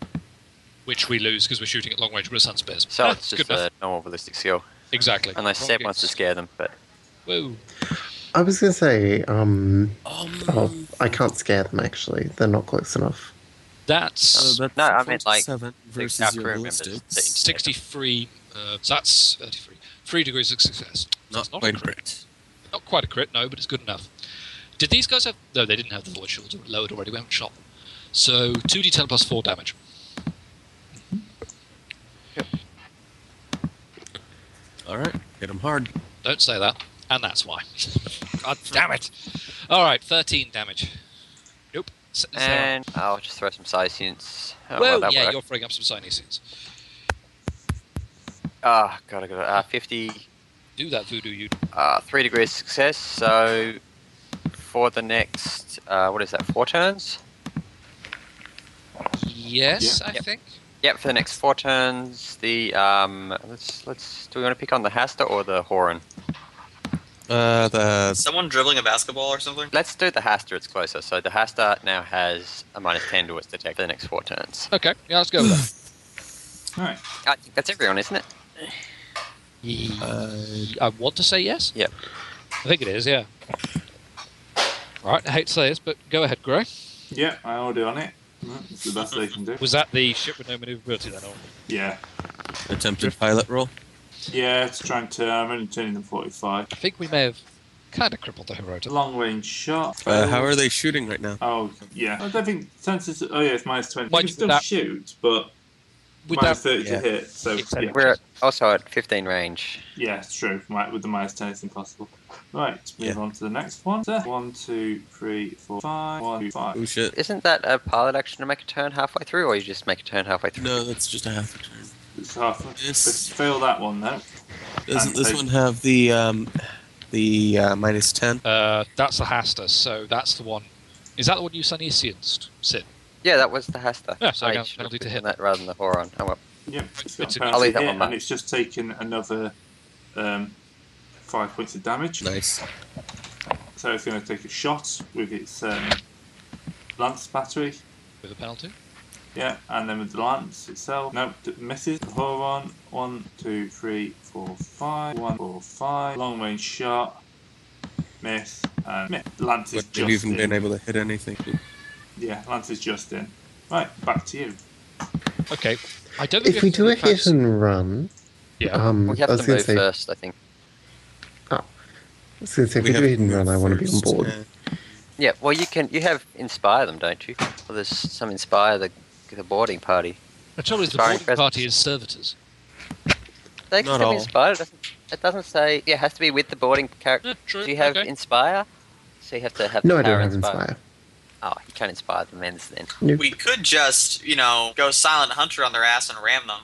which we lose because we're shooting at long range with a sun spares. So [laughs] Ah, it's good just enough. a normal ballistic skill. Exactly. Unless Wrong Seb game. wants to scare them, but Whoa. I was going to say, um, Um, oh, I can't scare them actually. They're not close enough. That's so that's uh, No, I meant, like, 47 our versus crew your members that ballistics. 63. Uh, so that's 33. Three degrees of success. So Not it's not quite a crit. great. Not quite a crit, no, but it's good enough. Did these guys have? No, they didn't have the void shields lowered already. We haven't shot them. So two d10 plus four damage. All right, hit them hard. Don't say that. And that's why. [laughs] God damn it! All right, thirteen damage. Nope. S- so- and I'll just throw some Saiyans. Eh, Oh, well, well, that yeah, worked. you're throwing up some sinuses. Ah, God, I got uh, fifty. Do that voodoo, you. Uh, three degrees of success. So for the next, uh, what is that? Four turns. Yes, I Yep. think. Yep, for the next four turns, the um, let's let's do we want to pick on the Hasta or the Horan? Uh, the Someone dribbling a basketball or something? Let's do the Hasta, it's closer. So the Hasta now has a minus 10 to its attack for the next four turns. Okay, yeah, let's go with that. Alright. I think that's everyone, isn't it? Uh, I want to say yes. Yep. I think it is. Yeah. All right. I hate to say this, but go ahead, Gray. Yeah, I ordered on it. That's the best they can do. Was that the ship with no maneuverability then? Or? Yeah. attempted pilot roll. Yeah, it's trying to. I'm only turning them 45. I think we may have kind of crippled the Hirota. Long range shot. Uh, how are they shooting right Uh, now? Oh, yeah. I don't think. Senses. Oh, yeah, it's minus 20. Might you be can still that- shoot, but Would minus that- 30 yeah. to hit. So, yeah. We're at- also at 15 range. Yeah, it's true. Right, with the minus 10, it's impossible. Right, move Yeah. on to the next one. One, two, three, four, five. One, two, five. Oh shit! Isn't that a pilot action to make a turn halfway through, or you just make a turn halfway through? No, that's just a half a turn. It's half. Yes. Let's fail that one, though. Doesn't this I- one have the um, the uh, minus ten? Uh, that's the Hasta, so that's the one. Is that the one you Sunisians Sid? Yeah, that was the Hasta. Yeah, so I got should a have penalty to written hit. That rather than the Horon. Oh well. Yep. It's got It's a a- penalty I'll leave that hit, one back. and it's just taken another um, five points of damage. Nice. So it's going to take a shot with its um, lance battery. With a penalty? Yeah, and then with the lance itself. Nope, d- misses. Hold on. One, two, three, four, five. One, four, five. Long range shot. Miss. And miss. Lance is Would just have even in. been able to hit anything? Yeah, lance is just in. Right, back to you. Okay. I don't think If we do a have any hit plans- and run, Yeah. um, We I have was to going move to say, I first, I think. was going to say, if we, We do have a hit and to run, move I want to be on first, board. uh, Yeah, well, you can. You have inspire them, don't you? Well, there's some inspire the the boarding party. The trouble is the Sorry, boarding presence. party is servitors. They can Not still all. inspire. It doesn't, it doesn't say. Yeah, it has to be with the boarding character. Yeah, true. Do you have okay. inspire? So you have to have. No, the I don't power have Inspire. Oh, you can't inspire the men's then. We could just, you know, go silent hunter on their ass and ram them.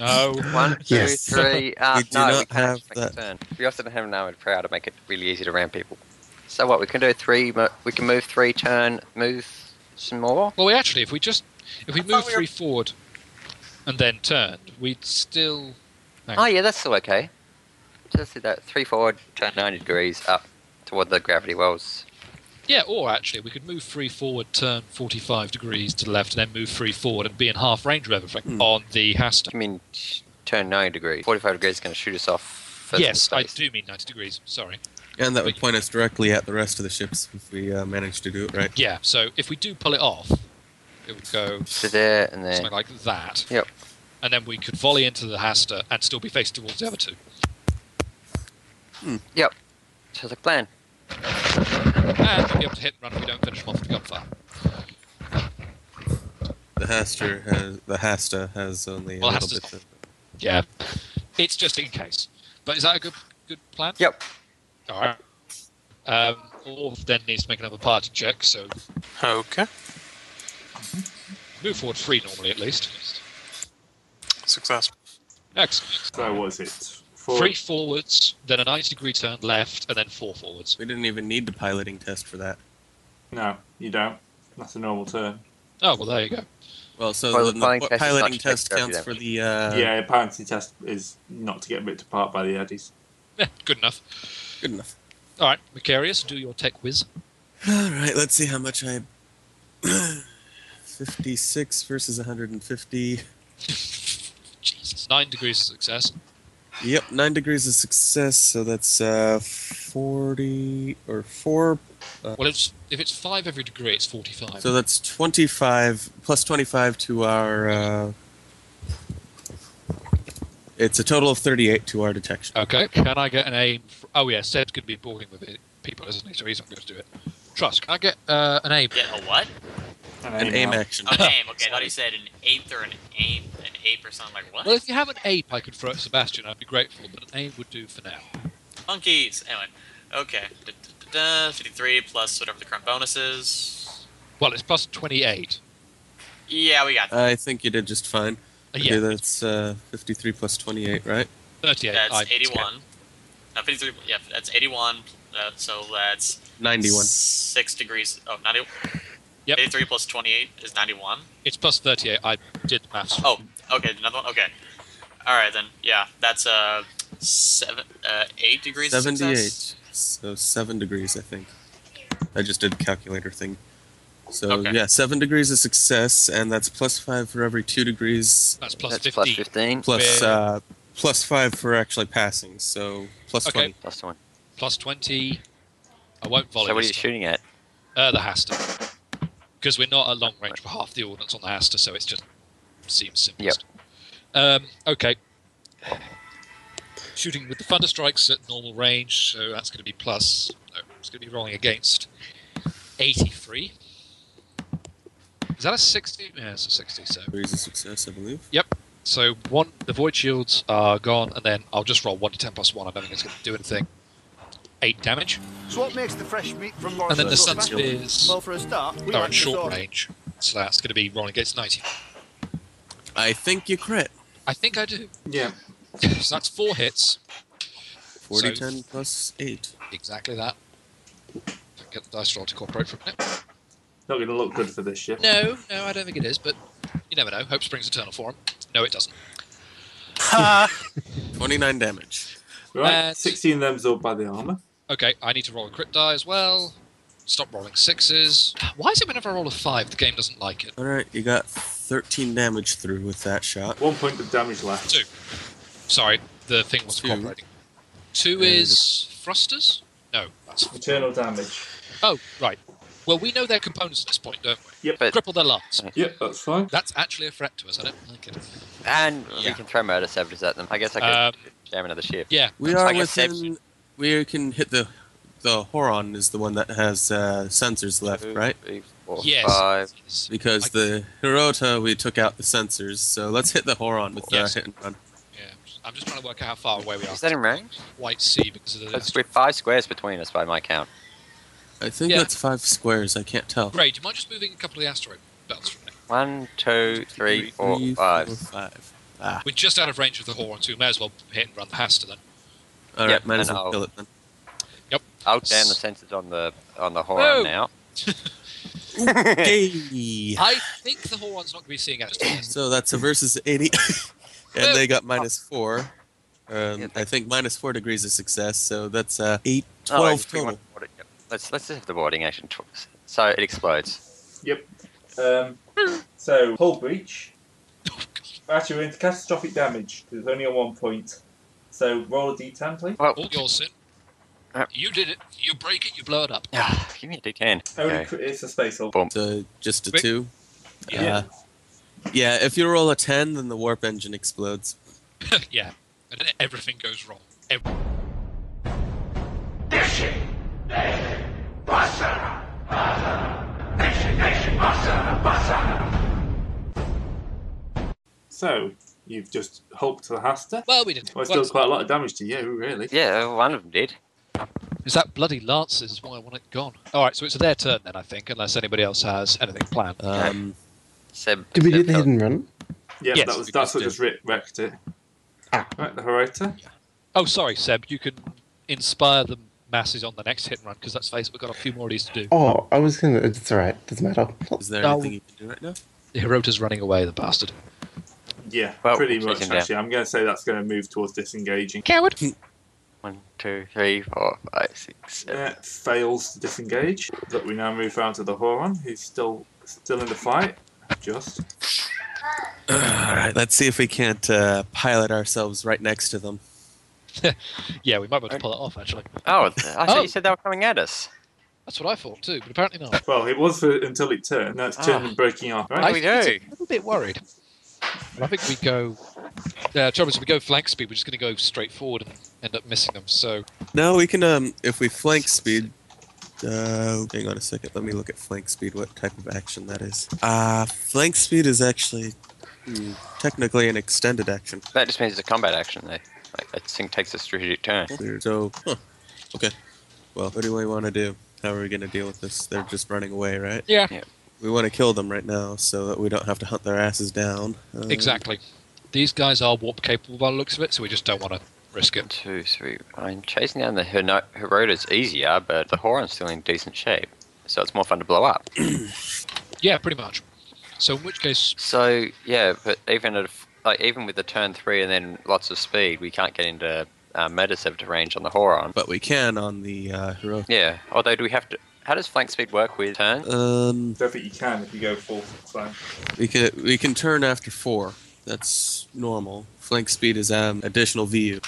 No. [laughs] One, two, three. Yes. Uh, We do no, we not can't actually have make a that. turn. We also don't have an armored prow to make it really easy to ram people. So what? We can do three. mo- We can move three. Turn. Move some more. Well, we actually, if we just, if we thought move we were- three forward and then turned, we'd still. Oh yeah, that's still okay. Just do that. Three forward. Turn ninety degrees up toward the gravity wells. Yeah, or actually, we could move three forward, turn 45 degrees to the left, and then move three forward and be in half range of everything Hmm. on the Hasta. You mean t- turn ninety degrees? Forty-five degrees is going to shoot us off. first Yes, I place. do mean 90 degrees. Sorry. And that would point us directly at the rest of the ships if we uh, managed to do it right. Yeah, so if we do pull it off, it would go So there and there. something like that. Yep. And then we could volley into the Hasta and still be faced towards the other two. So the plan. And we'll be able to hit and run if we don't finish them off with the gunfire. The Haster has the Hasta has only a Well, little Hasta's- bit. Of, Yeah. It's just in case. But is that a good good plan? Yep. All right. Um, Orv then needs to make another party check, so Okay. move forward three normally at least. Successful. Excellent. So what is it? Four. Three forwards, then a 90 degree turn left, and then four forwards. we didn't even need the piloting test for that. No, you don't. That's a normal turn. Oh, well, there you go. Well, so Well, the the, the po- piloting piloting test is not to take test therapy counts then. for the uh, yeah, apparently test is not to get ripped apart by the eddies. Yeah, good enough. Good enough. All right, Macarius, do your tech whiz. All right, let's see how much I. [clears throat] 56 versus 150. Jesus. Nine degrees of success. Yep, nine degrees of success, so that's uh, 40 or four. Well, it's, if it's five every degree, it's 45. So that's 25 plus 25 to our. Uh, it's a total of 38 to our detection. okay, can I get an aim? For, oh, yeah, Seb's going to be boarding with it, people, isn't he? So he's not going to do it. Trust, can I get uh, an aim? Get a [laughs] what? An aim action. An aim. Okay, I thought he said an eighth or an aim, an ape or something. Like, what? Well, if you have an ape, I could throw at Sebastian. I'd be grateful, but an ape would do for now. Monkeys. Anyway, okay. Da, da, da, da. 53 plus whatever the current bonus is. Well, it's plus 28. Yeah, we got that. I think you did just fine. Uh, Okay, yeah, that's uh, 53 plus 28, right? 38. I- that's 81. No, 53. Yeah, that's 81. Uh, so that's 91. Six degrees. Oh, 90. Yep. 83 plus 28 is 91. It's plus 38. I did the maths. Oh, okay, another one. Okay. All right then. Yeah, that's uh seven, uh eight degrees. of 78. success. So seven degrees, I think. I just did calculator thing. So Okay. yeah, seven degrees is success, and that's plus five for every two degrees, That's plus That's 50. plus 15. plus Fair. uh, plus five for actually passing. So plus Okay. twenty. Plus one. Plus 20. I won't volley So what are this you time. shooting at? Uh, the Hasta. Because we're not at long range for half the ordnance on the Hasta, so it's just seems simplest. Um, okay. Shooting with the Thunder Strikes at normal range, so that's going to be plus. No, it's going to be rolling against 83. Is that a 60? Yeah, it's a 60, so. Degrees is success, I believe. So one, the void shields are gone, and then I'll just roll one to ten plus one. I don't think it's going to do anything. Eight damage, So what makes the fresh meat from Lawrence and then the look sun special? spears Well, for a start, we are like in the short thought- range, so that's going to be rolling against ninety. I think you crit. I think I do. [laughs] Yeah. So that's four hits. 40, So- 10 plus eight. Exactly that. Don't get the dice roll to cooperate from it. Not going to look good for this ship. No, no, I don't think it is, but you never know. Hope springs eternal for him. No, it doesn't. Ha! Twenty-nine damage. Right, Uh, 16 of them absorbed by the armor. Okay, I need to roll a crit die as well. Stop rolling sixes. Why is it whenever I roll a five, the game doesn't like it? All right, you got thirteen damage through with that shot. One point of damage left. Two. Sorry, the thing was Two. cooperating. Two Uh, is thrusters? No, that's. Internal damage. Oh, right. Well, we know their components at this point, don't we? Yep. But- Cripple their lungs. Yep, that's fine. That's actually a threat to us. I don't like it. And we Yeah. can throw motor sabers at them. I guess I could Um, jam another ship. yeah. We That's are like a save. within. We can hit the. The Horon is the one that has uh, sensors left, Two, right? three, four, Yes. five. Because Like- the Hirota, we took out the sensors, so let's hit the Horon with the Yes. hit and run. Yeah. I'm just trying to work out how far away we are. Is that in range? White sea because of the. That's with five squares between us by my count. I think Yeah. that's five squares. I can't tell. Great. Do you mind just moving a couple of the asteroid belts from there? One, two, three, four, Three, five. four, five. Ah, We're just out of range of the horns. We may as well hit and run the Hasta then. all right. Yep, might as and well I'll- kill [laughs] it then. I'll down the sensors on the on the horn Whoa. [laughs] now. [laughs] Okay. I think the horn's not going to be seeing us. so that's a versus eighty, [laughs] and they got minus four. Yeah. Um, I think minus four degrees of success, so that's uh, eight, Oh, I 12 just total. want to board it. Yep. Let's let's just have the boarding action. tw- So it explodes. [sighs] Yep. Um, so, hull breach. [laughs] Oh, Actually, we're into catastrophic damage because it's only on one point. So, roll a d10, please. Well, All your sin. Uh, You did it. You break it. You blow it up. ah, give me a d10. Only Okay. cri- it's a space hull. So just a Wait. two. Yeah. Uh, yeah. If you roll a ten, then the warp engine explodes. [laughs] yeah. And then everything goes wrong. Ev- So, you've just hulked the Hasta. well, we didn't. Well, it's Well, done quite a lot of damage to you, really. Yeah, one of them did. Is that bloody Lances is why I want it gone. All right, so it's their turn then, I think, unless anybody else has anything planned. Um, Seb, Did we do Seb the fell- hidden run? Yeah, Yes, that was that's we just what did. just writ- wrecked it. Ah. Right, the Horota. oh, sorry, Seb, you can inspire the masses on the next hit and run, because let's face it, we've got a few more of these to do. Oh, I was gonna. It's alright. Doesn't matter. is there No. anything you can do right now? The Hirota's running away, the bastard. Yeah, Well, pretty we'll much take him down. actually. I'm going to say that's going to move towards disengaging. Coward! One, two, three, four, five, six, seven. Yeah, Uh, fails to disengage. But we now move round to the Horon, who's still still in the fight. Just All right. Let's see if we can't uh, pilot ourselves right next to them. Yeah, we might be able to pull it off, actually. Oh, I thought Oh. you said they were coming at us. That's what I thought, too, but apparently not. well, it was for, until it turned. Now it's turned Ah. and breaking off. What do Right. we I- do? I'm a little bit worried. I think we go. Uh, trouble is, if we go flank speed, we're just going to go straight forward and end up missing them. So, No, we can. Um, if we flank speed. Uh, hang on a second. Let me look at flank speed. What type of action that is? Uh, flank speed is actually hmm, technically an extended action. That just means it's a combat action, though. Like, I think takes a strategic turn. So, huh. okay. Well, what do we want to do? How are we going to deal with this? They're just running away, right? yeah, We want to kill them right now so that we don't have to hunt their asses down. Uh, exactly. These guys are warp capable by the looks of it, so we just don't want to risk One, it. two, three. I'm chasing down the Hino- Heroda's easier, but the Horon's still in decent shape, so it's more fun to blow up. Yeah, pretty much. So, in which case, So yeah, but even at like even with the turn three and then lots of speed, we can't get into uh, Mediciv range on the Horon. But we can on the uh, heroic. Yeah. Although, do we have to? How does flank speed work with turn? Um, don't think you can if you go full flank. we can we can turn after four. That's normal. Flank speed is um, additional VU.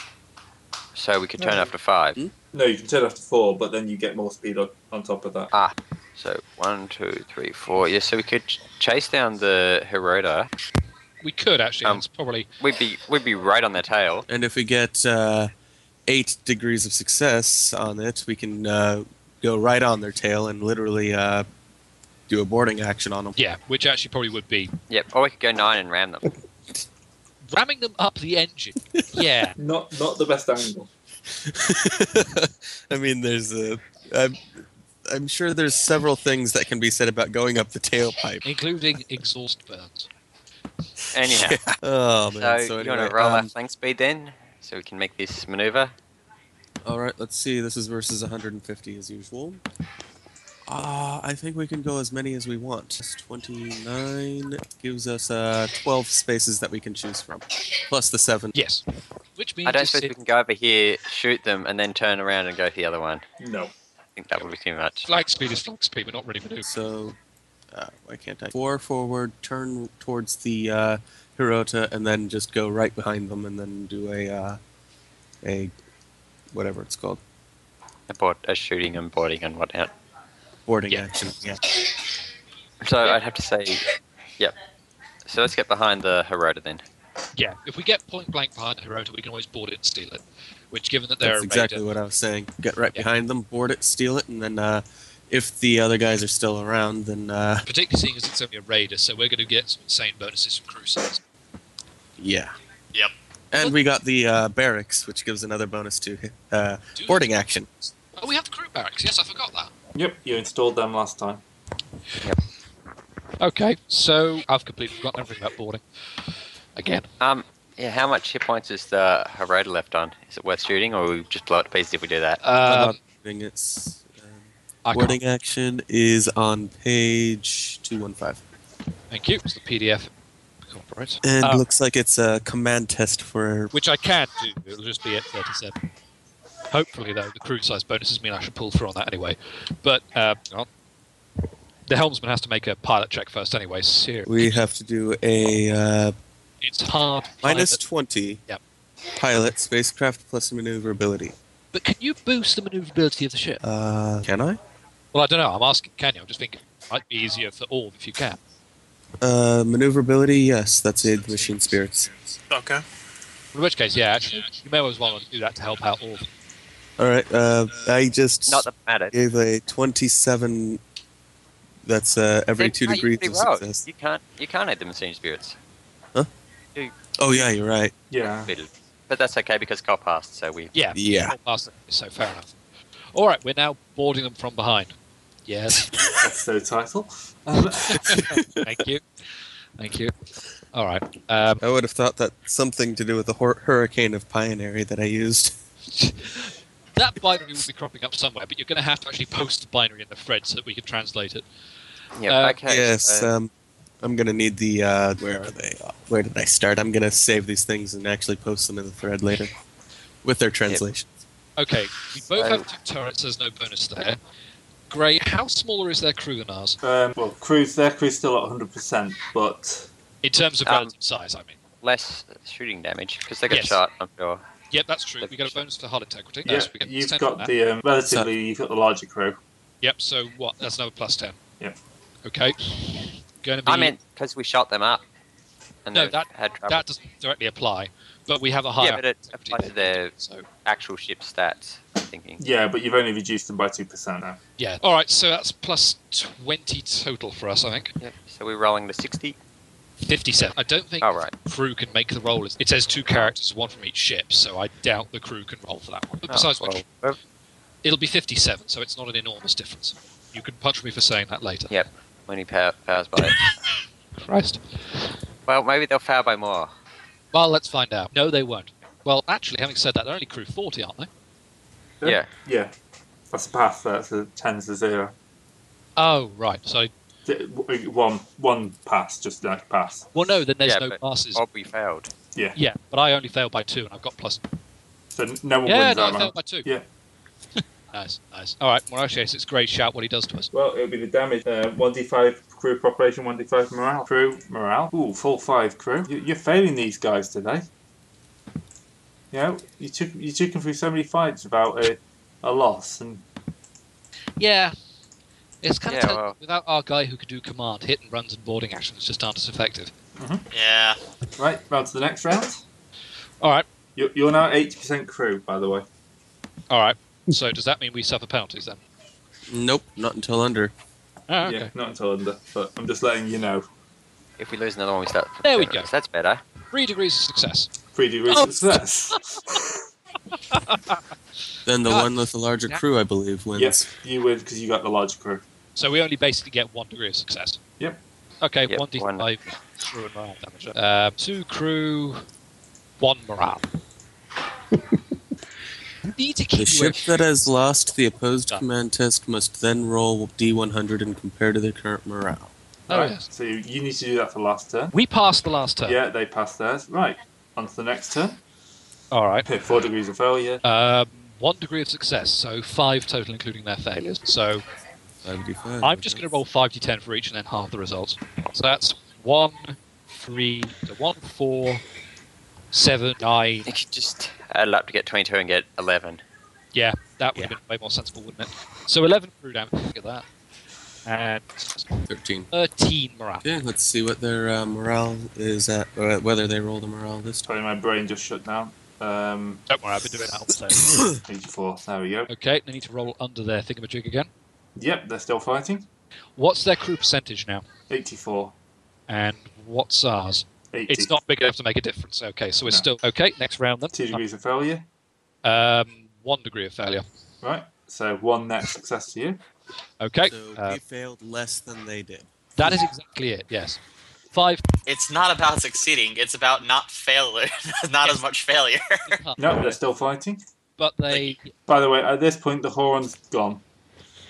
So we could turn Uh, after five. No, you can turn after four, but then you get more speed on, on top of that. Ah. So one, two, three, four. Yeah. So we could ch- chase down the Heroda. We could actually. Um, that's probably We'd be we'd be right on their tail. And if we get uh, eight degrees of success on it, we can uh, go right on their tail and literally uh, do a boarding action on them. yeah, which actually probably would be Yep. Or we could go nine and ram [laughs] them. ramming them up the engine. Yeah, Not not the best angle. [laughs] I mean, there's a. I'm, I'm sure there's several things that can be said about going up the tailpipe. including exhaust burns. Anyhow. [laughs] Oh So, man. So, you anyway, want to roll um, our flank speed then, so we can make this maneuver. All right, let's see. This is versus 150 as usual. Uh, I think we can go as many as we want. That's 29 gives us uh, 12 spaces that we can choose from, plus the 7. Yes, which means I don't it's- suppose we can go over here, shoot them, and then turn around and go to the other one. No. I think that would be too much. flag speed is flag speed. We're not really maneuvering. So, uh, why can't I? Four forward, turn towards the uh, Hirota, and then just go right behind them and then do a, uh, a whatever it's called, Abort, uh, shooting and boarding and whatnot. boarding Yeah. action. Yeah. So I'd have to say, yep. So let's get behind the Hirota then. Yeah, if we get point blank behind Hirota, we can always board it and steal it. Which, given that they're That's a exactly raider, what I was saying. Get right Yeah. behind them, board it, steal it, and then uh, if the other guys are still around, then uh, particularly seeing as it's only a raider, so we're going to get some insane bonuses from cruisers. yeah. Yep. And we got the uh, barracks, which gives another bonus to uh, Dude. boarding action. Oh, we have the crew barracks. Yes, I forgot that. Yep, you installed them last time. Okay, so I've completely forgotten everything about boarding. Again, Um, yeah. How much hit points is the Hirota left on? Is it worth shooting, or we just blow it to pieces if we do that? um, Boarding, it's, um, I can't. Uh, boarding action is on page 215. Thank you. It's the PDF. Corporate. And Uh, looks like it's a command test for. which I can do. It'll just be at 37. Hopefully, though, the crew size bonuses mean I should pull through on that anyway. But uh, hang on. the helmsman has to make a pilot check first anyway. Ser- We have to do a uh, it's hard. minus pilot. 20 Yep. pilot spacecraft plus maneuverability. But can you boost the maneuverability of the ship? Uh, can I? Well, I don't know. I'm asking, can you? I'm just thinking it might be easier for all if you can. Uh, maneuverability, yes, that's the machine spirits. Okay. In which case, yeah, actually, you may as well do that to help out all. All right, uh, I just Not that it matters. gave a twenty-seven. That's uh, every Then two no, you degrees pretty of well. success. You can't. You can't aid the machine spirits. Oh yeah, you're right. Yeah. But that's okay because Carl passed, so we. Yeah. Yeah. all past them, So fair enough. All right, we're now boarding them from behind. [laughs] Yes. That's no title. Um, Thank you. Thank you. All right. Um, I would have thought that something to do with the hor- hurricane of pioneery that I used. that binary will be cropping up somewhere, but you're going to have to actually post the binary in the thread so that we can translate it. Yeah. Uh, okay. yes, so- um, I'm gonna need the. Uh, where are they? Where did I start? I'm gonna save these things and actually post them in the thread later, with their translation. Okay, we both So- have two turrets, there's no bonus there. Gray, how smaller is their crew than ours? um, well, crew's their crew's still at 100%, but In terms of Um, relative size, I mean. less shooting damage because they got Yes. shot. I'm sure. Yep, that's true. We get a bonus for hull integrity. yeah, Yes, we get you've 10 on got that. the uh, um, relatively you've got the larger crew. Yep, so what? That's another plus 10. Yep. Okay. Going to be. I meant because we shot them up. And No, they that- had trouble. that doesn't directly apply, but we have a higher. yeah, but it integrity applies to their so. actual ship stats. I'm thinking. Yeah, but you've only reduced them by 2% now. Yeah. All right. So that's plus twenty total for us, I think. Yep. So we're rolling the sixty. Fifty-seven. I don't think All right. crew can make the roll. It says two characters, one from each ship, so I doubt the crew can roll for that one. But Oh, besides which, well, it'll be fifty-seven, so it's not an enormous difference. You can punch me for saying that later. Yeah. when he pow- powers by [laughs] it. Christ. well, maybe they'll power by more. Well, let's find out. No, they won't. Well, actually, having said that, they're only crew forty, aren't they? Yeah. Yeah. Yeah, that's a path. That's a 10 to 0. Oh, right. So, D- w- One, one pass, just like pass. well, no, then there's Yeah, no but- passes. Bob, we failed. Yeah. Yeah, but I only failed by two, and I've got plus So n- no one yeah, wins no, that I failed round. by two. Yeah. nice, nice. All right, well, actually, it's great shout what he does to us. Well, it'll be the damage. Uh, 1d5 crew preparation, 1d5 morale. Crew morale. Ooh, full 5 crew. You, you're failing these guys today. You know, you took, you took them through so many fights without a, a loss. And Yeah. It's kind Yeah, of telling well- without our guy who could do command, hit and runs and boarding actions just aren't as effective. Yeah. Right, round to the next round. All right, You're, you're now 80% crew, by the way. all right. So does that mean we suffer penalties then? Nope, not until under. Ah, okay. Yeah, not until under, but I'm just letting you know. If we lose another one, we start. from There we zero, go. That's better. Three degrees of success. Three degrees Oh. of [laughs] success. Then the God. one with the larger Yeah. crew, I believe, wins. yes, you win because you got the larger crew. So we only basically get one degree of success. Yep. Okay, Yep, one one. d5 crew and morale damage. Uh, two crew, one morale. [laughs] Need to keep The you ship that has lost the opposed Done. command test must then roll D100 and compare to their current morale. Oh, Right, yes. So you, you need to do that for last turn. We passed the last turn. Yeah, they passed theirs. Right, on to the next turn. All right. Okay, Four degrees of failure. Um, one degree of success, so five total, including their failures. So 5d5. I'm just going to roll 5d10 for each and then halve the results. So that's one, three, so one, four, seven, nine. You should just add it up to get 22 and get 11. Yeah, that would have been way more sensible, wouldn't it? So 11 crew damage, look at that. And 13. 13 morale. Okay, let's see what their uh, morale is at, or whether they roll the morale this time. Sorry, my brain just shut down. Um, Don't worry, I've been doing that all day. [coughs] 84, there we go. okay, they need to roll under their thingamajig again. Yep, they're still fighting. What's their crew percentage now? 84. And what's ours? 80. It's not big enough to make a difference. Okay, so it's No. still. Okay, next round Two then. degrees of failure. Um, one degree of failure. Right, so one net success to you. Okay, So uh, we failed less than they did. that is exactly it, yes. Five. It's not about succeeding. It's about not failure. [laughs] not as much failure. [laughs] Oh. No, they're still fighting. But they. By the way, at this point, the Horon's gone.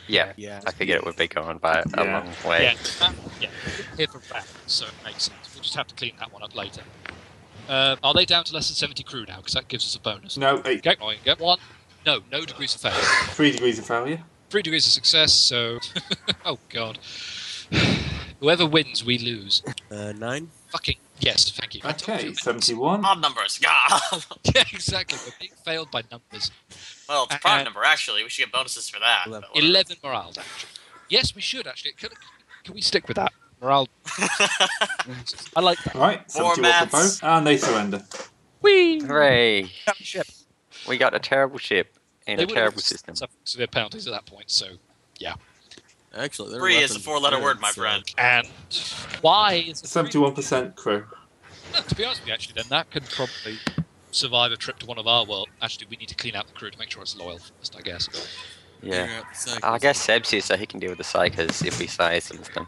Yeah. Yeah. I figured it would be going by a Yeah. long way. Yeah, that- yeah. Here for round, so it makes sense. We'll just have to clean that one up later. Uh, are they down to less than 70 crew now? Because that gives us a bonus. No, eight, Okay, I get one. No, no degrees of failure. three degrees of failure. Three degrees of success, so. [laughs] oh, God. [sighs] Whoever wins, we lose. Uh, nine. Fucking yes, thank you. I told Okay, you. 71. Odd numbers. God. [laughs] [laughs] Yeah, exactly. We're being failed by numbers. well, it's a prime Uh, number actually. We should get bonuses for that. Eleven. but whatever. 11 morale damage. Yes, we should actually. Can, can we stick with that? Morale. I like that. Right, 71 More for maths. both. And they surrender. Whee! Hooray! Ship. We got a terrible ship and They a would terrible have system. suffered severe penalties at that point, so. Actually, their Three is a weapons are four-letter good, word, my so- friend. And why is the three- 71% crew. No, to be honest with you, actually, then that could probably survive a trip to one of our world. Actually, we need to clean out the crew to make sure it's loyal first, I guess. Yeah. Figure out the cycles. I guess Seb's here so he can deal with the psychers if we size against them.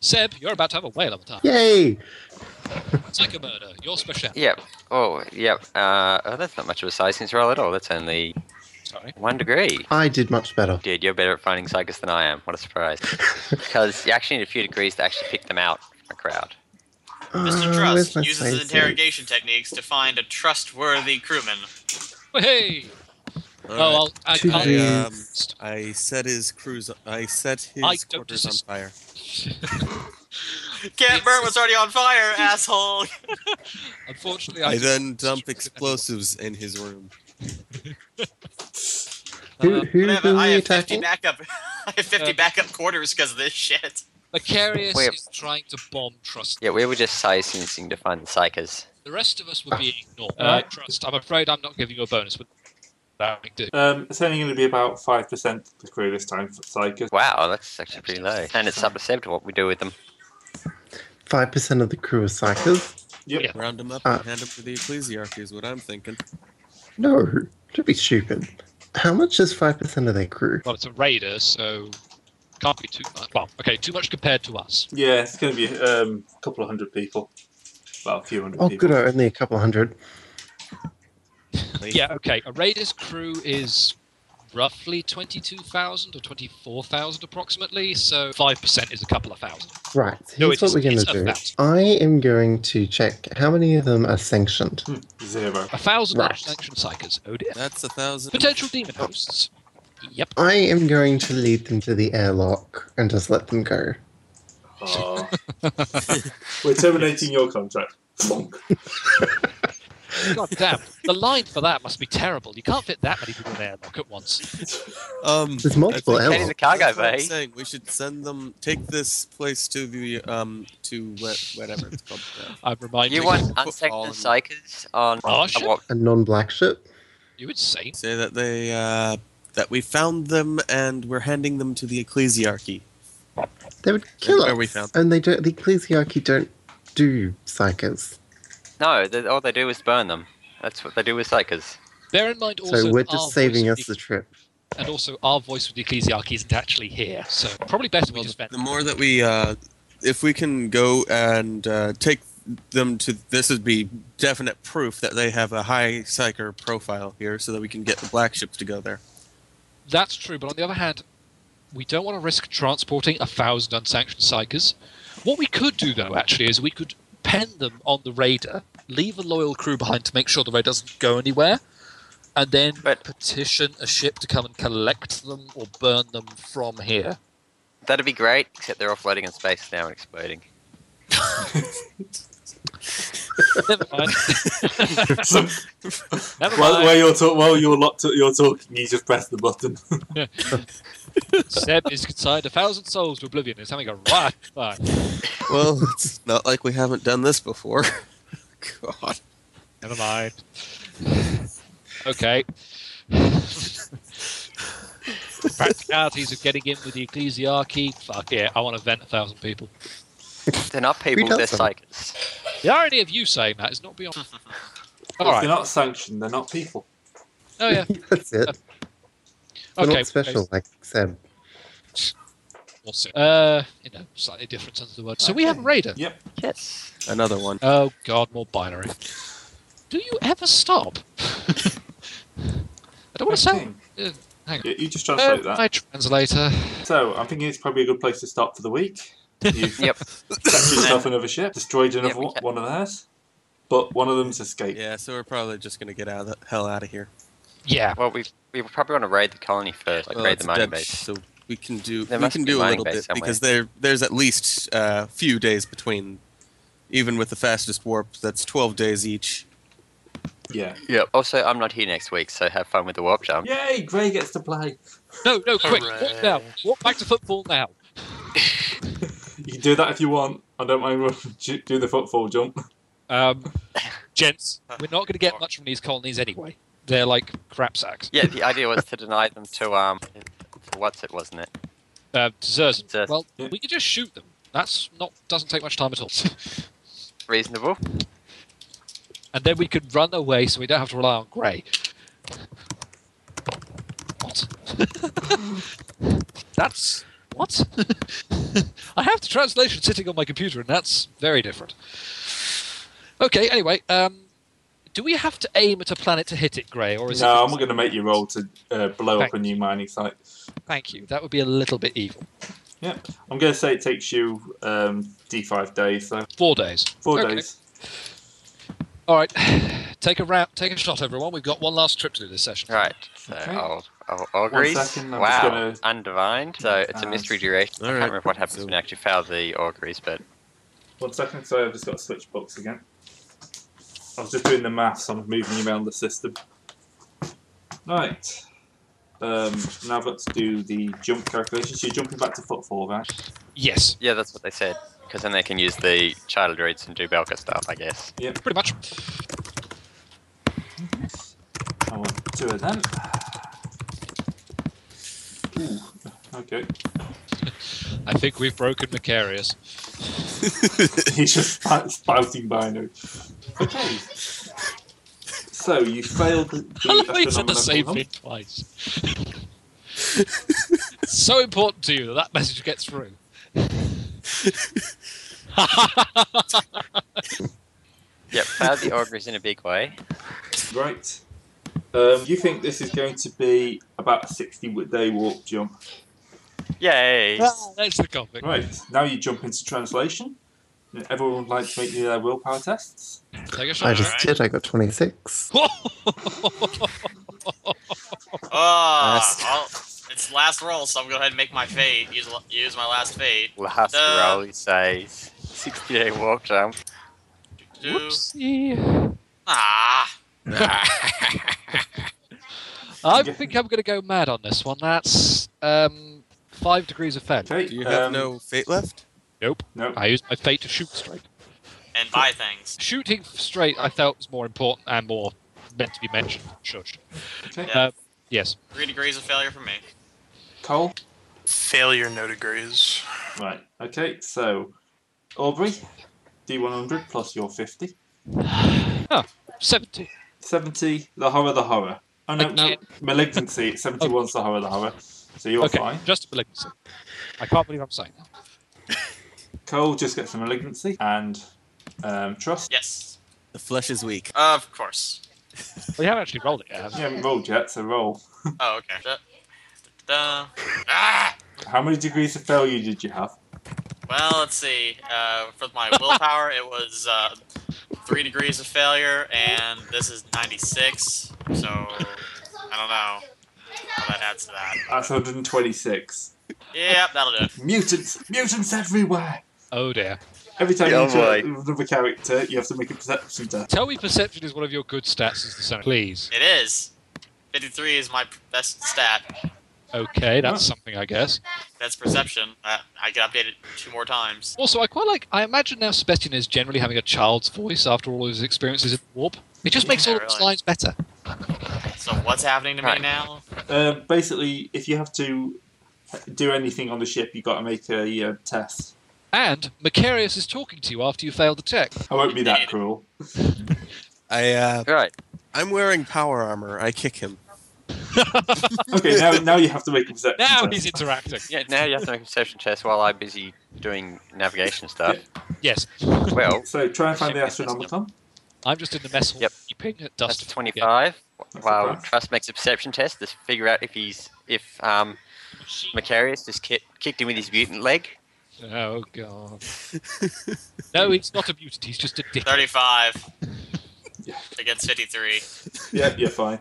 Seb, you're about to have a whale of a time. Yay! Psycho murder, your speciality. Yep. Oh, yep. Uh, oh, that's not much of a sizing roll at all. That's only Sorry. one degree. I did much better. Dude, you're better at finding psychers than I am. What a surprise. Because you actually need a few degrees to actually pick them out from a crowd. Mr. Uh, Trust where's my uses his save interrogation techniques to find a trustworthy [laughs] crewman. Hey! All oh, right. I'll, I, Two I'll, I, degrees. um, I set his crews. I set his I don't quarters on desist. [laughs] fire. Can't burn what's already on [laughs] fire, asshole. Unfortunately, I, I then dump explosives in his room. Who, who, Whatever. who I are you have fifty attacking? backup. [laughs] I have fifty Uh, backup quarters because of this shit. Macarius Wait. is trying to bomb Trust. Yeah, we were just sizing to find the psychers. The rest of us were being ignored. Uh, Trust, I'm afraid I'm not giving you a bonus, but that we do. Um, it's only going to be about 5% of the crew this time for Psychers. Wow, that's actually pretty low. And it's up to Seb to what we do with them. Five percent of the crew are psychers. Round them up Uh. and hand them to the ecclesiarchy is what I'm thinking. No, don't be stupid. How much is five percent of their crew? Well, it's a raider, so can't be too much. Well, okay, too much compared to us. Yeah, it's going to be um, a couple of hundred people. Well, a few hundred Oh, people. good, only a couple hundred. Yeah, okay. A raider's crew is roughly 22,000 or 24,000 approximately, so 5% is a couple of thousand. Right, No, here's it what we're going is- to it's a do. fact. I am going to check how many of them are sanctioned. [laughs] Zero. A thousand Right. sanctioned psychers. Oh dear. That's a thousand. Potential demon hosts. Yep. I am going to lead them to the airlock and just let them go. Aw. We're terminating your contract. Plonk. God damn. The line for that must be terrible. You can't fit that many people in an airlock at once. Um, There's multiple I think- airlocks. cargo That's what I'm bay. saying we should send them. Take this place to the um to wh- whatever it's called. uh, I'm reminded. You You, want Football unsanctioned and- psychers on Oh, shit. on what? A non black ship? insane. say that they uh, that we found them and we're handing them to the ecclesiarchy. They would kill Where us. we found- And they don't the ecclesiarchy don't do psychers. No, they, all they do is burn them. That's what they do with psychers. Bear in mind also. oh, So we're that our just saving voice us with the the- trip. And also, our voice with the ecclesiarchy isn't actually here, so probably better we Well, just the, vent. the more that we, uh, if we can go and uh, take them to, this would be definite proof that they have a high psyker profile here, so that we can get the black ships to go there. That's true, but on the other hand, we don't want to risk transporting a thousand unsanctioned psychers. What we could do, though, actually, is we could pen them on the raider, leave a loyal crew behind to make sure the raid doesn't go anywhere, and then But- petition a ship to come and collect them or burn them from here. That'd be great, except they're offloading in space now and exploding. [laughs] Never mind. So, Never while, mind. while you're talk, while you're, lot you're talking, you just press the button. Seb is consigned a thousand souls to oblivion. It's having a [laughs] right time. Well, it's not like we haven't done this before. [laughs] God. Never mind. Okay. Practicalities of getting in with the ecclesiarchy. Fuck yeah, I want to vent a thousand people. They're not people, does they're them? psychers. The irony of you saying that is not beyond. [laughs] All If they're right. not sanctioned, they're not people. Oh [laughs] yeah. That's it. We're Okay. not special like Seb. Awesome. Uh, you know, slightly different sense of the word. So we have a raider. Yep. Yes. Another one. Oh god, more binary. Do you ever stop? I don't want to I sound. think. Uh, hang on. Yeah, you just Uh, translate my that. translator. So, I'm thinking it's probably a good place to stop for the [laughs] week. You've Yep. captured yourself another ship, destroyed another Yeah, we one, ca- one of theirs, but one of them's escaped. Yeah, so we're probably just gonna get out of the hell out of here. Yeah. Well, we we probably want to raid the colony first, like Well, raid it's the a mining dead base. sh- So we can do There we must can be do a mining little bit base somewhere. because there there's at least a uh, few days between, even with the fastest warp. That's twelve days each. [laughs] Yeah. Yep. Also, I'm not here next week, so have fun with the warp jump. Yay, Grey gets to play. No, no, quick. Hooray. Walk now. Walk back to football now. You can do that if you want. I don't mind [laughs] ru- do the footfall jump. Um, gents, we're not going to get much from these colonies anyway. They're like crap sacks. Yeah, the idea was to deny them to um, to what's it, wasn't it? Uh, deserters. Desert- Well, Yeah. we can just shoot them. That's not doesn't take much time at all. [laughs] Reasonable. and then we could run away, so we don't have to rely on Grey. What? that's what? [laughs] I have the translation sitting on my computer, and that's very different. Okay. Anyway, um, do we have to aim at a planet to hit it, Grey, or is it? No, I'm going to make you roll to uh, blow up a new mining site. Thank you. That would be a little bit evil. I'm going to say it takes you um, D5 days, so Four days. four Okay. days. All right, [sighs] take a round, take a shot, everyone. We've got one last trip to do this session. Right. So Okay. I'll I'll, I'll agree. second, I'm wow. just gonna- Undivined. So it's a Uh, mystery duration. I Alright, can't remember what happens so- when you actually fail the auguries, but One second, so I've just got to switch books again. I was just doing the maths, I'm moving around the system. Right. Um, now I've got to do the jump calculations. You're jumping back to footfall, right? Yes, yeah, that's what they said. Because then they can use the charter droids and do Belka stuff, I guess. pretty much. I want two of them. Ooh, okay. [laughs] I think we've broken Macarius. He's just spout- spouting binary. Okay. So you failed the [laughs] we said the astronomical same hump. thing twice. It's [laughs] so important to you that that message gets through. [laughs] [laughs] Yep. Fail the auguries in a big way. Right. Um, you think this is going to be about a 60 day walk jump? Yay! that's the convict. Right, now you jump into translation. Everyone would like to make their willpower tests. Take a shot. I [laughs] just did. I got 26. Ah, Last- I'll- it's last roll, so I'm going to go ahead and make my fate. Use, use my last fate. Last Uh, roll, he says. 60 day walk jump. do- Whoopsie. Ah. [laughs] I think I'm going to go mad on this one. That's um, five degrees of fate. Okay, Do you have um, no fate left? Nope. Nope. I used my fate to shoot straight. And buy things. Shooting straight, I felt was more important and more meant to be mentioned. Shush. Okay. Yeah. Uh, yes. Three degrees of failure for me. Cole? Failure, no degrees. Right, okay, so Aubrey, D100 plus your 50. Seventy. 70, the horror, the horror. Oh, no, no, Again. malignancy, [laughs] 71's the horror, the horror. So you're okay. fine. Just a malignancy. I can't believe I'm saying that. Cole just gets some malignancy and um, trust. Yes. The flesh is weak. Of [laughs] course. We haven't actually rolled it yet. have we? You haven't rolled yet, so roll. Oh, okay. Da- da- Ah! How many degrees of failure did you have? Well, let's see. Uh, for my willpower, it was uh, three degrees of failure, and this is 96. So I don't know how that adds to that. That's 126. Yep, that'll do it. Mutants! Mutants everywhere! Oh dear. Every time Yeah, you try right. another character, you have to make a perception test. Tell me perception is one of your good stats as the Senate. Please. It is. 53 is my best stat. Okay, that's something, I guess. That's perception. Uh, I get updated two more times. Also, I quite like. I imagine now Sebastian is generally having a child's voice after all his experiences in Warp. It just makes Yeah, all those really. lines better. So what's happening to me Right. now? Uh, basically, if you have to do anything on the ship, you've got to make a uh, test. And Macarius is talking to you after you failed the check. [laughs] I won't be that cruel. I uh, Right. I'm wearing power armor. I kick him. Okay, now now you have to make a perception Now test. he's interacting. Yeah, now you have to make a perception test while I'm busy doing navigation stuff. Yes, Well, So try and find the Ship [laughs] investment. astronomicon. I'm just in the mess hall Yep. keeping at that's dust. a 25. That's a Wow, pass. Trust makes a perception test to figure out if he's if um Macarius just ki- kicked him with his mutant leg. Oh god. [laughs] no, he's not a mutant. He's just a dick. 35 Yeah. against 53. Yeah, you're fine.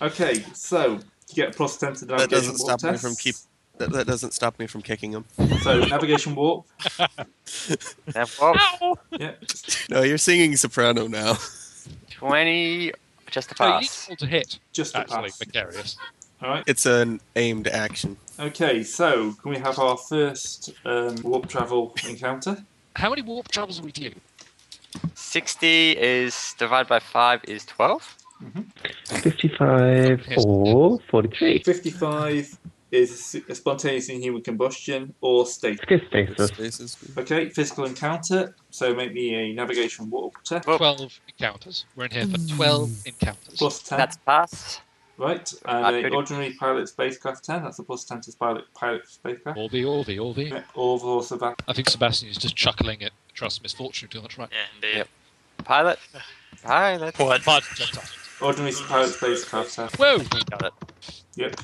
Okay, so you get plus ten to the That navigation doesn't warp stop me from tests. keep. That, that doesn't stop me from kicking him. So navigation warp. Now, well, Yeah. No, you're singing soprano now. [laughs] 20 just a No, you need pass. to roll to hit. Just a Actually, pass. Macarius. All right. It's an aimed action. Okay, so can we have our first um, warp travel encounter? How many warp travels have we do? 60 is divided by 5 is 12. 55 or 43. Fifty-five is a spontaneous inhuman combustion or state. Let's go stasis. Spaces. Okay, physical encounter. So make me a navigation warp test. Well- Twelve encounters. We're in here for twelve encounters. Plus ten, That's a pass. right? I And a could- ordinary pilot spacecraft ten. That's a plus ten to pilot pilot spacecraft. Orby, Orby, Orby. Yeah, Orville Savannah. I think Sebastian is just chuckling at Trust Misfortune too much, right? Yeah, indeed. Yep. Pilot. Pilot. What? Bud jumped up. Ordinary pilot spacecraft ten. Whoa! Got it. Yep.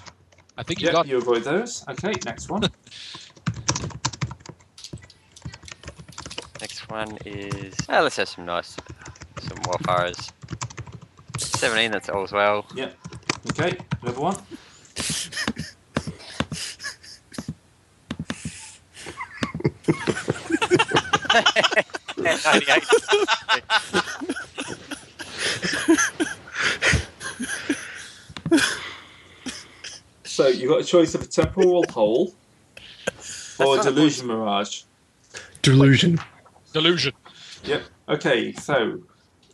I think you Yep, got you avoid those. Okay, next one. Next one is. Oh, let's have some nice. Some warfires. 17, that's all as well. yep. Okay, another one. Yeah, 98. So you've got a choice of a temporal hole or a delusion mirage. Delusion. delusion. Yep. Okay, so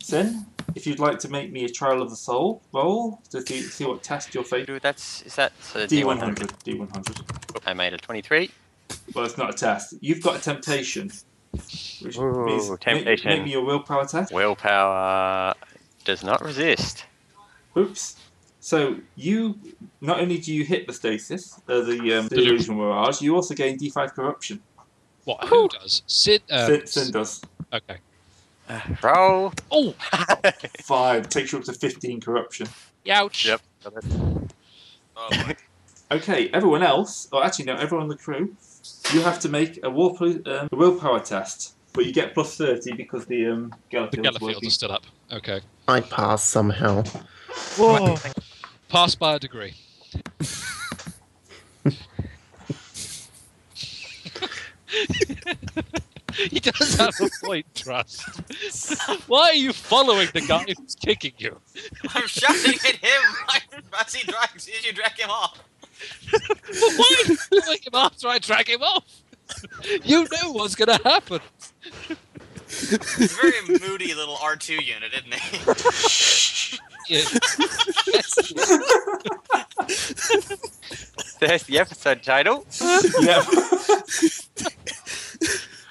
Sin, if you'd like to make me a trial of the soul roll to see, see what test your fate. Dude, that's. Is that. So D100. D100. I made a 23. Well, it's not a test. You've got a temptation. Which Ooh, means make- temptation. Make, me your willpower test. Willpower does not resist. Oops. So you not only do you hit the stasis, uh, the um, delusion mirage, you also gain D5 corruption. What? Who does? Sid. Uh, Sin, Sin does. Okay. Roll. Oh, Five takes you up to fifteen corruption. Youch. Yep. Okay, everyone else, or actually no, everyone on the crew, you have to make a, war, um, a willpower test, but you get plus thirty because the um, The Gallifield's Gallifield's working. are still up. Okay. I pass somehow. Whoa. Pass by a degree. he does have a point, Trust. Why are you following the guy who's kicking you? I'm shouting at him [laughs] as he drags as you drag him off. Well, why are you following him after I drag him off? You knew what's going to happen. It's a very moody little R2 unit, isn't it? Yeah. There's the episode title.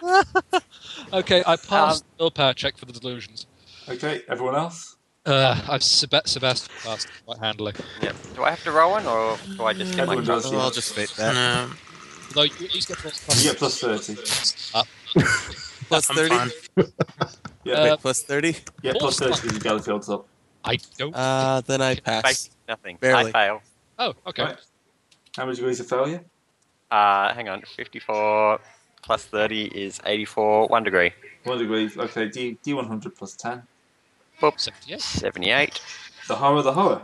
[laughs] okay, I passed the willpower check for the delusions. Okay, everyone else. Uh, I've Seb- Sebastian passed quite handily. Yep. Do I have to roll one, or do I just get my Everyone does. Oh, I'll just fate that. Um, Although you at least get Uh, plus You plus. get plus thirty. Up. Plus I'm 30? fine. Yeah, Uh, Plus 30? yeah, plus thirty because the Gallifield's up. I don't. Uh, then I pass. Basically nothing. Barely. I fail. oh, okay. Right. How many degrees of failure? Uh, hang on. 54 plus 30 is 84. One degree. One degree. Okay, D D one hundred plus ten. Boop. 78. 78. The horror, the horror.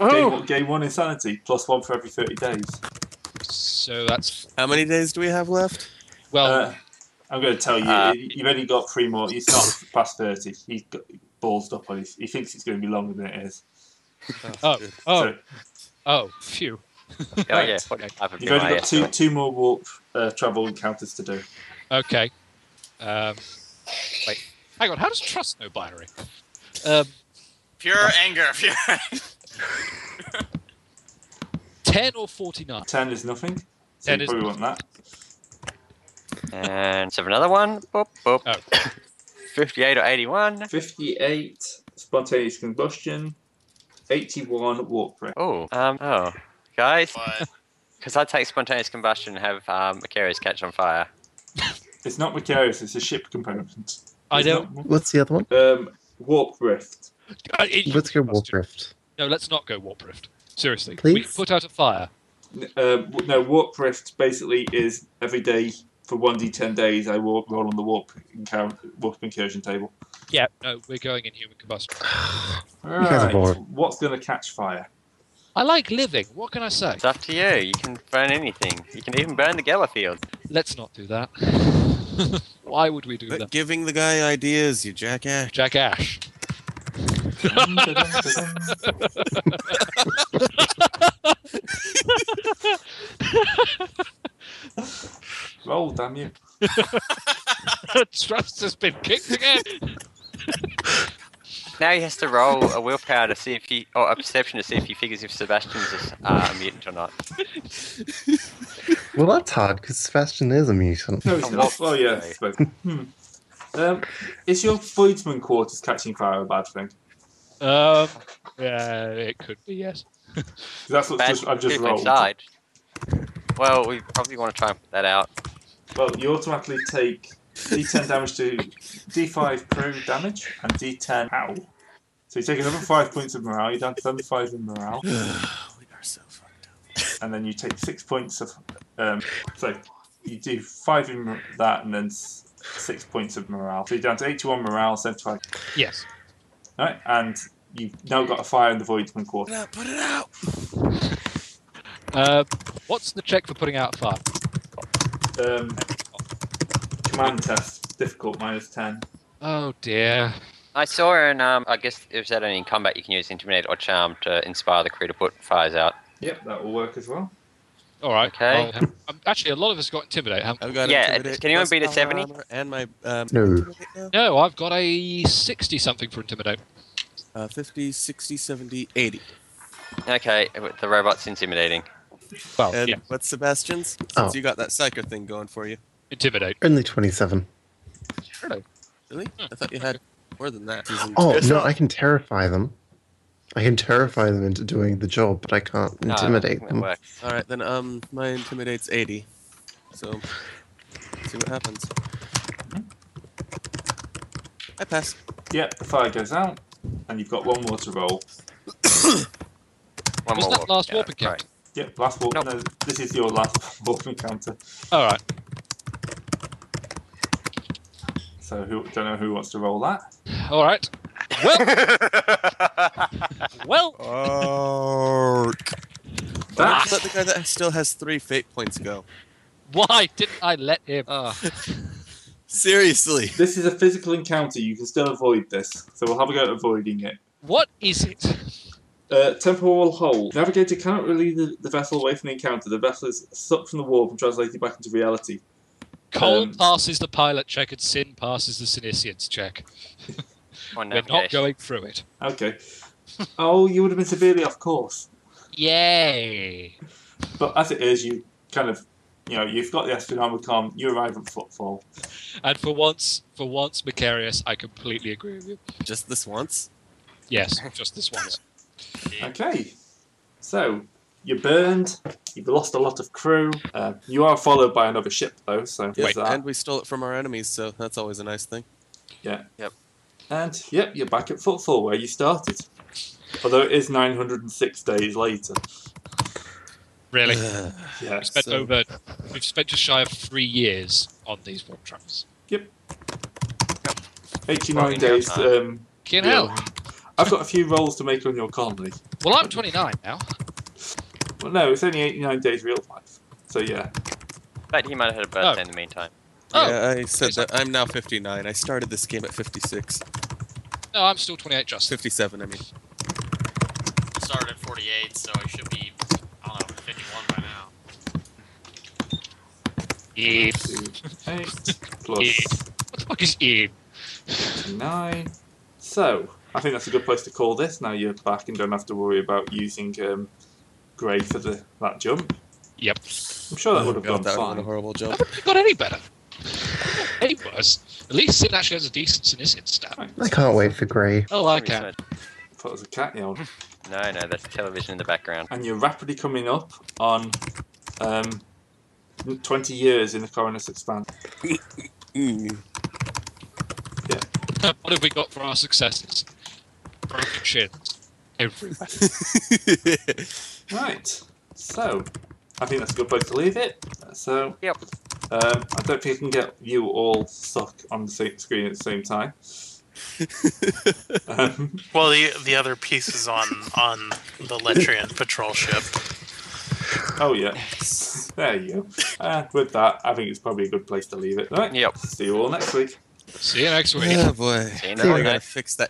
Oh. Game, one- game one insanity plus one for every thirty days. So that's How many days do we have left? well. Uh, I'm going to tell you, Uh, you've only got three more. He's not past thirty. He's got balls up on his. He thinks it's going to be longer than it is. Uh, oh, oh, So oh, phew. Oh, yeah. 45 would be you've only my got two estimate. two more warp uh, travel encounters to do. Okay. Um, wait, hang on. How does trust know binary? Um, Pure anger. Pure. [laughs] ten or forty-nine. Ten is nothing. So 10 you is probably want that. And so another one. Boop, boop. Oh. 58 or 81. Fifty-eight spontaneous combustion. Eighty-one warp break. Oh, um, oh, guys, But because I take spontaneous combustion and have um, Macarius catch on fire. It's not Macarius. It's a ship component. I It's don't. not- What's the other one? Um, warp rift. I, it- Let's go Warp Rift. No, let's not go warp rift. Seriously, we Please? can put out a fire. N- Um, w- no, warp rift basically is every day for one d ten days. I warp, roll on the warp encounter, warp incursion table. Yeah, no, we're going in human combustion. guys are Right. bored. What's going to catch fire? I like living. What can I say? It's up to you. You can burn anything. You can even burn the Gallowfield. Let's not do that. [laughs] Why would we do Quit that? giving the guy ideas, you jackass. Jack Ash. [laughs] Roll, Oh, damn you. Trust has been kicked again. Now he has to roll a willpower to see if he, or a perception to see if he figures if Sebastian's uh, a mutant or not. Well, that's hard because Sebastian is a mutant. No, it's not. Oh, yeah. I suppose. Hmm. Um, is your Voidsman quarters catching fire a bad thing? 'Cause Um, yeah, it could be yes. That's what Bad just, I've just people rolled. inside. Well, we probably want to try and put that out. Well, you automatically take d10 damage to d5 crew damage and d10 ow. So you take another five points of morale. You're down to another five in morale, We are so fucked up. and then you take six points of. Um, so you do five in mor- that, and then s- six points of morale. So you're down to 81 morale, 75 Yes. Right, and you've now got a fire in the Voidman Put quarter. it out, put it out! Um, what's the check for putting out a fire? Um, command test, difficult minus 10. Oh dear. I saw in, um, I guess, if that only in combat, you can use intimidate or charm to inspire the crew to put fires out. Yep, that will work as well. All right. Okay. Well, um, actually, a lot of us got intimidate. haven't I've got Yeah, intimidate can anyone plus beat a power 70? armor And my um, No. intimidate now? we? No, I've got a sixty something for intimidate. Uh, 50, 60, 70, 80. Okay, the robot's intimidating. Ah, Well, And yeah, what's Sebastian's? Since Oh. you got that psyker thing going for you. intimidate. Only 27. Really? I thought you had more than that. [gasps] Oh, no, I can terrify them. I can terrify them into doing the job, but I can't No, intimidate it them. works. All right, then um, my intimidate's 80. So, see what happens. I pass. Yep, the fire goes out, and you've got one more to roll. One Wasn't more that walk. last yeah, warp encounter? right. Yeah, last warp. No, this is your last [laughs] warp encounter. All right. So who don't know who wants to roll that. All right. Well, well. Ark. That's the guy that still has three fate points go. Why didn't I let him? Seriously. This is a physical encounter. You can still avoid this. So we'll have a go at avoiding it. What is it? Uh, temporal hole. Navigator cannot release the, the vessel away from the encounter. The vessel is sucked from the warp and translated back into reality. Cole Um, passes the pilot check and Sin passes the Sinisians check. One We're not navigation. going through it. Okay. oh, you would have been severely off course. Yay! But as it is, you kind of, you know, you've got the Astronomicon, you arrive at Footfall. And for once, for once, Macarius, I completely agree with you. Just this once? Yes, just this once. Okay. So, you're burned, you've lost a lot of crew, uh, you are followed by another ship though, so Yeah, there's that. and we stole it from our enemies, so that's always a nice thing. Yeah. Yep. And, yep, you're back at Footfall where you started. Although it is 906 days later. [sighs] Really, Yeah. we've spent so- over, we've spent just shy of three years on these warp travels. 89 Fucking days. hell. Um, Fucking yeah. hell! I've got a few rolls to make on your Conley. Well, I'm 29 now. Well, no, it's only 89 days real life. So, yeah. But he might have had a birthday in the meantime. Oh, Yeah, I said that. I'm now 59. I started this game at 56. no, I'm still 28, Justin. 57, I mean. Started at 48, so I should be, I don't know, 51 by now. Yeah. Two, eight, plus What the fuck is yeah? nine. So, I think that's a good place to call this. Now you're back and don't have to worry about using um, Grey for the that jump. Yep. I'm sure that would Oh, have gone God, that would have been a fine. horrible I jump. [laughs] wouldn't have got any better. Any worse. At least Sin actually has a decent Sinisian stat. I can't wait for Grey. Oh, I can. Put us a cat yawn. No, no, that's television in the background. And you're rapidly coming up on um, 20 years in the Coroner's Expanse. Mm. [laughs] what have we got for our successes? Broken shins. Everywhere. Right. So, I think that's a good place to leave it. So. Yep. Um, I don't think I can get you all stuck on the same screen at the same time. um, [laughs] Well, the the other piece is on on the Letrian patrol ship. oh yeah, there you go. Uh, with that, I think it's probably a good place to leave it. Right. Yep. See you all next week. See you next [laughs] week. oh, boy. See you Now I next gotta week. fix that